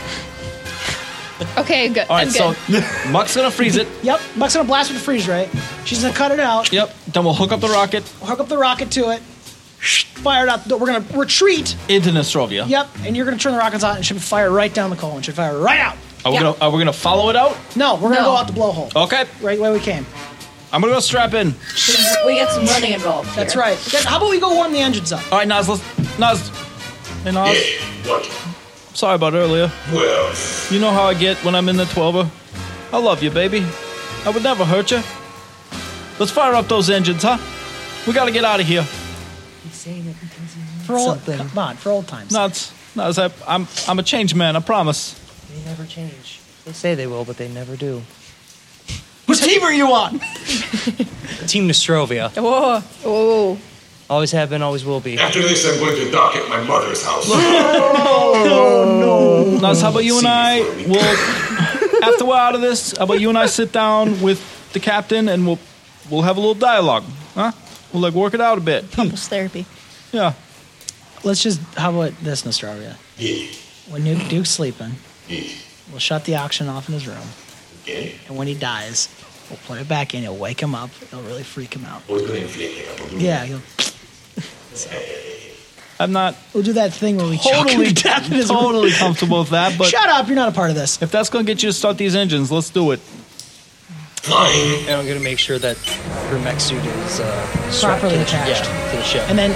Speaker 6: Okay, good.
Speaker 5: All right.
Speaker 6: I'm
Speaker 5: So
Speaker 6: good.
Speaker 5: [laughs] Muck's gonna freeze it.
Speaker 3: Yep. Buck's gonna blast with the freeze ray. She's gonna cut it out.
Speaker 5: Yep. Then we'll hook up the rocket
Speaker 3: Hook up the rocket to it. Fire it out the door. We're gonna retreat.
Speaker 5: into Nostrovia.
Speaker 3: Yep. And you're gonna turn the rockets on. It should fire right down the colon. It should fire right out.
Speaker 5: Are we
Speaker 3: Yeah.
Speaker 5: gonna are we gonna follow it out?
Speaker 3: No, we're gonna
Speaker 10: No.
Speaker 3: go out the blowhole.
Speaker 5: Okay.
Speaker 3: Right where we came.
Speaker 5: I'm gonna go strap in.
Speaker 10: We get some running involved.
Speaker 3: That's
Speaker 10: here.
Speaker 3: right. Then How about we go warm the engines up?
Speaker 5: All right, Nas. Let's Nas. Hey Nas.
Speaker 9: [laughs] What?
Speaker 5: Sorry about earlier.
Speaker 9: Well,
Speaker 5: You know how I get when I'm in the 12er? I love you, baby. I would never hurt you. Let's fire up those engines, huh? We gotta get out of here.
Speaker 3: For old, come on, for old times.
Speaker 5: Nuts. Nuts. I, I'm, I'm a change man, I promise.
Speaker 2: They never change. They say they will, but they never do.
Speaker 3: Whose team are you on?
Speaker 2: Team Nostrovia.
Speaker 13: Whoa.
Speaker 6: Oh.
Speaker 2: Always have been, always will be.
Speaker 9: after this, I'm going to dock at my mother's house.
Speaker 5: Nuts, how about you and I will, after we're out of this, how about you and I sit down with the captain and we'll, we'll have a little dialogue, huh? We'll like work it out a bit.
Speaker 13: Couples therapy.
Speaker 5: Yeah.
Speaker 3: Let's just, how about this, Nostrovia?
Speaker 9: yeah.
Speaker 3: When Nuke Duke's sleeping,
Speaker 9: Yeah.
Speaker 3: we'll shut the auction off in his room.
Speaker 9: Okay.
Speaker 3: And when he dies, we'll put it back in. It'll wake him up. It'll really freak him out.
Speaker 9: I was going to inflate it up a little
Speaker 3: Yeah, he'll,
Speaker 5: I'm not
Speaker 3: we'll do that thing where we choke him [laughs]
Speaker 5: totally,
Speaker 3: to death in his room.
Speaker 5: totally comfortable with that, but
Speaker 3: Shut up! You're not a part of this.
Speaker 5: if that's gonna get you to start these engines, let's do it.
Speaker 9: Fine.
Speaker 2: And I'm gonna make sure that her mech suit is uh, strapped
Speaker 3: Properly
Speaker 2: to the-
Speaker 3: attached.
Speaker 2: yeah, to the ship.
Speaker 3: And then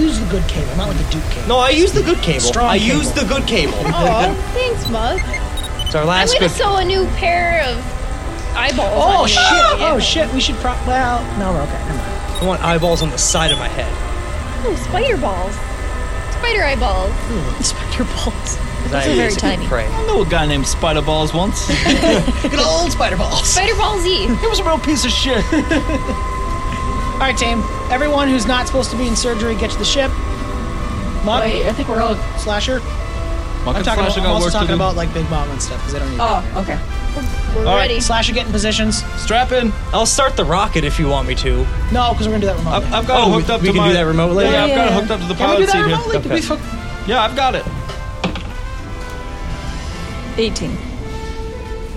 Speaker 3: use the good cable, not like the Duke cable.
Speaker 2: no, I used the good cable.
Speaker 3: Strong
Speaker 2: I
Speaker 3: cable.
Speaker 2: used the good cable.
Speaker 6: Aw, thanks, Mug.
Speaker 2: [laughs] It's our
Speaker 6: I'm
Speaker 2: last
Speaker 6: gonna
Speaker 2: good.
Speaker 6: sew a new pair of eyeballs.
Speaker 3: Oh
Speaker 6: on you.
Speaker 3: shit! Oh shit! We should prop. Well, no, we're okay. Never mind. [laughs]
Speaker 2: I want eyeballs on the side of my head.
Speaker 6: Oh, spider balls. Spider eyeballs.
Speaker 13: Spider balls.
Speaker 2: 'cause
Speaker 13: Those
Speaker 2: I
Speaker 13: are very
Speaker 2: basically
Speaker 13: tiny.
Speaker 2: Pray.
Speaker 5: I know a guy named Spider Balls once.
Speaker 3: Good old spider balls.
Speaker 6: Spider ball Z.
Speaker 5: He was a real piece of shit.
Speaker 3: [laughs] All right, team. Everyone who's not supposed to be in surgery, get to the ship. Muck,
Speaker 10: Wait, I think we're all.
Speaker 3: slasher. I'm talking. About, I'm also talking about like Big Mom and stuff because they don't need.
Speaker 10: Oh, okay.
Speaker 6: We're
Speaker 5: All right,
Speaker 6: ready.
Speaker 3: Slasher, get in positions.
Speaker 5: strap in.
Speaker 2: I'll start the rocket if you want me to.
Speaker 3: No, because we're gonna do that remotely.
Speaker 5: I've, I've got
Speaker 2: Oh,
Speaker 5: it
Speaker 2: we-
Speaker 5: hooked up
Speaker 2: we
Speaker 5: to
Speaker 2: can do
Speaker 5: my.
Speaker 2: that remotely?
Speaker 5: Yeah,
Speaker 2: Yeah,
Speaker 5: I've
Speaker 13: yeah,
Speaker 5: got it
Speaker 13: yeah.
Speaker 5: hooked up to the
Speaker 3: Can we do
Speaker 5: pilot
Speaker 3: that
Speaker 5: seat here.
Speaker 3: remotely? Did we fuck-
Speaker 5: Yeah, I've got it.
Speaker 13: 18.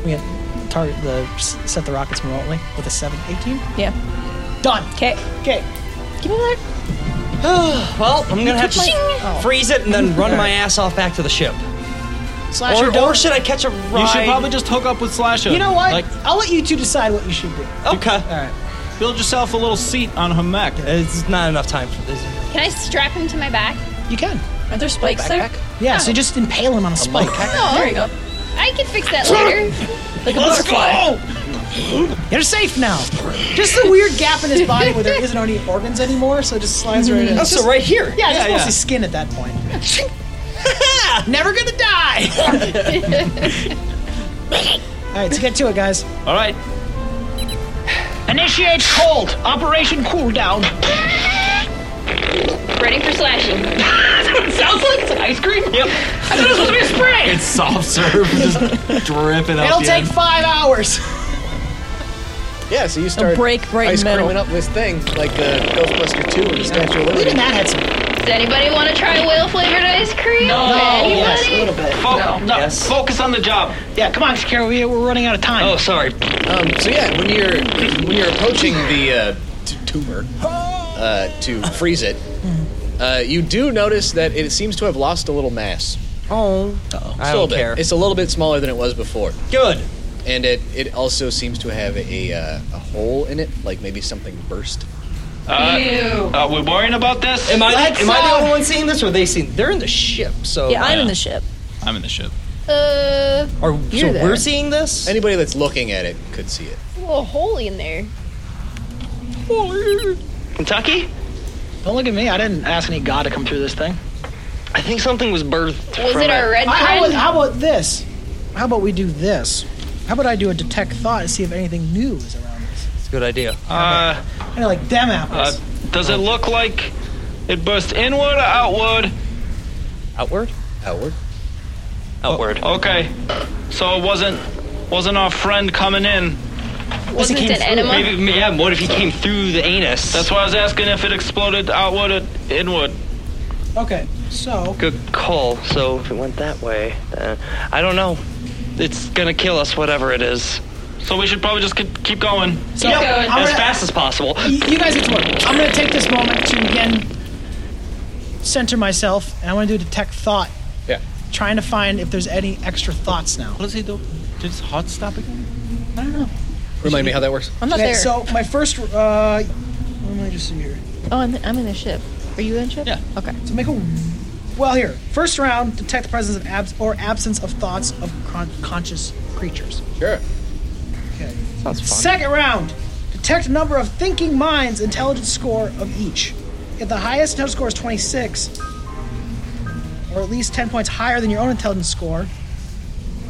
Speaker 3: We can target the s- set the rockets remotely with a seven eighteen.
Speaker 13: Yeah.
Speaker 3: Done.
Speaker 13: Okay.
Speaker 3: Okay.
Speaker 13: Give me that.
Speaker 2: Well, I'm gonna have to
Speaker 3: Oh.
Speaker 2: freeze it and then run [laughs] my ass off back to the ship.
Speaker 3: Slasher,
Speaker 2: Or,
Speaker 3: don't-
Speaker 2: or should I catch a ride?
Speaker 5: You should probably just hook up with Slasher.
Speaker 3: You know what?
Speaker 5: Like, Oh.
Speaker 3: I'll let you two decide what you should do.
Speaker 2: Okay.
Speaker 3: All right.
Speaker 5: build yourself a little seat on her mech.
Speaker 2: It's not enough time for this.
Speaker 6: Can I strap him to my back?
Speaker 3: You can.
Speaker 10: Are there spikes there?
Speaker 3: Yeah, so just impale him on a spike.
Speaker 4: Oh.
Speaker 6: No,
Speaker 10: There you go.
Speaker 6: Oh, I can fix that later.
Speaker 10: Like a butterfly.
Speaker 3: You're safe now. Just the weird gap in his body where there isn't any organs anymore, so it just slides right in.
Speaker 2: Oh,
Speaker 3: It's
Speaker 2: so
Speaker 3: just-
Speaker 2: right here.
Speaker 3: Yeah, just
Speaker 5: Yeah,
Speaker 3: mostly
Speaker 5: yeah.
Speaker 3: skin at that point. [laughs] Never gonna die. [laughs] All right, so get to it, guys.
Speaker 5: All right.
Speaker 11: Initiate cold. Operation cooldown.
Speaker 10: Ready for slashing. That's what it sounds like. It's an ice cream. Yep. I thought it was supposed to be a spray.
Speaker 14: It's soft
Speaker 5: [laughs]
Speaker 14: serve, just dripping out.
Speaker 3: It'll
Speaker 14: the
Speaker 3: take
Speaker 14: end.
Speaker 3: five hours.
Speaker 7: Yeah, so you start
Speaker 13: break right in
Speaker 7: ice
Speaker 13: the middle.
Speaker 7: creaming up this thing like the Ghostbuster 2 and the Statue of Liberty.
Speaker 3: Even that had some.
Speaker 10: Does anybody want to try whale flavored ice cream?
Speaker 11: No.
Speaker 10: Anybody?
Speaker 11: Yes, a little bit. Fo- no, Focus on the job.
Speaker 3: Yeah, come on, Shakira. We, we're running out of time.
Speaker 11: Oh, sorry.
Speaker 7: Um, so yeah, when you're [clears throat] when you're approaching the uh, t- tumor uh, to freeze it,
Speaker 13: Mm-hmm.
Speaker 7: uh, you do notice that it seems to have lost a little mass.
Speaker 2: Oh,
Speaker 7: Just
Speaker 2: I
Speaker 7: a
Speaker 2: don't
Speaker 7: little bit.
Speaker 2: care.
Speaker 7: It's a little bit smaller than it was before.
Speaker 2: Good.
Speaker 7: And it it also seems to have a uh, a hole in it, like maybe something burst.
Speaker 8: Uh, Are we worrying about this?
Speaker 2: Am I, the, am I the only one seeing this, or are they seeing? They're in the ship, so
Speaker 13: yeah, I'm in the ship.
Speaker 5: I'm in the ship.
Speaker 13: Uh,
Speaker 2: Are
Speaker 13: You're
Speaker 2: so
Speaker 13: there.
Speaker 2: we're seeing this?
Speaker 7: Anybody that's looking at it could see it.
Speaker 13: a little hole in there.
Speaker 11: Kentucky?
Speaker 3: Don't look at me. I didn't ask any god to come through this thing.
Speaker 11: I think something was birthed.
Speaker 3: Was
Speaker 11: from
Speaker 3: it
Speaker 11: a-
Speaker 3: our red How about, how about this? How about we do this? How about I do a detect thought and see if anything new is around?
Speaker 2: It's a good idea.
Speaker 8: Uh,
Speaker 3: Kind of like them
Speaker 8: uh,
Speaker 3: apples.
Speaker 8: does
Speaker 5: Oh.
Speaker 8: it look like it burst inward or outward?
Speaker 2: Outward?
Speaker 7: Outward.
Speaker 8: Outward. okay. So it wasn't wasn't our friend coming in.
Speaker 10: Was it an enema?
Speaker 11: Maybe, Oh. yeah, what if he came through the anus?
Speaker 8: That's why I was asking if it exploded outward or inward.
Speaker 3: okay, so
Speaker 11: Good call. So if it went that way, uh, I don't know. It's gonna kill us, whatever it is.
Speaker 8: So we should probably just keep, keep going.
Speaker 3: So, Keep going. I'm
Speaker 11: as
Speaker 3: gonna-
Speaker 11: fast as possible.
Speaker 3: y- you guys get to work. I'm going to take this moment to again center myself, and I want to do detect thought,
Speaker 7: Yeah.
Speaker 3: trying to find if there's any extra thoughts now. What
Speaker 5: does he do? Did his heart stop again?
Speaker 3: I don't know.
Speaker 7: Remind me how that works.
Speaker 13: I'm not
Speaker 3: Okay,
Speaker 13: there.
Speaker 3: So my first, uh, let me just see here.
Speaker 13: Oh, I'm, I'm in the ship. Are you in ship? Yeah. Okay.
Speaker 3: So make a. Well, here. First round, detect the presence of abs or absence of thoughts of con- conscious creatures.
Speaker 7: Sure.
Speaker 3: Okay.
Speaker 7: Sounds fun.
Speaker 3: Second round, detect number of thinking minds, intelligence score of each. If the highest intelligence score is 26, or at least 10 points higher than your own intelligence score,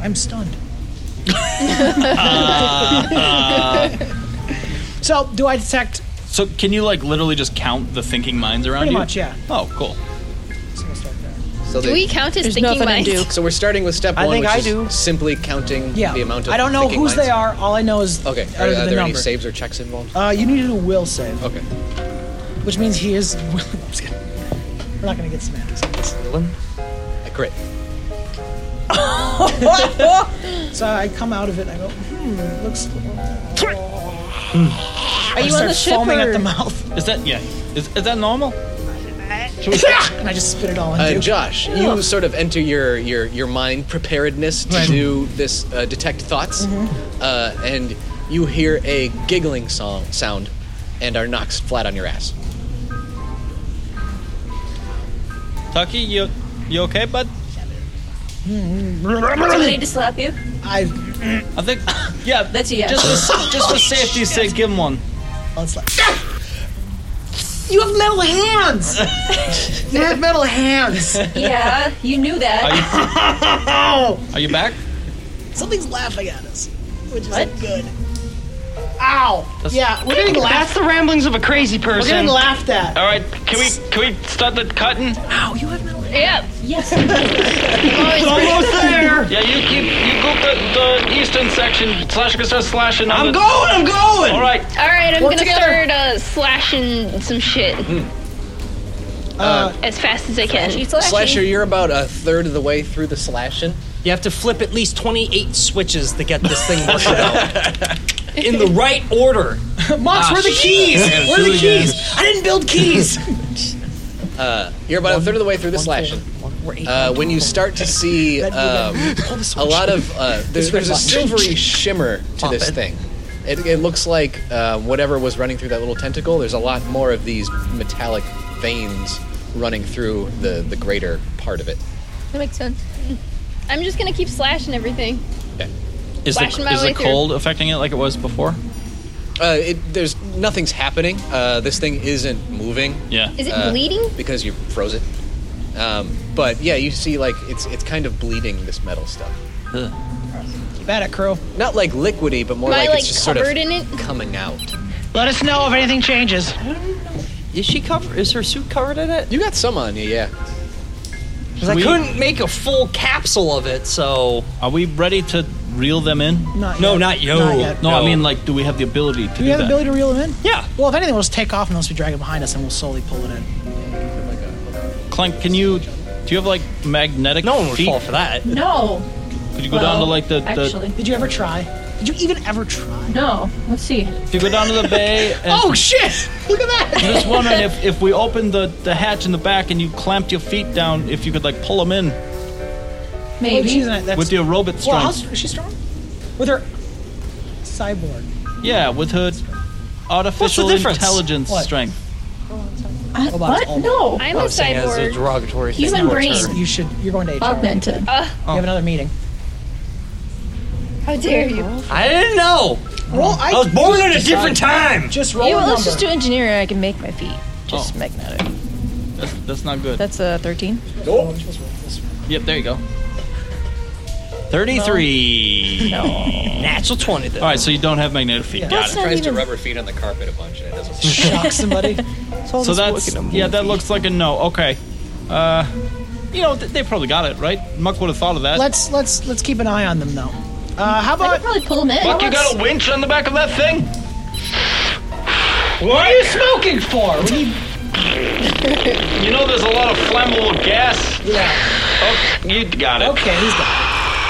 Speaker 3: I'm stunned. so, do I detect?
Speaker 5: So can you like literally just count the thinking minds around
Speaker 3: Pretty
Speaker 5: you?
Speaker 3: much, yeah.
Speaker 5: Oh, cool.
Speaker 7: So
Speaker 13: Do we count as There's thinking nothing to minds? do.
Speaker 7: So we're starting with step
Speaker 3: I
Speaker 7: one,
Speaker 3: think
Speaker 7: which
Speaker 3: I
Speaker 7: is
Speaker 3: do.
Speaker 7: simply counting
Speaker 3: Yeah.
Speaker 7: the amount of.
Speaker 3: I don't know
Speaker 7: thinking
Speaker 3: whose
Speaker 7: minds.
Speaker 3: they are. All I know is
Speaker 7: Okay.
Speaker 3: out
Speaker 7: Are,
Speaker 3: of
Speaker 7: are
Speaker 3: the
Speaker 7: there any
Speaker 3: number.
Speaker 7: saves or checks involved?
Speaker 3: Uh, you need to do a will save.
Speaker 7: Okay.
Speaker 3: Which means he is. [laughs] I'm just kidding. We're not gonna get semantics. on this.
Speaker 7: I crit.
Speaker 3: so I come out of it and I go, hmm, looks.
Speaker 13: Are you on the ship
Speaker 3: Foaming at
Speaker 13: or-
Speaker 3: the mouth.
Speaker 5: Is that yeah? Is, is that normal?
Speaker 3: and I just spit it all in.
Speaker 7: Uh,
Speaker 3: you.
Speaker 7: Josh, you sort of enter your your, your mind preparedness to do this uh, detect thoughts,
Speaker 3: Mm-hmm.
Speaker 7: uh, and you hear a giggling song sound, and are knocked flat on your ass.
Speaker 5: Tucky, you you okay, bud?
Speaker 10: Somebody to slap you?
Speaker 3: I.
Speaker 5: I think [laughs] yeah.
Speaker 10: That's a yes.
Speaker 5: Just for, just for safety's sake, give him one.
Speaker 3: Let's like. "Ah!" You have metal hands. you have metal hands.
Speaker 7: [laughs]
Speaker 10: Yeah, you knew
Speaker 5: Are
Speaker 10: that.
Speaker 5: you, are you back?
Speaker 3: Something's laughing at us, which is good. Ow! yeah, we're getting
Speaker 11: That's
Speaker 3: laughed.
Speaker 11: the ramblings of a crazy
Speaker 3: We're
Speaker 11: person.
Speaker 3: getting laughed at.
Speaker 7: Uh,
Speaker 8: All right, can we can we start the cutting?
Speaker 3: Ow! You have metal.
Speaker 10: Yep.
Speaker 3: Yes.
Speaker 8: Almost there. Yeah, you keep you go the, the eastern section. Slash can start slashing. on
Speaker 10: I'm
Speaker 8: the-
Speaker 10: going, I'm going!
Speaker 8: All right.
Speaker 10: All right, I'm
Speaker 8: Work
Speaker 10: gonna
Speaker 8: together.
Speaker 10: start uh, slashing some shit
Speaker 3: Uh,
Speaker 6: Uh,
Speaker 10: as fast as I can.
Speaker 7: Slasher, you're about a third of the way through the slashing.
Speaker 12: You have to flip at least 28 switches to get this thing worked out.
Speaker 15: [laughs]
Speaker 12: In the right order.
Speaker 3: Mox,
Speaker 12: Ah,
Speaker 3: where are the
Speaker 12: shit.
Speaker 3: keys?
Speaker 12: I gotta
Speaker 3: Where
Speaker 12: do
Speaker 3: are the
Speaker 12: it again.
Speaker 3: keys? I didn't build
Speaker 7: [laughs]
Speaker 3: keys.
Speaker 7: Uh, you're about a third of the way through the slashing. Uh, when you start
Speaker 3: [laughs]
Speaker 7: to see um, a lot of uh, [laughs] there's,
Speaker 12: This red
Speaker 7: there's a
Speaker 12: button.
Speaker 7: [laughs] silvery shimmer to
Speaker 12: Pop
Speaker 7: this
Speaker 12: it.
Speaker 7: thing. It, it looks like uh, whatever was running through that little tentacle. There's a lot more of these metallic veins running through the the greater part of it.
Speaker 13: That makes sense. I'm just gonna keep slashing everything.
Speaker 5: Is
Speaker 13: Slashing
Speaker 5: the
Speaker 13: my
Speaker 5: is
Speaker 13: way
Speaker 5: the
Speaker 13: through.
Speaker 5: cold affecting it like it was before?
Speaker 7: Uh, it there's nothing's happening. Uh, this thing isn't moving.
Speaker 5: Yeah.
Speaker 13: Is it
Speaker 11: Uh,
Speaker 13: bleeding?
Speaker 7: Because you froze it. Um, but yeah, you see like it's it's kind of bleeding this metal stuff.
Speaker 3: Keep at it, crew.
Speaker 7: Not like liquidy, but more
Speaker 13: Am I,
Speaker 7: like,
Speaker 13: like,
Speaker 7: it's just sort of
Speaker 13: covered in it?
Speaker 7: coming out.
Speaker 3: Let us know if anything changes.
Speaker 15: Is she covered? Is her suit covered in it?
Speaker 7: You got some on you, yeah.
Speaker 15: 'Cause I
Speaker 5: We-
Speaker 15: couldn't make a full capsule of it, so
Speaker 5: Are we ready to reel them in?
Speaker 3: Not No, yet. not you. Not yet.
Speaker 5: No, I
Speaker 3: No.
Speaker 5: mean, like, do we have the ability to
Speaker 3: Do we have the ability to reel him in? Yeah. Well, if anything, we'll just take off unless we drag it behind us, and we'll slowly pull it in.
Speaker 5: Clank, can you? Do you have like magnetic? No one would fall for that.
Speaker 4: No.
Speaker 5: Could you go down to
Speaker 4: Well,
Speaker 5: like the, the
Speaker 4: Actually,
Speaker 3: did you ever try? Did you even ever try?
Speaker 4: No. Let's see.
Speaker 5: If you go down to the bay. And
Speaker 4: Oh shit! Look at that.
Speaker 5: I'm just wondering if, if we opened the, the hatch in the back and you clamped your feet down, if you could like pull them in
Speaker 3: Maybe. Well, she's not- that's-
Speaker 5: with your robot
Speaker 3: Well,
Speaker 5: strength.
Speaker 3: how's, is she strong? With her cyborg.
Speaker 5: yeah, with her artificial
Speaker 15: difference?
Speaker 5: intelligence
Speaker 15: What?
Speaker 5: strength.
Speaker 4: I,
Speaker 3: Robots
Speaker 4: what?
Speaker 3: all-
Speaker 4: No.
Speaker 6: I'm a cyborg.
Speaker 5: derogatory
Speaker 4: Human brain.
Speaker 3: You should. You're going to HR.
Speaker 4: Augmented.
Speaker 6: Uh,
Speaker 15: Oh.
Speaker 3: You have another meeting.
Speaker 6: How dare you?
Speaker 15: I didn't know.
Speaker 3: Roll.
Speaker 15: I was born at a different time.
Speaker 3: Just
Speaker 16: Yeah, well, let's just do engineering. I can make my feet. Just magnetic.
Speaker 5: That's, that's not good.
Speaker 16: That's a 13.
Speaker 5: Nope. Yep, there you go. 33. Natural 20, All right, so you don't have magnetic feet.
Speaker 7: Yeah.
Speaker 5: Got it.
Speaker 7: tries to rubber feet on the carpet a bunch and it doesn't.
Speaker 3: Shock somebody.
Speaker 16: [laughs]
Speaker 5: So that's yeah, that looks like a no. Okay, uh, you know th- they probably got it right. Muck would have thought of that.
Speaker 3: Let's let's let's keep an eye on them though. Uh, how about? I could
Speaker 4: probably pull them in.
Speaker 17: Fuck, you got a winch on the back of that thing?
Speaker 3: What are you smoking for? We need [laughs]
Speaker 17: You know there's a lot of flammable gas? Yeah. Oh, you got it.
Speaker 3: Okay, he's got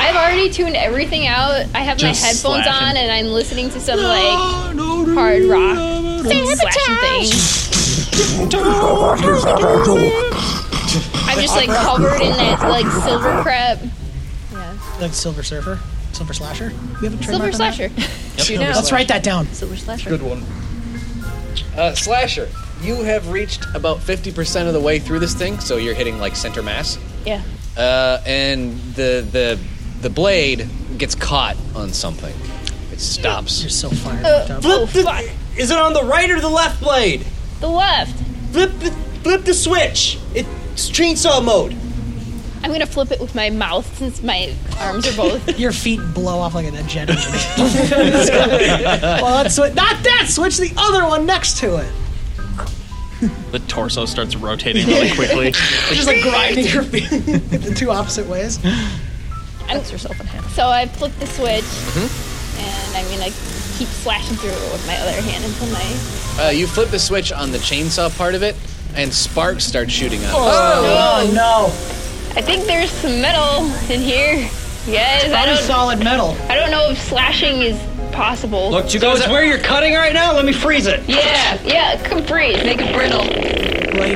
Speaker 6: I've already tuned everything out. I have
Speaker 17: Just
Speaker 6: my headphones
Speaker 17: slashing.
Speaker 6: on and I'm listening to some like hard rock slashing thing. I'm just like covered in that like silver crap.
Speaker 3: like Silver Surfer, Silver Slasher. We have a
Speaker 6: Silver
Speaker 3: trademark on that?
Speaker 6: slasher.
Speaker 3: Silver Let's write that down.
Speaker 6: Silver slasher.
Speaker 7: one. Uh, slasher, you have reached about 50% of the way through this thing, so you're hitting like center mass.
Speaker 6: Yeah.
Speaker 7: Uh, and the the the blade gets caught on something. It stops. You're
Speaker 3: so fired.
Speaker 6: Uh,
Speaker 15: [laughs]
Speaker 18: Flip
Speaker 6: oh,
Speaker 18: the-
Speaker 6: fuck.
Speaker 18: Is it on the right or the left blade?
Speaker 6: The left.
Speaker 18: Flip the flip the switch. It's chainsaw mode.
Speaker 6: I'm gonna flip it with my mouth since my arms are
Speaker 17: [laughs]
Speaker 6: both.
Speaker 3: Your feet blow off like
Speaker 15: [laughs]
Speaker 3: a jet engine. [laughs] well, that's what, not that switch. The other one next to it.
Speaker 5: The torso starts
Speaker 3: [laughs]
Speaker 5: rotating really quickly.
Speaker 3: Just like grinding [laughs] your feet Oh, the two opposite ways.
Speaker 6: Cuts yourself in half. So I flip the switch,
Speaker 17: Mm-hmm.
Speaker 6: and I'm gonna keep slashing through it with my other hand until my.
Speaker 7: Uh, you flip the switch on the chainsaw part of it, and sparks start shooting out.
Speaker 3: Oh, no!
Speaker 6: I think there's some metal in here. Yes, I
Speaker 3: Probably
Speaker 6: don't.
Speaker 3: solid metal.
Speaker 6: I don't know if slashing is possible.
Speaker 18: Look, you guys, where you're cutting right now. Let me freeze it.
Speaker 6: Yeah, yeah, come freeze, make it brittle.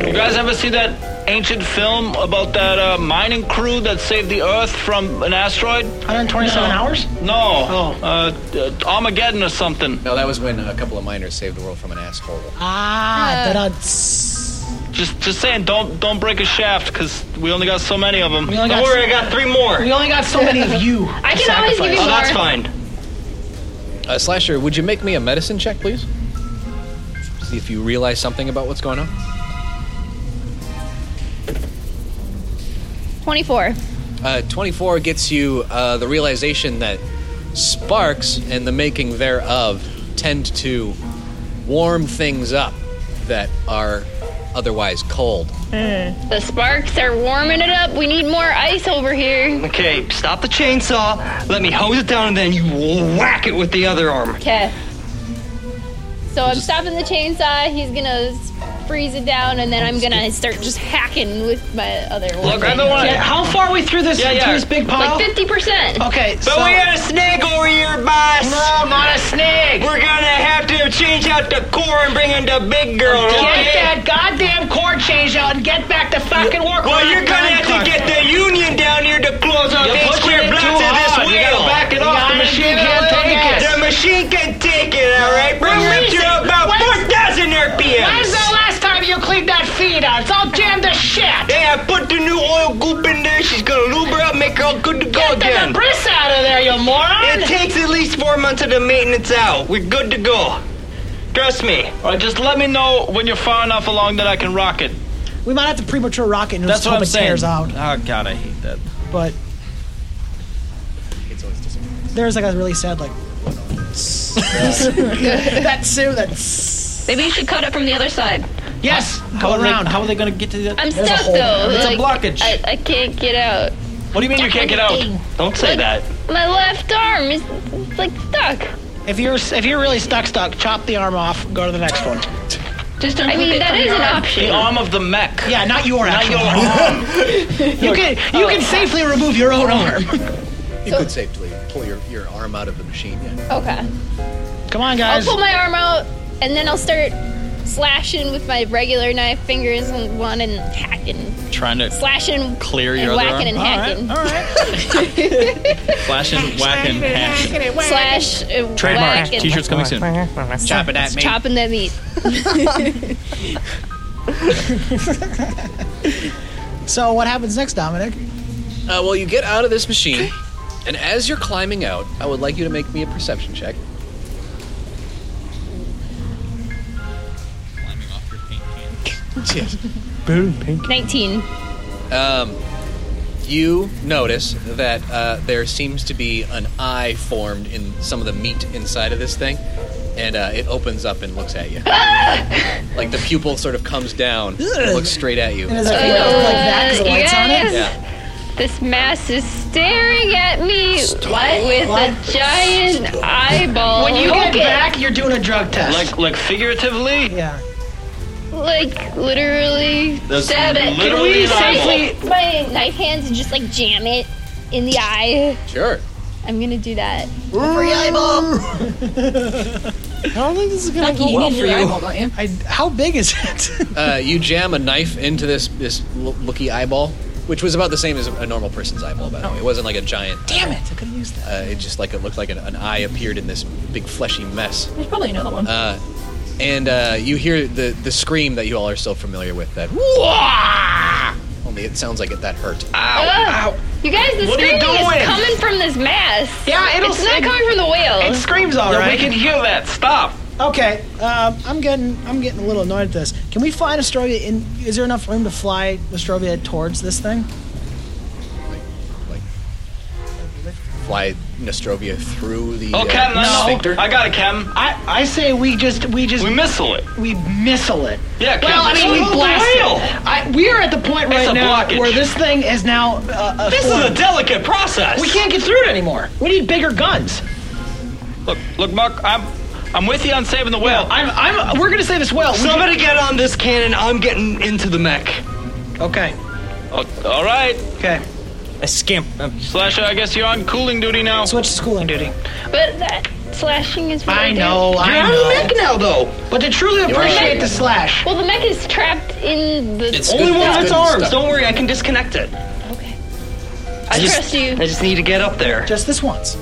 Speaker 17: You guys ever see that ancient film about that uh, mining crew that saved the Earth from an asteroid?
Speaker 3: 127 hours?
Speaker 17: No.
Speaker 3: Oh.
Speaker 17: Uh, uh, Armageddon or something.
Speaker 7: No, that was when a couple of miners saved the world from an asshole.
Speaker 3: Ah, da
Speaker 17: Just, just saying, don't, don't break a shaft, cause we only got so many of them.
Speaker 3: only
Speaker 17: don't
Speaker 3: got
Speaker 17: worry,
Speaker 3: so-
Speaker 17: I got three more.
Speaker 3: We only got so many of you. I
Speaker 6: can always give you
Speaker 17: Oh, that's
Speaker 6: more.
Speaker 17: fine.
Speaker 7: Uh, Slasher, would you make me a medicine check, please? See if you realize something about what's going on.
Speaker 6: 24.
Speaker 7: Uh, 24 gets you uh, the realization that sparks and the making thereof tend to warm things up that are otherwise cold.
Speaker 6: The sparks are warming it up. We need more ice over here.
Speaker 2: Okay, stop the chainsaw. Let me hose it down, and then you whack it with the other arm.
Speaker 6: Okay. So I'm stopping the chainsaw. He's gonna s- freeze it down, and then I'm gonna start just hacking with my other one.
Speaker 2: I don't wanna-
Speaker 15: How far are we through this?
Speaker 2: Yeah, yeah.
Speaker 15: Through this big pile?
Speaker 6: Like 50%.
Speaker 15: Okay,
Speaker 2: But we got a snake over here, boss.
Speaker 15: No, not a snake.
Speaker 2: We're gonna have to change out the core and bring in the big girl.
Speaker 15: Get
Speaker 2: okay?
Speaker 15: that goddamn cord change out and get back to fucking work.
Speaker 2: Well, you're gonna have to get the union down here to close off
Speaker 15: You're
Speaker 2: eight
Speaker 15: pushing
Speaker 2: square
Speaker 15: it
Speaker 2: blocks
Speaker 15: too
Speaker 2: of this
Speaker 15: hard. You
Speaker 2: wheel.
Speaker 15: gotta back it
Speaker 2: You
Speaker 15: off. The
Speaker 2: gotta
Speaker 15: machine
Speaker 2: give
Speaker 15: can't
Speaker 2: it a
Speaker 15: take
Speaker 2: little-
Speaker 15: it.
Speaker 2: The machine can take it, all right? We're
Speaker 15: Release
Speaker 2: up to
Speaker 15: it.
Speaker 2: about
Speaker 15: When's-
Speaker 2: 4,000 RPMs.
Speaker 15: When's the last time you cleaned that feed out? It's all jammed to shit.
Speaker 2: Yeah, I put the new oil goop in there. She's gonna lube her up, make her all good to go
Speaker 15: Get
Speaker 2: again.
Speaker 15: the debris out of there, you moron.
Speaker 2: It takes at least four months of the maintenance out. We're good to go. Trust me.
Speaker 17: Alright, just let me know when you're far enough along that I can rock it.
Speaker 3: [laughs] We might have to premature rocket and
Speaker 5: That's
Speaker 3: just hope
Speaker 5: what I'm
Speaker 3: it
Speaker 5: saying.
Speaker 3: tears out.
Speaker 5: Oh god, I hate that.
Speaker 3: But
Speaker 7: It's always disappointing.
Speaker 3: there's like a really sad [laughs] like. that soon. That.
Speaker 6: Maybe you should cut it from the other side.
Speaker 3: Yes,
Speaker 19: how
Speaker 3: go
Speaker 19: are they-
Speaker 3: around.
Speaker 19: how are they going to get to the?
Speaker 6: I'm
Speaker 19: there's a
Speaker 6: stuck
Speaker 19: hole
Speaker 6: though.
Speaker 19: there. It's a
Speaker 6: Like,
Speaker 19: blockage.
Speaker 6: I, I can't get out.
Speaker 20: What do you mean you can't get out? Don't say that.
Speaker 6: My left arm is like stuck.
Speaker 3: If you're if you're really stuck, stuck, chop the arm off. Go to the next one.
Speaker 6: Just I mean, that is an option.
Speaker 5: The arm of the mech.
Speaker 3: Yeah, not your Oh.
Speaker 5: Not
Speaker 3: actual
Speaker 5: your
Speaker 3: [laughs] arm. you can you can safely remove your own arm. [laughs]
Speaker 7: You could safely pull your, your arm out of the machine. Yeah.
Speaker 6: Okay.
Speaker 3: Come on,
Speaker 6: I'll
Speaker 3: guys.
Speaker 6: pull my arm out and then I'll start slashing with my regular knife, fingers and one and hacking,
Speaker 19: Trying to
Speaker 6: slashing,
Speaker 19: clear
Speaker 6: and
Speaker 19: your other arm.
Speaker 6: whacking and hacking. All [laughs] right.
Speaker 19: Flashing, whacking, hacking.
Speaker 6: Slash, uh,
Speaker 19: Trademark.
Speaker 6: whack and-
Speaker 19: T-shirts coming soon. Chopping
Speaker 6: Chopping that meat.
Speaker 3: so what happens next, Dominic?
Speaker 7: Uh, well, you get out of this machine, and as you're climbing out, I would like you to make me a perception check. Yes.
Speaker 21: Boom, pink.
Speaker 6: 19.
Speaker 7: Um, you notice that uh, there seems to be an eye formed in some of the meat inside of this thing, and uh, it opens up and looks
Speaker 3: [laughs]
Speaker 7: at you. like the pupil sort of comes down, and looks straight at you.
Speaker 3: And is it
Speaker 6: Uh,
Speaker 3: like that 'cause the lights on it?
Speaker 6: yes. This mass is staring at me with a giant eyeball.
Speaker 3: When you get
Speaker 6: Okay.
Speaker 3: back, you're doing a drug test.
Speaker 5: Like, like figuratively?
Speaker 3: Yeah.
Speaker 6: Like literally
Speaker 5: That's
Speaker 6: stab it.
Speaker 5: literally an
Speaker 6: safely my knife hands and just like jam it in the eye?
Speaker 7: Sure.
Speaker 6: I'm gonna do that.
Speaker 3: Free [laughs] eyeball.
Speaker 6: I
Speaker 3: don't think this is
Speaker 6: gonna go well for you.
Speaker 3: I, how big is it?
Speaker 7: Uh, you jam a knife into this this l- looky eyeball, which was about the same as a normal person's eyeball. By the way, it wasn't like a giant.
Speaker 3: Damn it! I could have used that.
Speaker 7: Uh, it just like it looked like an, an eye appeared in this big fleshy mess.
Speaker 4: There's probably another one.
Speaker 7: Uh, and uh, you hear the the scream that you all are so familiar with. That "Wah!" only it sounds like it that hurt.
Speaker 6: Ugh. You guys, the
Speaker 7: What are you
Speaker 6: screaming
Speaker 7: doing?
Speaker 6: is coming from this mass.
Speaker 3: Yeah, it'll-
Speaker 6: It's not
Speaker 3: it-
Speaker 6: coming from the whale.
Speaker 3: [laughs] it screams all
Speaker 5: Yeah,
Speaker 3: right.
Speaker 5: we can hear that. Stop.
Speaker 3: Okay, um, I'm getting I'm getting a little annoyed at this. Can we fly Nostrovia in? Is there enough room to fly Nostrovia towards this thing?
Speaker 7: Fly Nostrovia through the
Speaker 5: Oh, Cam, no,
Speaker 7: uh,
Speaker 5: no.
Speaker 7: sphincter.
Speaker 5: I got it, Cam.
Speaker 3: I, I say we just we just
Speaker 5: We missile it.
Speaker 3: We missile it.
Speaker 5: Yeah,
Speaker 3: well, I
Speaker 5: Captain,
Speaker 3: mean,
Speaker 5: it's
Speaker 3: we
Speaker 5: a
Speaker 3: blast it.
Speaker 5: whale.
Speaker 3: I, we are at the point
Speaker 5: It's
Speaker 3: right
Speaker 5: a
Speaker 3: now
Speaker 5: blockage.
Speaker 3: where this thing is now. Uh, uh,
Speaker 5: This is
Speaker 3: formed.
Speaker 5: a delicate process.
Speaker 3: We can't get through it anymore. We need bigger guns.
Speaker 5: Look, look, Mark. I'm, I'm with you on saving the whale.
Speaker 3: I'm, I'm. We're gonna save this whale.
Speaker 20: Somebody get on this cannon. I'm getting into the mech.
Speaker 3: Okay.
Speaker 5: Oh, all right.
Speaker 3: Okay.
Speaker 2: I skimp.
Speaker 5: Slasher, I guess you're on cooling duty now.
Speaker 3: Switch to cooling duty.
Speaker 6: But that slashing is. what
Speaker 3: I
Speaker 6: do.
Speaker 3: know. I know. now, though. But to truly
Speaker 6: You are.
Speaker 3: appreciate the slash.
Speaker 6: Well, the mech is trapped in the. Oh,
Speaker 20: only one of its arms. Don't worry, I can disconnect it.
Speaker 6: I
Speaker 20: just-
Speaker 6: trust you.
Speaker 20: I just need to get up there.
Speaker 3: Just this once.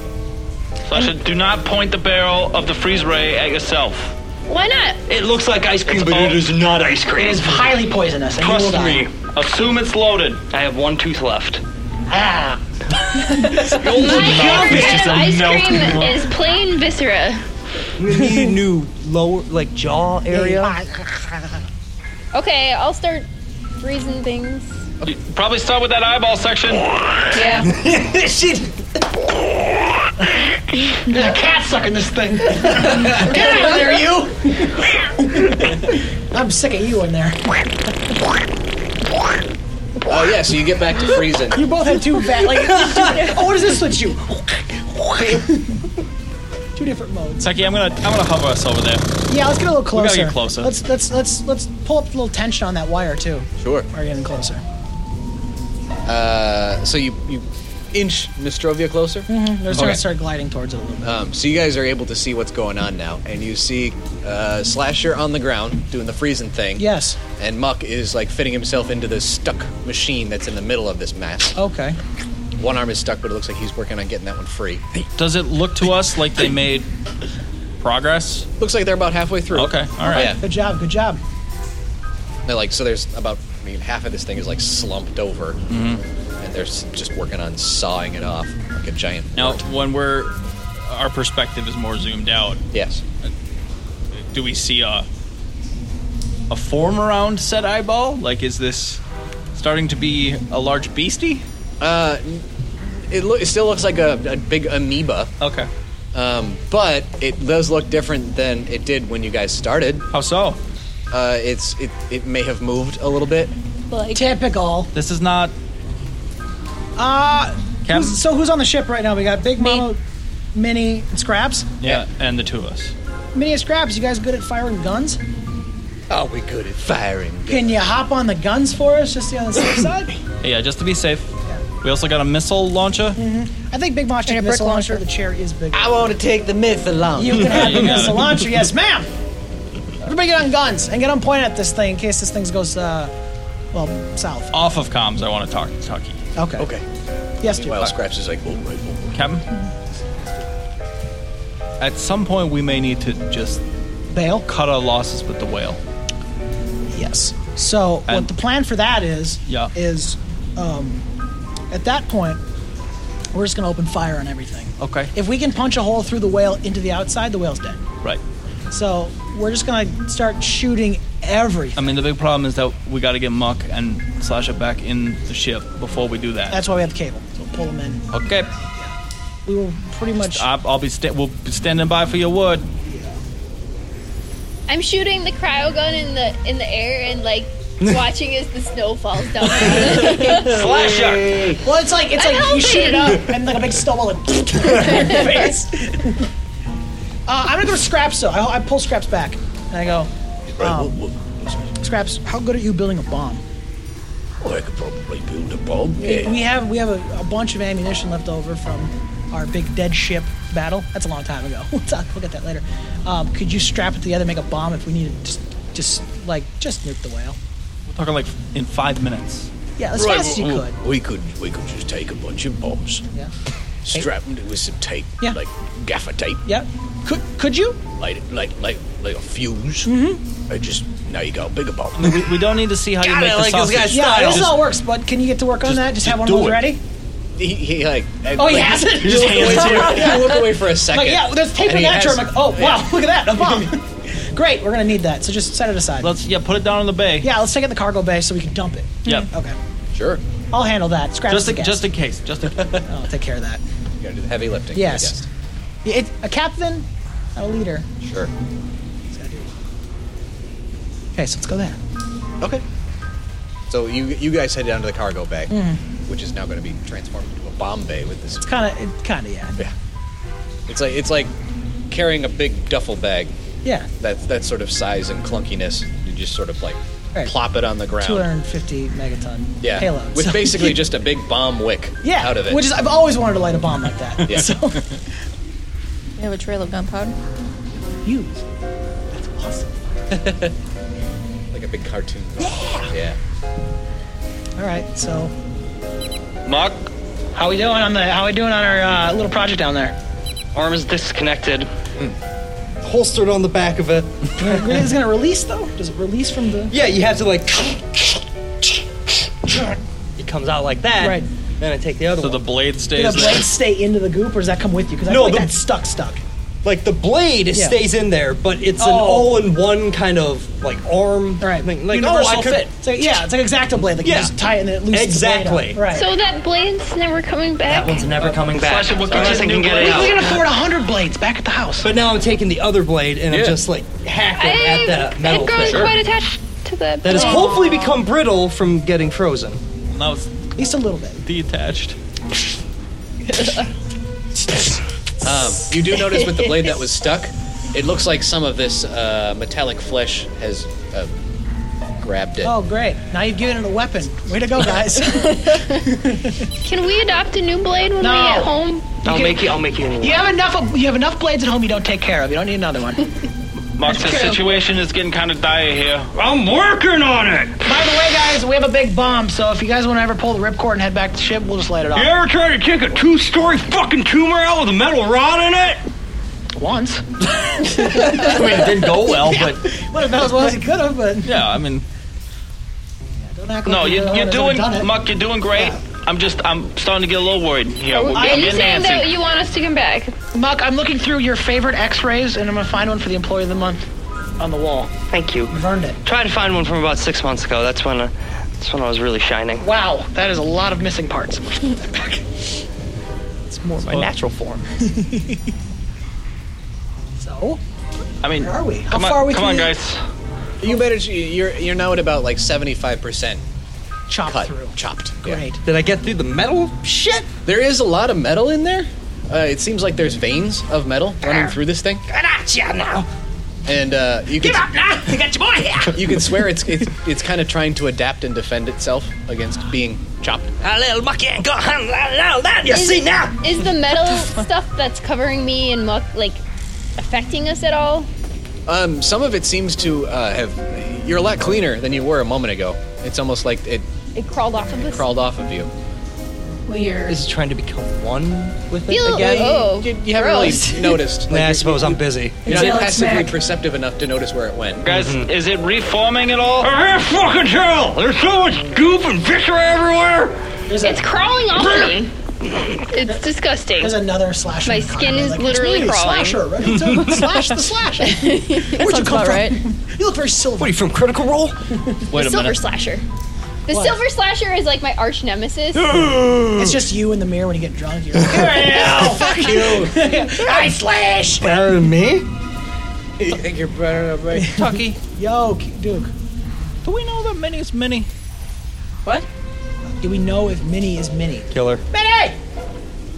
Speaker 5: Slasher, do not point the barrel of the freeze ray at yourself.
Speaker 6: Why not?
Speaker 20: It looks like ice cream, but it is not ice cream.
Speaker 3: It is highly poisonous. and you will
Speaker 20: Trust
Speaker 3: die.
Speaker 20: me. Assume it's loaded. I have one tooth left.
Speaker 3: Ah.
Speaker 6: My
Speaker 20: It's
Speaker 6: favorite
Speaker 20: just a
Speaker 6: kind of ice
Speaker 20: melting
Speaker 6: cream
Speaker 20: block.
Speaker 6: is plain viscera.
Speaker 2: We need a new lower, like jaw area.
Speaker 6: Okay, I'll start freezing things.
Speaker 5: You probably start with that eyeball
Speaker 20: Oh,
Speaker 5: section.
Speaker 6: [laughs] Yeah.
Speaker 3: Shit. There's a cat sucking this thing. Get out of there, you! [laughs] I'm sick of you in there.
Speaker 7: Oh yeah, so you get back to freezing.
Speaker 3: You both have two [laughs] bad. Like, two, oh, what does this switch you? [laughs] two different modes.
Speaker 19: Saki, I'm gonna, I'm gonna hover us over there.
Speaker 3: Yeah, let's get a little
Speaker 19: We
Speaker 3: closer.
Speaker 19: gotta get closer.
Speaker 3: Let's let's let's let's pull up a little tension on that wire too.
Speaker 7: Sure.
Speaker 3: We're getting closer.
Speaker 7: Uh, so you you inch Nostrovia closer.
Speaker 3: Mm-hmm. They're
Speaker 7: Okay.
Speaker 3: gonna start gliding towards it a little bit.
Speaker 7: Um, so you guys are able to see what's going on now, and you see uh, Slasher on the ground doing the freezing thing.
Speaker 3: Yes.
Speaker 7: And Muck is like fitting himself into this stuck machine that's in the middle of this mass.
Speaker 3: Okay.
Speaker 7: One arm is stuck, but it looks like he's working on getting that one free.
Speaker 19: Does it look to us like they made progress?
Speaker 7: Looks like they're about halfway through.
Speaker 19: Okay, all right.
Speaker 7: Yeah.
Speaker 3: Good job. Good job.
Speaker 7: They're like so. There's about I mean half of this thing is like slumped over, and they're s- just working on sawing it off like a giant.
Speaker 19: Now, when we're, our perspective is more zoomed out.
Speaker 7: Yes.
Speaker 19: Do we see a, a form around said eyeball? Like, is this starting to be a large beastie?
Speaker 7: Uh, it, loo- it still looks like a, a big amoeba.
Speaker 19: Okay.
Speaker 7: Um, but it does look different than it did when you guys started.
Speaker 19: How so?
Speaker 7: Uh, it's it, it may have moved a little bit.
Speaker 3: Typical.
Speaker 5: This is not.
Speaker 3: Uh,
Speaker 5: Cap-
Speaker 3: who's, so who's on the ship right now? We got Big Mama, Mini, and Scraps.
Speaker 5: Yeah, and the two of us.
Speaker 3: Mini and Scraps, you guys good at firing guns?
Speaker 7: Are we good at firing?
Speaker 3: Can you hop on the guns for us just to be on the safe side?
Speaker 5: Yeah, just to be safe. We also got a missile launcher.
Speaker 3: I think Big Mama should have
Speaker 5: brick
Speaker 3: missile launcher. The chair is bigger. I
Speaker 7: want to take the missile launcher.
Speaker 3: You can have
Speaker 5: [laughs]
Speaker 3: the
Speaker 5: You got
Speaker 3: missile
Speaker 5: it.
Speaker 3: launcher, yes, ma'am. Everybody get on guns and get them pointed at this thing in case this thing goes, uh, well, south.
Speaker 5: Off of comms, I want to talk to Tucky.
Speaker 3: Okay.
Speaker 7: Okay.
Speaker 3: Yes, dude.
Speaker 7: While Scraps is like, oh, right, oh.
Speaker 5: Captain? At some point, we may need to just.
Speaker 3: Bail?
Speaker 5: Cut our losses with the whale.
Speaker 3: Yes. So
Speaker 5: And-
Speaker 3: what the plan for that is
Speaker 5: Yeah.
Speaker 3: is um, at that point we're just gonna open fire on everything.
Speaker 5: Okay.
Speaker 3: If we can punch a hole through the whale into the outside, the whale's dead.
Speaker 5: Right.
Speaker 3: So we're just gonna start shooting everything.
Speaker 5: I mean, the big problem is that we got to get Muck and Slasher back in the ship before we do that.
Speaker 3: That's why we have the cable. So pull them in.
Speaker 5: okay.
Speaker 3: We will pretty much.
Speaker 5: I, I'll be sta- we'll be standing by for your word.
Speaker 13: I'm shooting the cryo gun in the in the air
Speaker 12: [laughs]
Speaker 13: and like watching as the snow falls down.
Speaker 10: Slasher.
Speaker 3: Well, it's like it's
Speaker 13: I'm
Speaker 3: like you shoot it up
Speaker 13: helping.
Speaker 3: and like a big snowball and [laughs] face. Uh, I'm gonna go to Scraps though. I, I pull Scraps back and I go, um, Scraps, how good are you building a bomb?
Speaker 9: Oh, I could probably build a bomb.
Speaker 3: We-
Speaker 9: Yeah.
Speaker 3: We have we have a, a bunch of ammunition left over from our big dead ship battle. That's a long time ago. [laughs] we'll talk. We'll get that later. Um, could you strap it together, make a bomb if we need to? Just, just like just nuke the whale.
Speaker 5: We're talking like in five minutes.
Speaker 3: Yeah, as fast as you could.
Speaker 7: We could we could just take a bunch of bombs,
Speaker 3: Yeah.
Speaker 7: strap them with some tape,
Speaker 3: Yeah.
Speaker 7: like gaffer tape,
Speaker 3: Yep. Could could you?
Speaker 7: like like like like a fuse.
Speaker 3: Mm-hmm.
Speaker 7: I just now you got a bigger bomb.
Speaker 5: I mean, we, we don't need to see how you
Speaker 7: Got
Speaker 5: make
Speaker 7: it,
Speaker 5: the
Speaker 7: like this
Speaker 5: sausage.
Speaker 7: guy's
Speaker 3: Yeah, this is
Speaker 5: Just-
Speaker 3: how it works. But can you get to work on that? Just have one
Speaker 5: do
Speaker 3: of those
Speaker 5: it.
Speaker 3: ready.
Speaker 7: He, he like eh,
Speaker 3: Oh, he
Speaker 7: like,
Speaker 3: has it?
Speaker 7: You, look away,
Speaker 3: Yeah.
Speaker 7: for- you look away for a second.
Speaker 3: Like, yeah, there's tape
Speaker 7: and
Speaker 3: in
Speaker 7: he
Speaker 3: that chair.
Speaker 7: has-
Speaker 3: I'm like, oh
Speaker 7: yeah.
Speaker 3: wow, [laughs] look at that, a bomb. Great, we're gonna need that. So just set it aside.
Speaker 5: Let's yeah, put it down in the bay.
Speaker 3: yeah, let's take it in the cargo bay so we can dump it.
Speaker 5: Yep.
Speaker 3: Okay.
Speaker 7: Sure.
Speaker 3: I'll handle that. Scratch
Speaker 5: Just
Speaker 3: the
Speaker 5: in,
Speaker 3: gas.
Speaker 5: just in case. Just in case.
Speaker 3: I'll take care of that.
Speaker 7: You gotta do the heavy lifting. I
Speaker 3: Yes. Yeah, It, a captain, not a leader.
Speaker 7: guess. Sure.
Speaker 3: Okay, so let's go there.
Speaker 7: Okay. So you you guys head down to the cargo bay,
Speaker 3: Mhm.
Speaker 7: which is now going to be transformed into a bomb bay with this.
Speaker 3: It's kind of, it kind of, yeah.
Speaker 7: Yeah. It's like it's like carrying a big duffel bag.
Speaker 3: Yeah.
Speaker 7: That that sort of size and clunkiness. You just sort of like
Speaker 3: Right.
Speaker 7: plop it on the ground.
Speaker 3: 250 megaton
Speaker 7: yeah.
Speaker 3: payload.
Speaker 7: With
Speaker 3: so- [laughs]
Speaker 7: basically just a big bomb wick
Speaker 3: yeah,
Speaker 7: out of it.
Speaker 3: which is I've always wanted to light a bomb like that.
Speaker 7: Yeah.
Speaker 3: So [laughs]
Speaker 4: We have a trail of gunpowder.
Speaker 3: you. That's awesome.
Speaker 7: like a big cartoon. Yeah. Yeah.
Speaker 3: All right, so
Speaker 11: Muck,
Speaker 3: how we doing on the how we doing on our uh, little project down there?
Speaker 11: arm is disconnected.
Speaker 12: Hmm. Holstered on the back of it.
Speaker 3: Is it gonna release though? Does it release from the?
Speaker 12: Yeah, you have to like. It comes out like that.
Speaker 3: Right.
Speaker 12: Then I take the other
Speaker 5: So
Speaker 12: one.
Speaker 5: the blade stays
Speaker 3: Did the
Speaker 5: there.
Speaker 3: blade stay into the goop, or does that come with you? Because I
Speaker 12: No,
Speaker 3: feel like
Speaker 12: the-
Speaker 3: that's stuck, stuck.
Speaker 12: like the blade it
Speaker 3: Yeah.
Speaker 12: stays in there, but it's an
Speaker 3: Oh.
Speaker 12: all-in-one kind of like arm thing. Like oh, I could.
Speaker 3: It's like, yeah, it's like exacto blade. Like
Speaker 12: Yeah.
Speaker 3: you just tie it and it loosens The blade
Speaker 12: Exactly.
Speaker 3: up. right.
Speaker 13: So that blade's never coming back.
Speaker 12: That one's never coming back.
Speaker 11: Slash it, we'll get you a new blade.
Speaker 12: We- we can afford-
Speaker 3: hundred blades back at the house.
Speaker 12: But now I'm taking the other blade and
Speaker 7: Yeah.
Speaker 12: I'm just like hacking
Speaker 13: I've,
Speaker 12: at that metal
Speaker 13: I've grown
Speaker 12: thing.
Speaker 13: quite attached to that.
Speaker 12: That has
Speaker 13: blade.
Speaker 12: hopefully become brittle from getting frozen.
Speaker 5: Now it's
Speaker 3: At least a little bit.
Speaker 5: detached.
Speaker 7: Um, you do notice with the blade that was stuck, it looks like some of this uh, metallic flesh has uh, grabbed it.
Speaker 3: Oh, great! Now you've given it a weapon. Way to go, guys! [laughs]
Speaker 13: Can we adopt a new blade when
Speaker 3: No.
Speaker 13: we get home?
Speaker 11: I'll make you. I'll make you. a new
Speaker 3: you
Speaker 11: one.
Speaker 3: have enough. Of, you have enough blades at home. You don't take care of. You don't need another one.
Speaker 8: Mark, the
Speaker 3: True.
Speaker 8: situation is getting kind of dire here. I'm working on it.
Speaker 3: By the way, guys, we have a big bomb. So if you guys want to ever pull the ripcord and head back to the ship, we'll just light it off.
Speaker 8: You ever try to kick a two-story fucking tumor out with a metal rod in it?
Speaker 3: Once.
Speaker 5: I mean, it didn't go well, but
Speaker 3: What about as well as you could have? But
Speaker 5: yeah, I mean,
Speaker 3: don't act like
Speaker 11: No, you,
Speaker 3: don't
Speaker 11: you're
Speaker 3: have
Speaker 11: doing,
Speaker 3: done it.
Speaker 11: Muck. You're doing great. I'm just. I'm starting to get a little worried here. We're
Speaker 13: Are
Speaker 11: getting
Speaker 13: you saying
Speaker 11: antsy.
Speaker 13: that you want us to come back?
Speaker 3: Muck, I'm looking through your favorite X-rays, and I'm gonna find one for the employee of the month on the wall.
Speaker 11: Thank you.
Speaker 3: You've earned it.
Speaker 11: Tried to find one from about six months ago. That's when. Uh, that's when I was really shining.
Speaker 3: Wow, that is a lot of missing parts.
Speaker 11: It's more my natural form.
Speaker 3: so,
Speaker 5: I mean,
Speaker 3: where are we? How
Speaker 8: Come
Speaker 3: far
Speaker 8: on,
Speaker 3: are we?
Speaker 8: come
Speaker 3: from
Speaker 8: on,
Speaker 3: the-
Speaker 8: guys.
Speaker 7: You managed. You're you're now at about like seventy five percent.
Speaker 3: Chopped
Speaker 7: through. Chopped.
Speaker 3: Great.
Speaker 7: Did I get through the metal? Shit. There is a lot of metal in there. Uh, it seems like there's veins of metal running through this thing.
Speaker 10: Get at ya now!
Speaker 7: And uh, you can
Speaker 10: Give up now! You got your boy here!
Speaker 7: you can swear it's it's, it's kind of trying to adapt and defend itself against being chopped.
Speaker 10: A little mucky ain't gonna handle that, now, that you
Speaker 13: Is-
Speaker 10: see now!
Speaker 13: Is the metal
Speaker 12: [laughs]
Speaker 13: stuff that's covering me and muck like affecting us at all?
Speaker 7: Um, some of it seems to uh, have. You're a lot cleaner than you were a moment ago. It's almost like it
Speaker 13: It crawled off of us.
Speaker 7: crawled off of you.
Speaker 4: Weird.
Speaker 2: Is it trying to become one with it
Speaker 13: Feel-
Speaker 2: again?
Speaker 13: oh,
Speaker 7: you, you haven't really [laughs] noticed.
Speaker 2: nah, I suppose I'm busy.
Speaker 7: You're not passively perceptive enough to notice where it went.
Speaker 8: Guys, is it reforming at all? I can't fucking tell. There's so much goop and viscera everywhere.
Speaker 13: It's crawling off me.
Speaker 3: [laughs]
Speaker 13: It's disgusting.
Speaker 3: There's another slash.
Speaker 13: My skin is literally crawling.
Speaker 3: Slasher,
Speaker 13: [laughs]
Speaker 3: right? It's a slash the slasher.
Speaker 13: Where'd you come right.
Speaker 3: You look very silver.
Speaker 2: What are you from Critical Role?
Speaker 13: the silver slasher. The
Speaker 3: What?
Speaker 13: silver slasher is like my arch
Speaker 3: [gasps]
Speaker 13: nemesis.
Speaker 3: it's just you in the mirror when you get drunk. You're like,
Speaker 10: fuck you! I slash!
Speaker 2: Better than me?
Speaker 7: [laughs] You think you're better than me?
Speaker 3: Tucky. Yo, K- Duke.
Speaker 5: Do we know that Minnie is Minnie?
Speaker 3: What? Do we know if Minnie is Minnie?
Speaker 2: Killer.
Speaker 3: Minnie!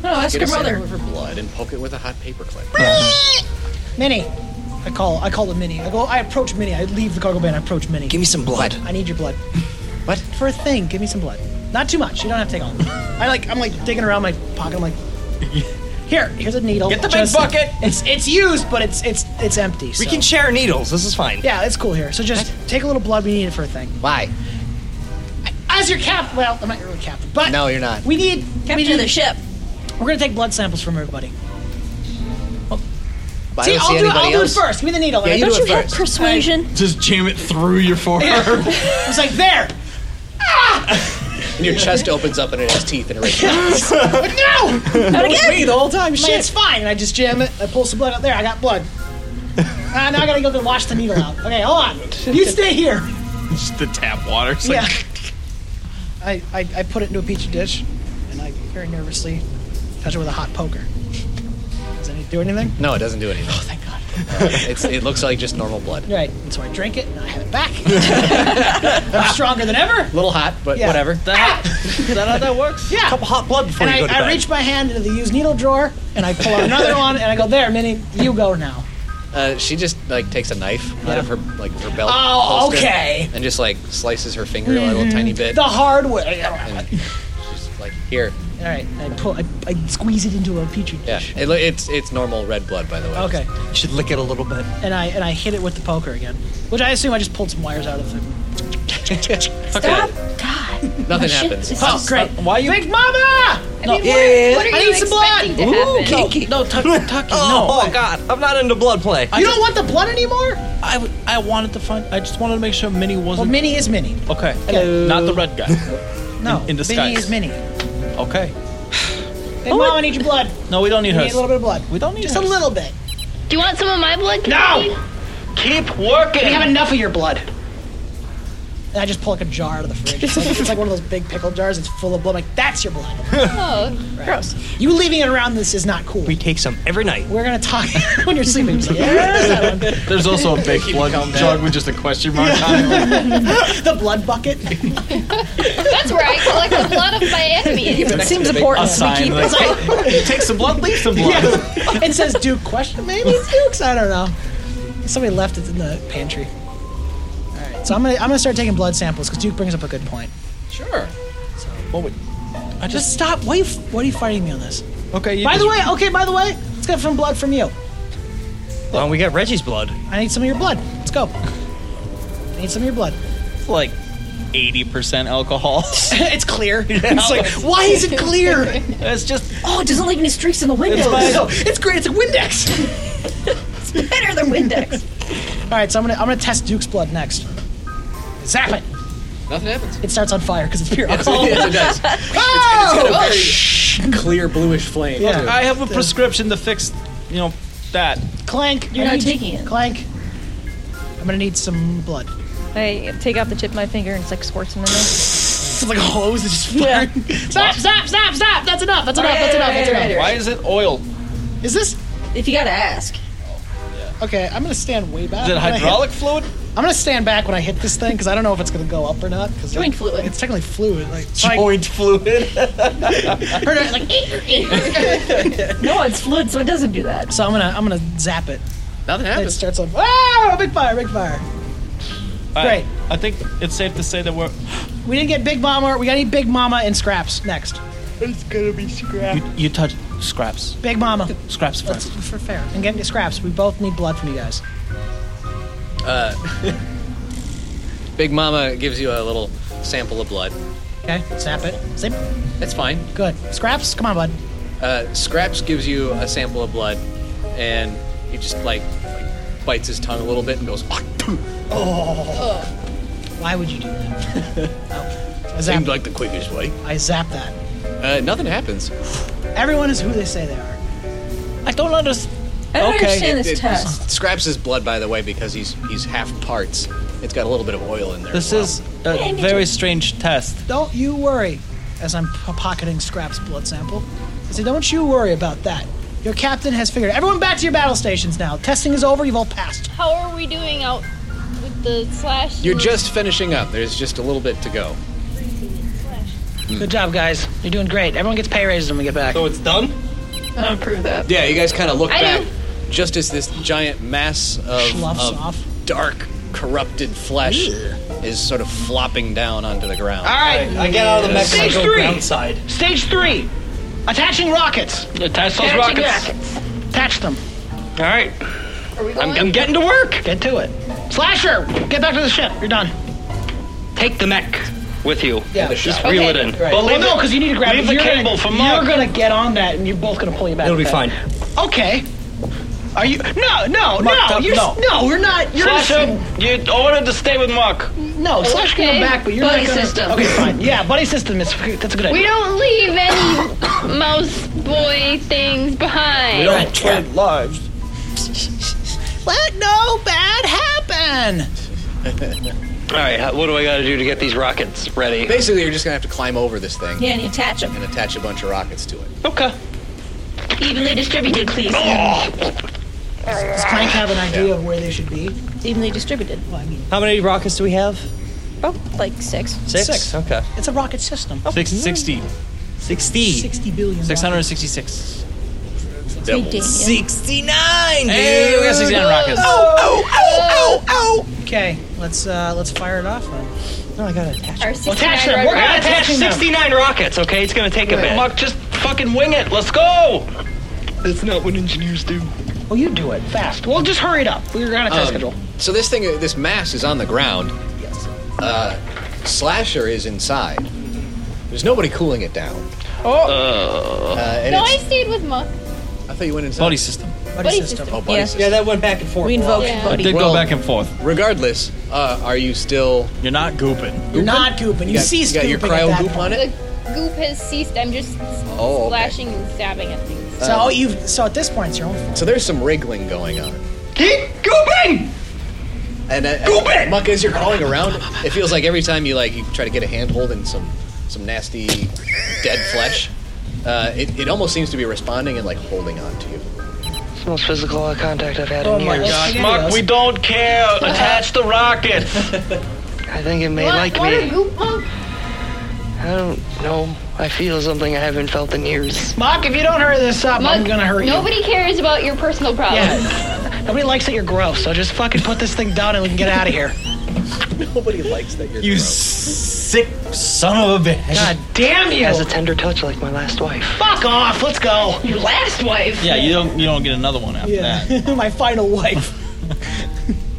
Speaker 3: No, that's
Speaker 7: Get
Speaker 3: your
Speaker 7: a sample
Speaker 3: mother.
Speaker 7: of her blood and poke it with a hot paper clip.
Speaker 3: Minnie. I call. I call it Minnie. I go. I approach Minnie. I leave the cargo bay. and I approach Minnie. Give
Speaker 2: me some blood.
Speaker 3: I need your blood. What? For a thing. Give me some blood. Not too much. You don't have to take all. of it. I like. I'm like digging around my pocket.
Speaker 7: [laughs]
Speaker 3: I'm like, here. Here's a needle.
Speaker 2: Get the big bucket.
Speaker 3: It's it's used, but it's it's it's empty.
Speaker 2: We
Speaker 3: so-
Speaker 2: can share needles. This is fine.
Speaker 3: Yeah, it's cool here. So just take a little blood. We need it for a thing.
Speaker 7: Why?
Speaker 3: As your captain. Well, I'm not really captain, but
Speaker 7: No, you're not.
Speaker 3: we need we
Speaker 4: Captain
Speaker 3: need
Speaker 4: of the ship.
Speaker 3: We're gonna take blood samples from everybody.
Speaker 7: But
Speaker 3: See,
Speaker 7: I don't
Speaker 3: I'll
Speaker 7: see
Speaker 3: do it.
Speaker 7: anybody
Speaker 3: I'll do it
Speaker 7: else.
Speaker 3: first. Give me the needle.
Speaker 7: Yeah,
Speaker 3: Like,
Speaker 7: you
Speaker 3: don't
Speaker 7: do it
Speaker 3: you have
Speaker 7: first.
Speaker 3: persuasion?
Speaker 14: Just jam it through your forearm.
Speaker 3: I was like, there.
Speaker 7: And your chest opens up and it has teeth and it
Speaker 3: [laughs]
Speaker 7: raises.
Speaker 3: But no!
Speaker 7: [laughs] That was me the whole time,
Speaker 3: Man,
Speaker 7: shit.
Speaker 3: it's fine. And I just jam it. I pull some blood out there. I got
Speaker 7: [laughs]
Speaker 3: blood. Ah, now I gotta go and wash the needle out. Okay, hold on. You stay here.
Speaker 14: Just the tap water. It's
Speaker 3: Yeah.
Speaker 14: like,
Speaker 3: I, I, I put it into a petri dish, and I very nervously touch it with a hot poker. Does it do anything?
Speaker 7: No, it doesn't do anything. Oh,
Speaker 3: thank God.
Speaker 7: it's, it looks like just normal blood.
Speaker 3: Right. And so I drink it, and I have it
Speaker 7: [laughs]
Speaker 3: back. I'm stronger than ever.
Speaker 7: A little hot, but
Speaker 3: Yeah.
Speaker 7: whatever.
Speaker 3: Is that how that works? Yeah. A couple
Speaker 2: hot blood before
Speaker 3: and
Speaker 7: you
Speaker 3: I,
Speaker 7: go to
Speaker 3: I
Speaker 7: bed.
Speaker 3: reach my hand into the used needle drawer, and I pull out another one, and I go, there, Minnie, you go now.
Speaker 7: Uh, she just like takes a knife out of her like her belt.
Speaker 3: Oh,
Speaker 7: holster
Speaker 3: okay. Mm-hmm.
Speaker 7: And just like slices her finger a little tiny bit.
Speaker 3: The hard way. All
Speaker 7: [laughs] and she's like, here.
Speaker 3: right. I pull. I, I squeeze it into a petri dish,
Speaker 7: Yeah. It, lo- it's it's normal red blood, by the way.
Speaker 3: Okay.
Speaker 2: Should lick it a little bit.
Speaker 3: and I and I hit it with the poker again, which I assume I just pulled some wires out of the
Speaker 2: [laughs]
Speaker 3: thing.
Speaker 7: Stop. Nothing happens.
Speaker 3: Oh, great.
Speaker 2: Why you?
Speaker 3: Big Mama!
Speaker 2: No. what- Yeah. what are
Speaker 3: I
Speaker 2: you
Speaker 3: need some blood.
Speaker 2: expecting to Ooh, happen? kinky.
Speaker 3: No, no, Tucky, Tucky,
Speaker 2: Oh,
Speaker 3: no.
Speaker 2: God, I'm not into blood play.
Speaker 3: You don't want the blood anymore?
Speaker 5: I, w- I wanted to find. I just wanted to make sure Minnie
Speaker 3: Well,
Speaker 5: wasn't.
Speaker 3: Minnie is Minnie.
Speaker 5: Okay.
Speaker 3: Hello.
Speaker 5: Not the red guy.
Speaker 3: [laughs] No.
Speaker 5: In, in disguise.
Speaker 3: Minnie is Minnie.
Speaker 5: Okay.
Speaker 3: Big Mama, I need your blood.
Speaker 5: No, we don't
Speaker 3: We
Speaker 5: need
Speaker 3: need a
Speaker 5: hers.
Speaker 3: little bit of blood.
Speaker 5: We don't need
Speaker 3: Just
Speaker 5: hers.
Speaker 3: a little bit.
Speaker 13: Do you want some of my blood? No.
Speaker 8: Keep working.
Speaker 3: We have enough of your blood. And I just pull like a jar out of the fridge. It's like, it's like one of those big pickle jars. It's full of blood. I'm like, that's your blood.
Speaker 13: Oh,
Speaker 3: gross. You leaving it around this is not cool.
Speaker 2: We take some every night.
Speaker 3: We're gonna talk [laughs] when you're sleeping.
Speaker 14: There's also a
Speaker 5: [laughs]
Speaker 14: big blood jug with just a question mark on it.
Speaker 3: the blood bucket.
Speaker 13: That's where I collect the blood of my enemies.
Speaker 14: It seems important. A sign, like,
Speaker 5: [laughs]
Speaker 3: it.
Speaker 14: Take some blood, leave some blood.
Speaker 3: Yeah. It says Duke question. Maybe it's Duke's. I don't know. Somebody left it in the pantry. All right. So I'm gonna I'm gonna start taking blood samples because Duke brings up a good point.
Speaker 7: Sure.
Speaker 5: What would?
Speaker 3: I just, stop. Why are you Why are you fighting me on this?
Speaker 5: Okay. You
Speaker 3: by
Speaker 5: just-
Speaker 3: the way, okay. By the way, let's get some blood from you.
Speaker 2: Well, we got Reggie's blood.
Speaker 3: I need some of your blood. Let's go. I need some of your blood.
Speaker 5: It's like 80% [laughs] alcohol.
Speaker 3: it's clear. It's like, why is it clear?
Speaker 5: It's just.
Speaker 4: Oh, it doesn't leave any streaks in the windows.
Speaker 3: I know. It's great. It's a Windex.
Speaker 4: It's better than Windex.
Speaker 3: All right. So I'm gonna I'm gonna test Duke's blood next. Zap it.
Speaker 7: Nothing happens.
Speaker 3: It starts on fire because it's pure
Speaker 7: Yes,
Speaker 3: alcohol.
Speaker 7: yes, it does.
Speaker 3: [laughs] Oh!
Speaker 7: It's got a very clear bluish flame. too.
Speaker 5: I have a prescription to fix, you know, that.
Speaker 3: Clank.
Speaker 22: You're
Speaker 3: I
Speaker 22: not
Speaker 3: need-
Speaker 22: taking it.
Speaker 3: Clank. I'm gonna need some blood.
Speaker 22: I take out the tip of my finger and it's like squirts in there.
Speaker 3: It's like a hose. It's just firing. [laughs] Stop! Stop! Stop! Stop! That's enough. That's enough. That's enough. That's enough.
Speaker 5: Why is it oil?
Speaker 3: Is this?
Speaker 4: If you gotta ask.
Speaker 3: Okay, I'm gonna stand way back.
Speaker 5: Is it
Speaker 3: I'm gonna hit-
Speaker 5: hydraulic fluid?
Speaker 3: I'm gonna stand back when I hit this thing because I don't know if it's gonna go up or not. Because
Speaker 4: Joint fluid.
Speaker 3: It's technically fluid. Like
Speaker 23: Joint fluid.
Speaker 5: [laughs]
Speaker 3: Heard it, like, no, it's fluid, so it doesn't do that. So I'm gonna I'm gonna zap it.
Speaker 7: Nothing
Speaker 3: happens. It starts on. Wow! Big fire! Big fire!
Speaker 5: All
Speaker 3: Great.
Speaker 5: I think it's safe to say that we're.
Speaker 3: We didn't get Big Mama. We got any Big Mama and Scraps next. It's gonna be Scraps.
Speaker 5: You touch scraps.
Speaker 3: Big Mama.
Speaker 5: Scraps
Speaker 3: Let's,
Speaker 5: first.
Speaker 3: for fair. And get Scraps. We both need blood from you guys.
Speaker 7: Uh, Big Mama gives you a little sample of blood.
Speaker 3: Okay. Zap it. Zip.
Speaker 7: That's fine.
Speaker 3: Good. Scraps. Come on, bud.
Speaker 7: Uh, Scraps gives you a sample of blood, and he just like, like bites his tongue a little bit and goes. "Ah, phew."
Speaker 3: Oh. Why would you do that? Oh. I zap,
Speaker 7: Seemed like the quickest way.
Speaker 3: I zap that.
Speaker 7: Uh, nothing happens.
Speaker 3: Everyone is who they say they are.
Speaker 5: I don't understand.
Speaker 4: I don't understand this
Speaker 7: It- it-
Speaker 4: test.
Speaker 7: Scraps his blood, by the way, because he's he's half parts. It's got a little bit of oil in there.
Speaker 5: This is a very strange test.
Speaker 3: Don't you worry, as I'm po- pocketing Scraps' blood sample. I say, don't you worry about that. Your captain has figured. Everyone back to your battle stations now. Testing is over. You've all passed.
Speaker 6: How are we doing out with the slash?
Speaker 7: You're just finishing up. There's just a little bit to go.
Speaker 3: Good job, guys. You're doing great. Everyone gets pay raises when we get back. So
Speaker 2: it's done.
Speaker 4: I don't approve that.
Speaker 7: Yeah, you guys kind of look
Speaker 4: I
Speaker 7: back
Speaker 4: do.
Speaker 7: just as this giant mass of,
Speaker 4: Sloughs
Speaker 7: of
Speaker 4: off.
Speaker 7: dark, corrupted flesh is sort of flopping down onto the ground.
Speaker 24: All right.
Speaker 2: I get out of the mech and I
Speaker 24: Stage
Speaker 2: go
Speaker 24: three.
Speaker 2: ground side.
Speaker 24: Stage three. Attaching rockets.
Speaker 1: Attach those
Speaker 24: Attaching
Speaker 1: rockets.
Speaker 24: Attach them.
Speaker 1: All right. I'm, I'm getting to work. Get to it.
Speaker 24: Slasher, get back to the ship. You're done.
Speaker 1: Take the mech with you.
Speaker 24: Yeah.
Speaker 1: Just reel it in.
Speaker 24: Well,
Speaker 1: leave
Speaker 24: no,
Speaker 1: it-
Speaker 24: because you need to grab
Speaker 1: Leave
Speaker 24: it.
Speaker 1: the
Speaker 24: You're
Speaker 1: cable
Speaker 24: gonna,
Speaker 1: for
Speaker 24: You're
Speaker 1: Mark.
Speaker 24: gonna get on that, and you're both gonna pull you back.
Speaker 1: It'll be
Speaker 24: with
Speaker 1: fine.
Speaker 24: that. Okay. Are you? No, no,
Speaker 1: Mark,
Speaker 24: no.
Speaker 1: don't-
Speaker 24: You're,
Speaker 1: no.
Speaker 24: no, we're not. You're
Speaker 1: Slasher, you ordered to stay with Mark.
Speaker 24: No, Slash can come back, but you're
Speaker 6: buddy
Speaker 24: not gonna.
Speaker 6: system.
Speaker 24: Okay, fine. Yeah, buddy system is that's a good idea.
Speaker 6: We don't leave any [coughs] mouse boy things behind.
Speaker 23: trade lives.
Speaker 24: Let no bad happen.
Speaker 25: All right, how- what do I got to do to get these rockets ready?
Speaker 7: Basically, you're just gonna have to climb over this thing.
Speaker 4: Yeah, and you attach them.
Speaker 7: And attach a bunch of rockets to it.
Speaker 4: Okay. Evenly distributed, please.
Speaker 3: Does Clank have an idea of where they should be?
Speaker 26: Evenly distributed. Well, I mean,
Speaker 2: How many rockets do we have?
Speaker 26: oh, like six.
Speaker 2: Six. Okay.
Speaker 3: It's a rocket system.
Speaker 5: Six, 60. 60.
Speaker 3: 60 billion.
Speaker 5: 666.
Speaker 3: Devils.
Speaker 2: 69,
Speaker 5: Hey, we got 69 rockets. Oh,
Speaker 2: oh, oh, oh,
Speaker 3: oh. Okay, let's uh, let's fire it off. Then. No, I gotta attach.
Speaker 6: Our
Speaker 3: it.
Speaker 6: 69
Speaker 3: them.
Speaker 6: rockets.
Speaker 3: We're
Speaker 6: We're
Speaker 3: gonna
Speaker 6: gonna
Speaker 3: attach
Speaker 6: attach
Speaker 3: them.
Speaker 25: 69 rockets, okay? It's going to take a bit.
Speaker 1: Mark, just fucking wing it. Let's go. That's not what engineers do.
Speaker 3: Well, you do it fast. Well, just hurry it up. We're on a test
Speaker 7: Um,
Speaker 3: schedule.
Speaker 7: So this thing, this mass is on the ground. Yes. Uh, Slasher is inside. There's nobody cooling it down.
Speaker 25: Oh.
Speaker 7: Uh, and
Speaker 6: no, I
Speaker 7: it's,
Speaker 6: stayed with Muck.
Speaker 7: I thought you went inside.
Speaker 5: Body system.
Speaker 6: Buddy system.
Speaker 7: Oh, buddy
Speaker 6: Yeah.
Speaker 7: system.
Speaker 2: Yeah, that went back and forth.
Speaker 26: We invoked
Speaker 6: Yeah.
Speaker 5: It did
Speaker 7: Well,
Speaker 5: go back and forth.
Speaker 7: Regardless, uh, are you still?
Speaker 5: You're not gooping.
Speaker 3: You're not gooping. You,
Speaker 7: You got-
Speaker 3: see,
Speaker 7: you got your cryo goop on it?
Speaker 6: The goop has ceased. I'm just
Speaker 7: okay.
Speaker 6: splashing and stabbing at things.
Speaker 3: So you so at this point it's your own fault.
Speaker 7: So there's some wriggling going on.
Speaker 1: Keep gooping.
Speaker 7: And uh,
Speaker 1: Gooping!
Speaker 7: Muck, as you're crawling around, it feels like every time you like you try to get a handhold in some some nasty dead flesh, uh, it, it almost seems to be responding and like holding on to you.
Speaker 25: It's the most physical eye contact I've
Speaker 3: Oh
Speaker 25: had in years.
Speaker 1: Mark, we don't care. Attach the rockets.
Speaker 25: I think it may
Speaker 1: What-
Speaker 25: like
Speaker 1: what
Speaker 25: me.
Speaker 1: a
Speaker 25: I don't know. I feel something I haven't felt in years.
Speaker 3: Mock, if you don't hurry this up, I'm
Speaker 6: Muck,
Speaker 3: gonna hurt
Speaker 6: nobody cares about your personal problems.
Speaker 3: you. Nobody likes that you're gross, so just fucking put this thing down and we can get out of [laughs] here.
Speaker 7: Nobody likes that you're.
Speaker 5: You sick son of a bitch.
Speaker 3: God damn you!
Speaker 25: Has a tender touch like my last wife.
Speaker 3: Fuck off, let's go.
Speaker 6: Your last wife.
Speaker 5: Yeah, you don't you don't get another one after that.
Speaker 3: Yeah, [laughs] my final wife.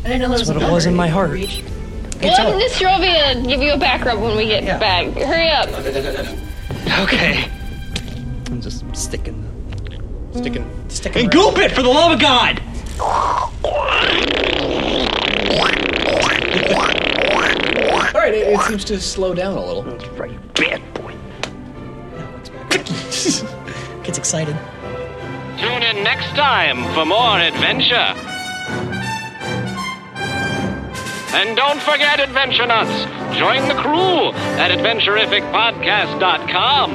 Speaker 4: I didn't know there was
Speaker 2: But it was in my heart.
Speaker 6: Well, Miss Rovia, give you a back rub when we get back. Hurry up.
Speaker 25: Okay.
Speaker 2: I'm just sticking.
Speaker 7: Sticking.
Speaker 2: And goop it for the love of God!
Speaker 7: All right, it, it seems to slow down a little. That's
Speaker 25: right, bad boy.
Speaker 3: Gets excited.
Speaker 1: Tune in next time for more adventure. And don't forget, Adventure Nuts! Join the crew at AdventurificPodcast.com.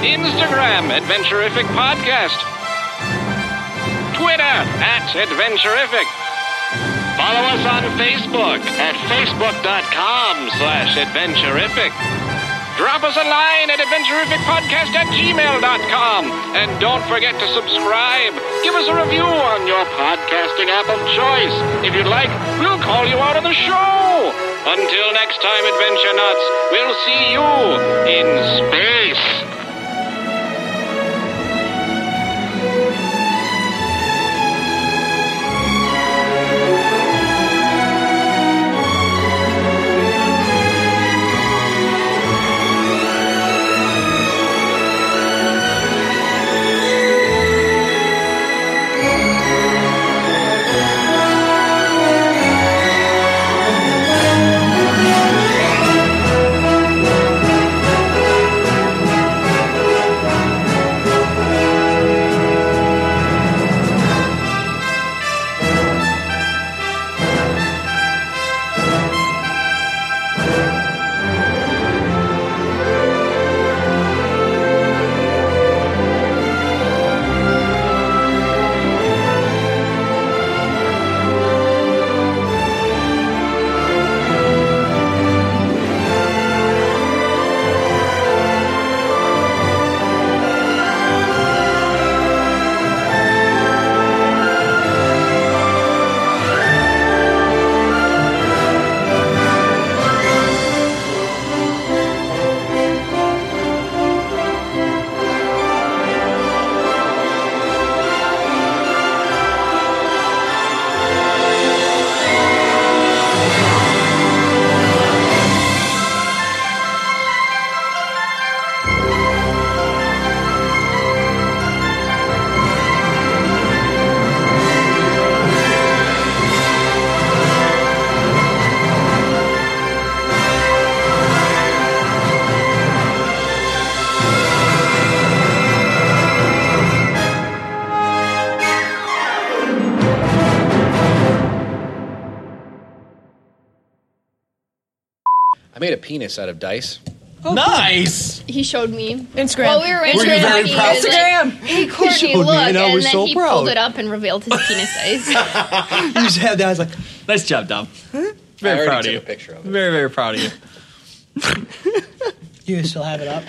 Speaker 1: Instagram, Adventurific Podcast. Twitter, at Adventurific. Follow us on Facebook at facebook.com slash adventurific. Drop us a line at adventurificpodcast at gmail.com. And don't forget to subscribe. Give us a review on your podcasting app of choice. If you'd like, we'll call you out on the show. Until next time, Adventure Nuts, we'll see you in space.
Speaker 7: I made a penis out of dice.
Speaker 5: nice.
Speaker 6: He showed me
Speaker 4: Instagram.
Speaker 6: While we were in
Speaker 7: Were you
Speaker 6: Instagram,
Speaker 7: very
Speaker 6: he,
Speaker 7: proud?
Speaker 6: was like-
Speaker 4: Instagram.
Speaker 6: he
Speaker 27: showed
Speaker 6: Courtney
Speaker 27: me, and
Speaker 6: looked, and,
Speaker 27: I was
Speaker 6: then
Speaker 27: so
Speaker 6: he
Speaker 27: proud.
Speaker 6: pulled it up and revealed his penis size.
Speaker 5: you just have the eyes like, [laughs] nice job, Dom. Very
Speaker 7: already
Speaker 5: proud of
Speaker 7: took
Speaker 5: you.
Speaker 7: a picture of
Speaker 5: Very, very proud of you.
Speaker 3: You still have it up.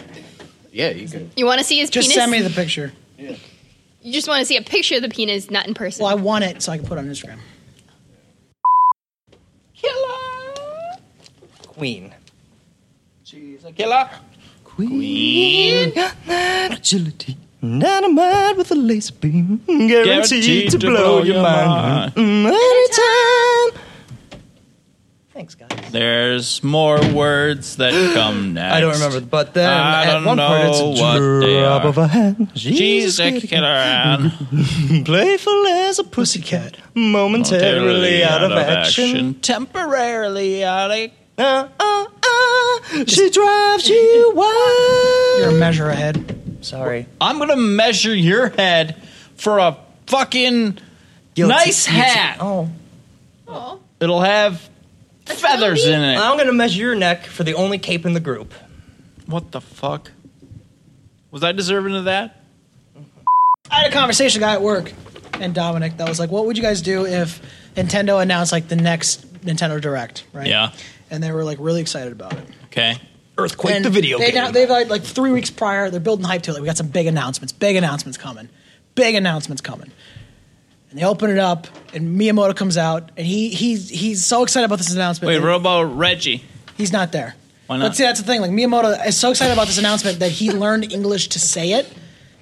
Speaker 7: Yeah, you can.
Speaker 6: You want to see his
Speaker 3: Just
Speaker 6: penis?
Speaker 3: send me the picture.
Speaker 6: you just want to see a picture of the penis, not in person.
Speaker 3: Well, I want it so I can put it on Instagram.
Speaker 2: Queen.
Speaker 3: She's
Speaker 2: a killer. Queen. Agility. Dynamite with a laser beam. Guaranteed,
Speaker 5: Guaranteed
Speaker 2: to, blow, your mind. Mm, Anytime.
Speaker 5: There's more words [gasps] that come next.
Speaker 27: I don't remember, but then
Speaker 5: I
Speaker 27: at
Speaker 5: don't
Speaker 27: one
Speaker 5: know
Speaker 27: part it's
Speaker 5: what they
Speaker 27: drop
Speaker 5: are.
Speaker 27: of a hat.
Speaker 5: She's a killer and
Speaker 2: Playful as a pussycat. Momentarily,
Speaker 5: Momentarily
Speaker 2: out, of
Speaker 5: out of
Speaker 2: action.
Speaker 5: action.
Speaker 2: Temporarily out of. Uh, uh, uh, she drives you wild.
Speaker 3: You're a measure ahead.
Speaker 2: Sorry.
Speaker 5: I'm gonna measure your head for a fucking nice hat.
Speaker 2: Oh.
Speaker 5: It'll have feathers in it.
Speaker 2: I'm gonna measure your neck for the only cape in the group.
Speaker 5: What the fuck? Was I deserving of that?
Speaker 3: I had a conversation with a guy at work and Dominic that was like, "What would you guys do if Nintendo announced like the next Nintendo Direct, right?"
Speaker 5: Yeah.
Speaker 3: And they were like really excited about it.
Speaker 5: Okay.
Speaker 2: Earthquake,
Speaker 3: And they now- they've like, like three weeks prior. They're building hype to it. Like, we got some big announcements. Big announcements coming. Big announcements coming. And they open it up, and Miyamoto comes out, and he he's he's so excited about this announcement.
Speaker 5: Wait,
Speaker 3: that
Speaker 5: Robo Reggie.
Speaker 3: He's not there.
Speaker 5: Why not?
Speaker 3: But see, that's the thing. Like Miyamoto is so excited about this announcement that he learned English to say it.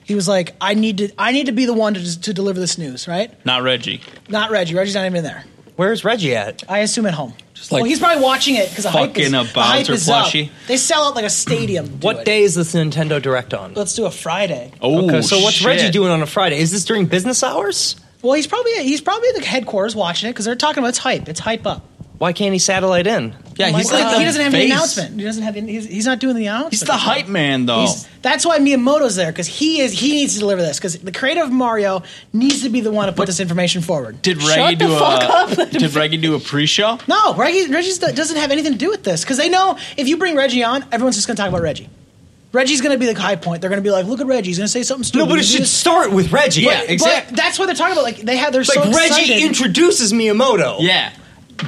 Speaker 3: He was like, "I need to, I need to be the one to, to deliver this news." Right?
Speaker 5: Not Reggie.
Speaker 3: Not Reggie. Reggie's not even there.
Speaker 2: Where's Reggie at?
Speaker 3: I assume at home.
Speaker 2: Just like
Speaker 3: well, he's probably watching it because the hype
Speaker 2: fucking
Speaker 3: is,
Speaker 2: a
Speaker 3: the hype
Speaker 2: bouncer
Speaker 3: is up.
Speaker 2: plushie.
Speaker 3: They sell out like a stadium.
Speaker 2: What day is this Nintendo Direct on?
Speaker 3: Let's do a Friday.
Speaker 5: Oh,
Speaker 2: okay, so what's
Speaker 3: shit.
Speaker 2: Reggie doing on a Friday? Is this during business hours?
Speaker 3: Well, he's probably he's probably at the headquarters watching it because they're talking about it's hype. It's hype up.
Speaker 2: Why can't he satellite in?
Speaker 3: Oh my God. he doesn't have any announcement. He doesn't have any, he's, he's not doing the announcement.
Speaker 5: He's the hype man, though.
Speaker 3: He's- that's why Miyamoto's there because he is he needs to deliver this because the creator of Mario needs to be the one to put this information forward.
Speaker 5: Did Reggie
Speaker 3: Shut
Speaker 5: do
Speaker 3: the fuck
Speaker 5: a
Speaker 3: up.
Speaker 5: [laughs] Did Reggie do a pre-show?
Speaker 3: No, Reggie, Reggie doesn't have anything to do with this because they know if you bring Reggie on, everyone's just going to talk about Reggie. Reggie's going to be the high point. They're going to be like, "Look at Reggie. He's going to say something stupid."
Speaker 2: No, but it
Speaker 3: He's
Speaker 2: should
Speaker 3: gonna-
Speaker 2: start with Reggie.
Speaker 3: But- but that's what they're talking about. Like they have their
Speaker 2: Like
Speaker 3: so
Speaker 2: Reggie
Speaker 3: excited.
Speaker 2: introduces Miyamoto.
Speaker 5: Yeah.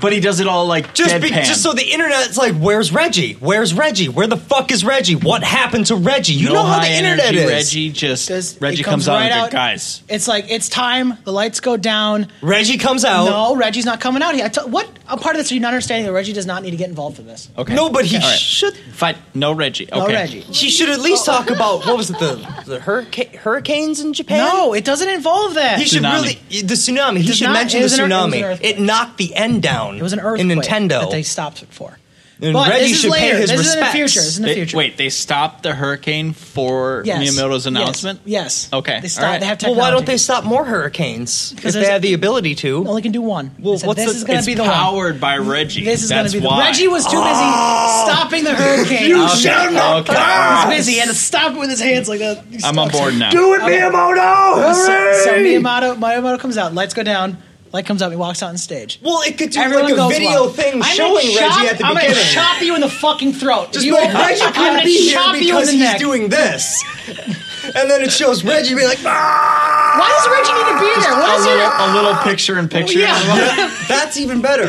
Speaker 5: But he does it all like
Speaker 2: Just, be,
Speaker 5: deadpan.
Speaker 2: just so the internet's like, where's Reggie? Where's Reggie? Where the fuck is Reggie? What happened to Reggie? You
Speaker 5: No
Speaker 2: know how the
Speaker 5: high
Speaker 2: internet
Speaker 5: energy
Speaker 2: is.
Speaker 5: Reggie just Reggie
Speaker 2: it
Speaker 5: comes,
Speaker 2: comes
Speaker 5: out
Speaker 2: right
Speaker 5: and goes,
Speaker 2: out-
Speaker 5: guys.
Speaker 3: It's like it's time. The lights go down.
Speaker 2: Reggie comes out.
Speaker 3: No, Reggie's not coming out. He, I t- what a part of this are you not understanding? That Reggie does not need to get involved in this.
Speaker 5: Okay.
Speaker 2: No, but he
Speaker 5: All right.
Speaker 2: should.
Speaker 5: Fine. No Reggie. Okay.
Speaker 3: No Reggie.
Speaker 2: He should at least talk about what was it the the hurricane, hurricanes in Japan.
Speaker 3: No, it doesn't involve that.
Speaker 2: He should really the tsunami. He
Speaker 3: Does
Speaker 2: should
Speaker 3: not-
Speaker 2: mention
Speaker 3: it
Speaker 2: the
Speaker 3: was an ear- it was an
Speaker 2: tsunami.
Speaker 3: earthquake.
Speaker 2: It knocked the end down. It was an earthquake in Nintendo
Speaker 3: that they stopped it for.
Speaker 2: And
Speaker 3: But
Speaker 2: Reggie
Speaker 3: this is
Speaker 2: should
Speaker 3: later.
Speaker 2: pay his
Speaker 3: This is in the
Speaker 2: respects.
Speaker 3: future. This is in the
Speaker 5: They-
Speaker 3: future.
Speaker 5: Wait, they stopped the hurricane for
Speaker 3: Yes.
Speaker 5: Miyamoto's
Speaker 3: Yes.
Speaker 5: announcement?
Speaker 3: Yes.
Speaker 5: Okay.
Speaker 3: They
Speaker 5: all
Speaker 3: stopped.
Speaker 5: right.
Speaker 3: They have
Speaker 2: Well, why don't
Speaker 3: technology.
Speaker 2: they stop more hurricanes if
Speaker 3: Because
Speaker 2: they
Speaker 3: there's-
Speaker 2: have the ability to?
Speaker 3: Only can do one.
Speaker 2: Well,
Speaker 3: They said,
Speaker 2: what's
Speaker 3: this
Speaker 2: the-
Speaker 3: is going
Speaker 2: it's
Speaker 3: to be the one.
Speaker 5: powered by Reggie.
Speaker 3: This is going to
Speaker 5: That's
Speaker 3: be the
Speaker 5: why.
Speaker 3: Reggie was too busy
Speaker 2: Oh.
Speaker 3: stopping the hurricane.
Speaker 5: You Okay, shall not okay.
Speaker 3: He
Speaker 5: pass.
Speaker 3: was busy. He had to stop it with his hands like that. He
Speaker 5: I'm on
Speaker 3: stops
Speaker 5: board now. Do it,
Speaker 3: Okay.
Speaker 2: Miyamoto!
Speaker 3: So- So,
Speaker 2: Hooray!
Speaker 3: Miyamoto, Miyamoto comes out. Lights go down. Light comes up. He walks out on stage.
Speaker 2: Well, it could do
Speaker 3: Everyone
Speaker 2: like a
Speaker 3: goes
Speaker 2: video
Speaker 3: wild.
Speaker 2: thing
Speaker 3: I'm
Speaker 2: showing
Speaker 3: gonna
Speaker 2: Reggie
Speaker 3: chop-
Speaker 2: at the
Speaker 3: I'm
Speaker 2: beginning.
Speaker 3: gonna chop you in the fucking throat.
Speaker 2: Just
Speaker 3: you,
Speaker 2: like Reggie
Speaker 3: I'm
Speaker 2: couldn't
Speaker 3: gonna
Speaker 2: be here
Speaker 3: chop you in
Speaker 2: because
Speaker 3: the
Speaker 2: he's
Speaker 3: neck.
Speaker 2: doing this, [laughs] and then it shows Reggie being like, ah!
Speaker 3: Why does Reggie need to be there? What is
Speaker 5: a,
Speaker 3: it?
Speaker 5: little, a little picture in picture.
Speaker 2: that's even better.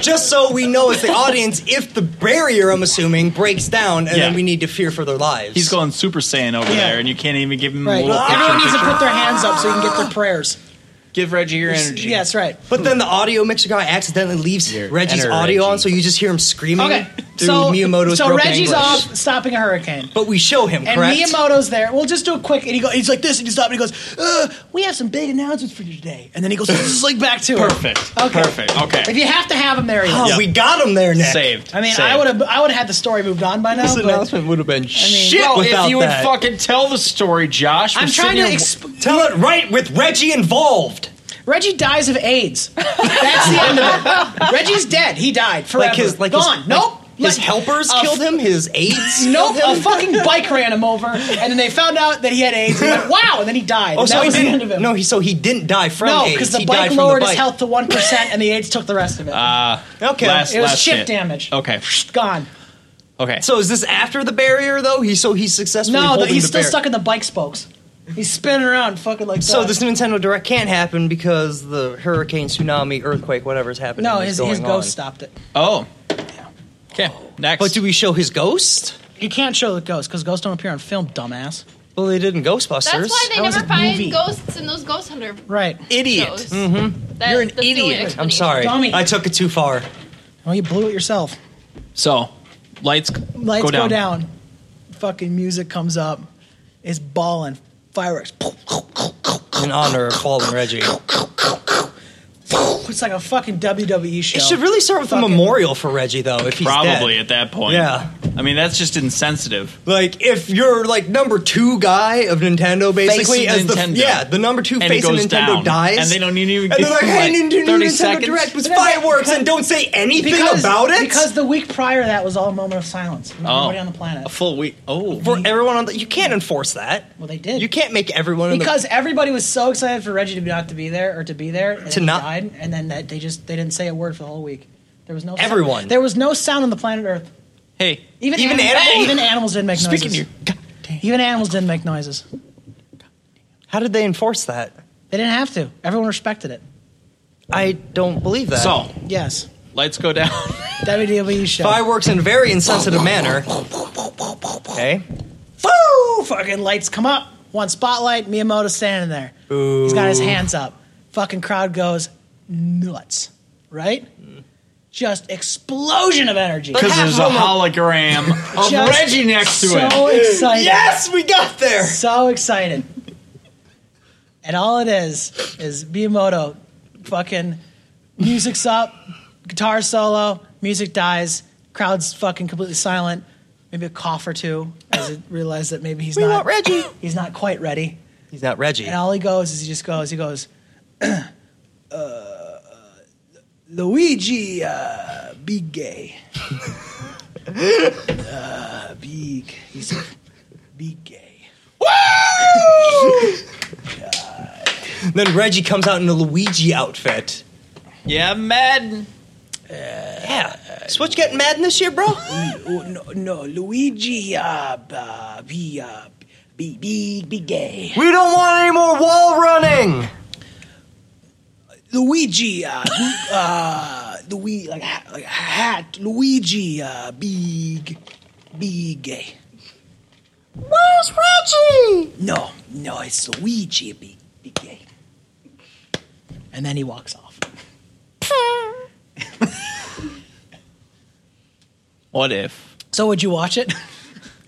Speaker 2: Just so we
Speaker 3: [laughs]
Speaker 2: know as the audience if the barrier, I'm assuming, breaks down, and
Speaker 5: Yeah.
Speaker 2: then we need to fear for their lives.
Speaker 5: He's going Super Saiyan over
Speaker 2: Yeah.
Speaker 5: there, and you can't even give him a
Speaker 3: Right.
Speaker 5: little picture.
Speaker 3: Everyone
Speaker 5: in
Speaker 3: needs to
Speaker 5: picture.
Speaker 3: put their hands up so you can get
Speaker 2: [laughs]
Speaker 3: their prayers.
Speaker 5: Give Reggie your energy.
Speaker 3: Yes, right.
Speaker 2: But then the audio mixer guy accidentally leaves Reggie's
Speaker 5: enter
Speaker 2: audio on, so you just hear him screaming
Speaker 3: Okay.
Speaker 2: through
Speaker 3: so
Speaker 2: Miyamoto's
Speaker 3: so
Speaker 2: broken
Speaker 3: Reggie's
Speaker 2: English.
Speaker 3: off stopping a hurricane.
Speaker 2: But we show him,
Speaker 3: And
Speaker 2: correct?
Speaker 3: Miyamoto's there. We'll just do a quick, and he go, he's like this, and he stops, and he goes, uh, "We have some big announcements for you today." And then he goes, [laughs] "Like back to her."
Speaker 5: Perfect.
Speaker 3: Okay.
Speaker 5: Perfect. Okay.
Speaker 3: If you have to have him there, he
Speaker 2: Oh,
Speaker 3: is.
Speaker 2: we got him there, Nick.
Speaker 5: Saved.
Speaker 3: I mean,
Speaker 5: Saved.
Speaker 3: I would have, I would have had the story moved on by now.
Speaker 2: This
Speaker 3: but
Speaker 2: announcement would have been shit
Speaker 5: Bro,
Speaker 2: without
Speaker 5: if you
Speaker 2: that.
Speaker 5: would fucking tell the story, Josh.
Speaker 3: I'm
Speaker 5: we're
Speaker 3: trying to
Speaker 5: sitting here-
Speaker 3: exp-
Speaker 2: tell it right with Reggie involved.
Speaker 3: Reggie dies of AIDS. That's the end of it. Reggie's dead. He died forever.
Speaker 2: Like his, like
Speaker 3: gone.
Speaker 2: His,
Speaker 3: nope.
Speaker 2: Like his
Speaker 3: Like,
Speaker 2: helpers
Speaker 3: a-
Speaker 2: killed him. His aides.
Speaker 3: [laughs] Nope, a
Speaker 2: killed him?
Speaker 3: fucking bike ran him over, and then they found out that he had AIDS. And went, wow, and then he died.
Speaker 2: Oh,
Speaker 3: and
Speaker 2: so
Speaker 3: that
Speaker 2: he
Speaker 3: was the end
Speaker 2: didn't.
Speaker 3: of him.
Speaker 2: No, he so he didn't die from
Speaker 3: no,
Speaker 2: AIDS.
Speaker 3: because the
Speaker 2: he died
Speaker 3: bike
Speaker 2: from
Speaker 3: lowered
Speaker 2: the
Speaker 3: his
Speaker 2: bike.
Speaker 3: health to one percent, and the AIDS took the rest of it.
Speaker 5: Ah.
Speaker 2: Okay.
Speaker 5: Last,
Speaker 3: it was
Speaker 5: last
Speaker 3: chip
Speaker 5: shit.
Speaker 3: damage.
Speaker 5: Okay.
Speaker 3: Gone.
Speaker 5: Okay.
Speaker 2: So is this after the barrier though? He so he's successfully
Speaker 3: No, the,
Speaker 2: holding
Speaker 3: he's
Speaker 2: the
Speaker 3: still
Speaker 2: barrier.
Speaker 3: stuck in the bike spokes. He's spinning around, fucking like
Speaker 2: So
Speaker 3: that.
Speaker 2: this Nintendo Direct can't happen because the hurricane, tsunami, earthquake, whatever's happening.
Speaker 3: No,
Speaker 2: is
Speaker 3: his,
Speaker 2: going
Speaker 3: his
Speaker 2: on.
Speaker 3: ghost stopped it.
Speaker 5: Oh. Okay. Next.
Speaker 2: But do we show his ghost?
Speaker 3: You can't show the ghost because ghosts don't appear on film, dumbass.
Speaker 2: Well, they did in Ghostbusters.
Speaker 6: That's why they
Speaker 3: That was
Speaker 6: never
Speaker 3: a
Speaker 6: find
Speaker 3: movie.
Speaker 6: ghosts in those ghost hunter.
Speaker 3: Right.
Speaker 2: Idiot.
Speaker 6: Shows.
Speaker 2: Mm-hmm.
Speaker 6: That-
Speaker 2: You're an
Speaker 6: that's the only
Speaker 2: idiot. I'm
Speaker 6: explanation.
Speaker 2: sorry.
Speaker 3: Dummy.
Speaker 2: I took it too far.
Speaker 3: Well, Oh, you blew it yourself.
Speaker 5: So, lights, g-
Speaker 3: Lights
Speaker 5: go down.
Speaker 3: Fucking music comes up. It's balling. Fireworks.
Speaker 2: In honor of fallen
Speaker 6: [laughs]
Speaker 2: Reggie.
Speaker 3: It's like a fucking WWE show.
Speaker 2: It should really start with a
Speaker 3: Fucking-
Speaker 2: memorial for Reggie though, if he's
Speaker 5: Probably
Speaker 2: dead.
Speaker 5: at that point.
Speaker 2: Yeah.
Speaker 5: I mean, that's just insensitive.
Speaker 2: Like if you're like number two guy of Nintendo, basically
Speaker 5: of
Speaker 2: as
Speaker 5: Nintendo.
Speaker 2: the yeah the number two
Speaker 5: And it
Speaker 2: face of
Speaker 5: goes
Speaker 2: Nintendo
Speaker 5: down.
Speaker 2: dies,
Speaker 5: And they don't even
Speaker 2: and
Speaker 5: get
Speaker 2: they're like,
Speaker 5: to,
Speaker 2: hey,
Speaker 5: like,
Speaker 2: Nintendo,
Speaker 5: 30
Speaker 2: Nintendo
Speaker 5: seconds?"
Speaker 2: Direct was
Speaker 3: And then they-
Speaker 2: fireworks, and don't say anything
Speaker 3: Because-
Speaker 2: about it
Speaker 3: Because the week prior to that was all a moment of silence. From
Speaker 2: Oh.
Speaker 3: Everybody on the planet.
Speaker 5: A full week. Oh,
Speaker 2: for everyone on the you can't enforce that.
Speaker 3: Well, they did.
Speaker 2: You can't make everyone in the-
Speaker 3: Because everybody was so excited for Reggie to be not to be there or to be there and
Speaker 2: To
Speaker 3: he
Speaker 2: not-
Speaker 3: died, and then that they just they didn't say a word for the whole week. There was no
Speaker 2: Everyone.
Speaker 3: Sound. There was no sound on the planet Earth.
Speaker 5: Hey,
Speaker 3: Even
Speaker 2: Even
Speaker 3: animals,
Speaker 2: animals?
Speaker 3: even animals didn't make
Speaker 2: Speaking
Speaker 3: noises. even animals didn't make noises.
Speaker 2: how did they enforce that?
Speaker 3: They didn't have to. Everyone respected it.
Speaker 2: I don't believe that.
Speaker 5: So,
Speaker 3: Yes.
Speaker 5: lights go [laughs] down.
Speaker 3: WWE E show.
Speaker 2: fireworks in a very insensitive manner. Okay.
Speaker 3: Woo! Fucking lights come up. One spotlight. Miyamoto standing there. He's got his hands up. Fucking crowd goes nuts. Right? Just explosion of energy.
Speaker 5: Because there's a
Speaker 3: [laughs]
Speaker 5: hologram of
Speaker 3: Just
Speaker 5: Reggie next to
Speaker 3: so
Speaker 5: it.
Speaker 3: excited.
Speaker 2: Yes, we got there.
Speaker 3: So excited. And all it is is Miyamoto fucking music's up, guitar solo, music dies, crowd's fucking completely silent, maybe a cough or two as it realized that maybe he's
Speaker 2: We
Speaker 3: not
Speaker 2: want Reggie.
Speaker 3: He's not quite ready.
Speaker 2: He's not Reggie.
Speaker 3: And all he goes is he just goes, he goes, [clears throat] uh, uh, Luigi, uh, be gay. [laughs] uh, be, g- he said, be gay.
Speaker 2: Then Reggie comes out in a Luigi outfit.
Speaker 5: Yeah, Madden.
Speaker 2: Yeah. Switch getting mad this [gasps] year, bro?
Speaker 3: Oh, no, no, Luigi, uh, b- uh, be, uh, be, be, be gay.
Speaker 2: We don't want any more wall running.
Speaker 3: ah, [laughs] Luigi, uh, uh, Louis, like, ha- like hat, Luigi, uh, big, big. Where's Reggie? No, no, it's Luigi, big, big gay. And then he walks off.
Speaker 5: What if?
Speaker 28: So would you watch it?
Speaker 2: [laughs]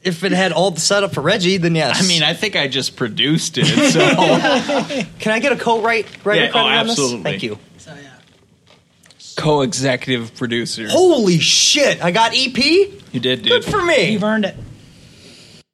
Speaker 2: If it had all the setup for Reggie, then yes.
Speaker 5: I mean, I think I just produced it, [laughs] so.
Speaker 2: Can I get a co right writer
Speaker 5: Yeah, oh,
Speaker 2: credit on this?
Speaker 5: absolutely.
Speaker 2: Thank you.
Speaker 5: Co executive producer.
Speaker 2: Holy shit! I got EP.
Speaker 5: You did, dude.
Speaker 2: Good for me. You've
Speaker 28: earned it.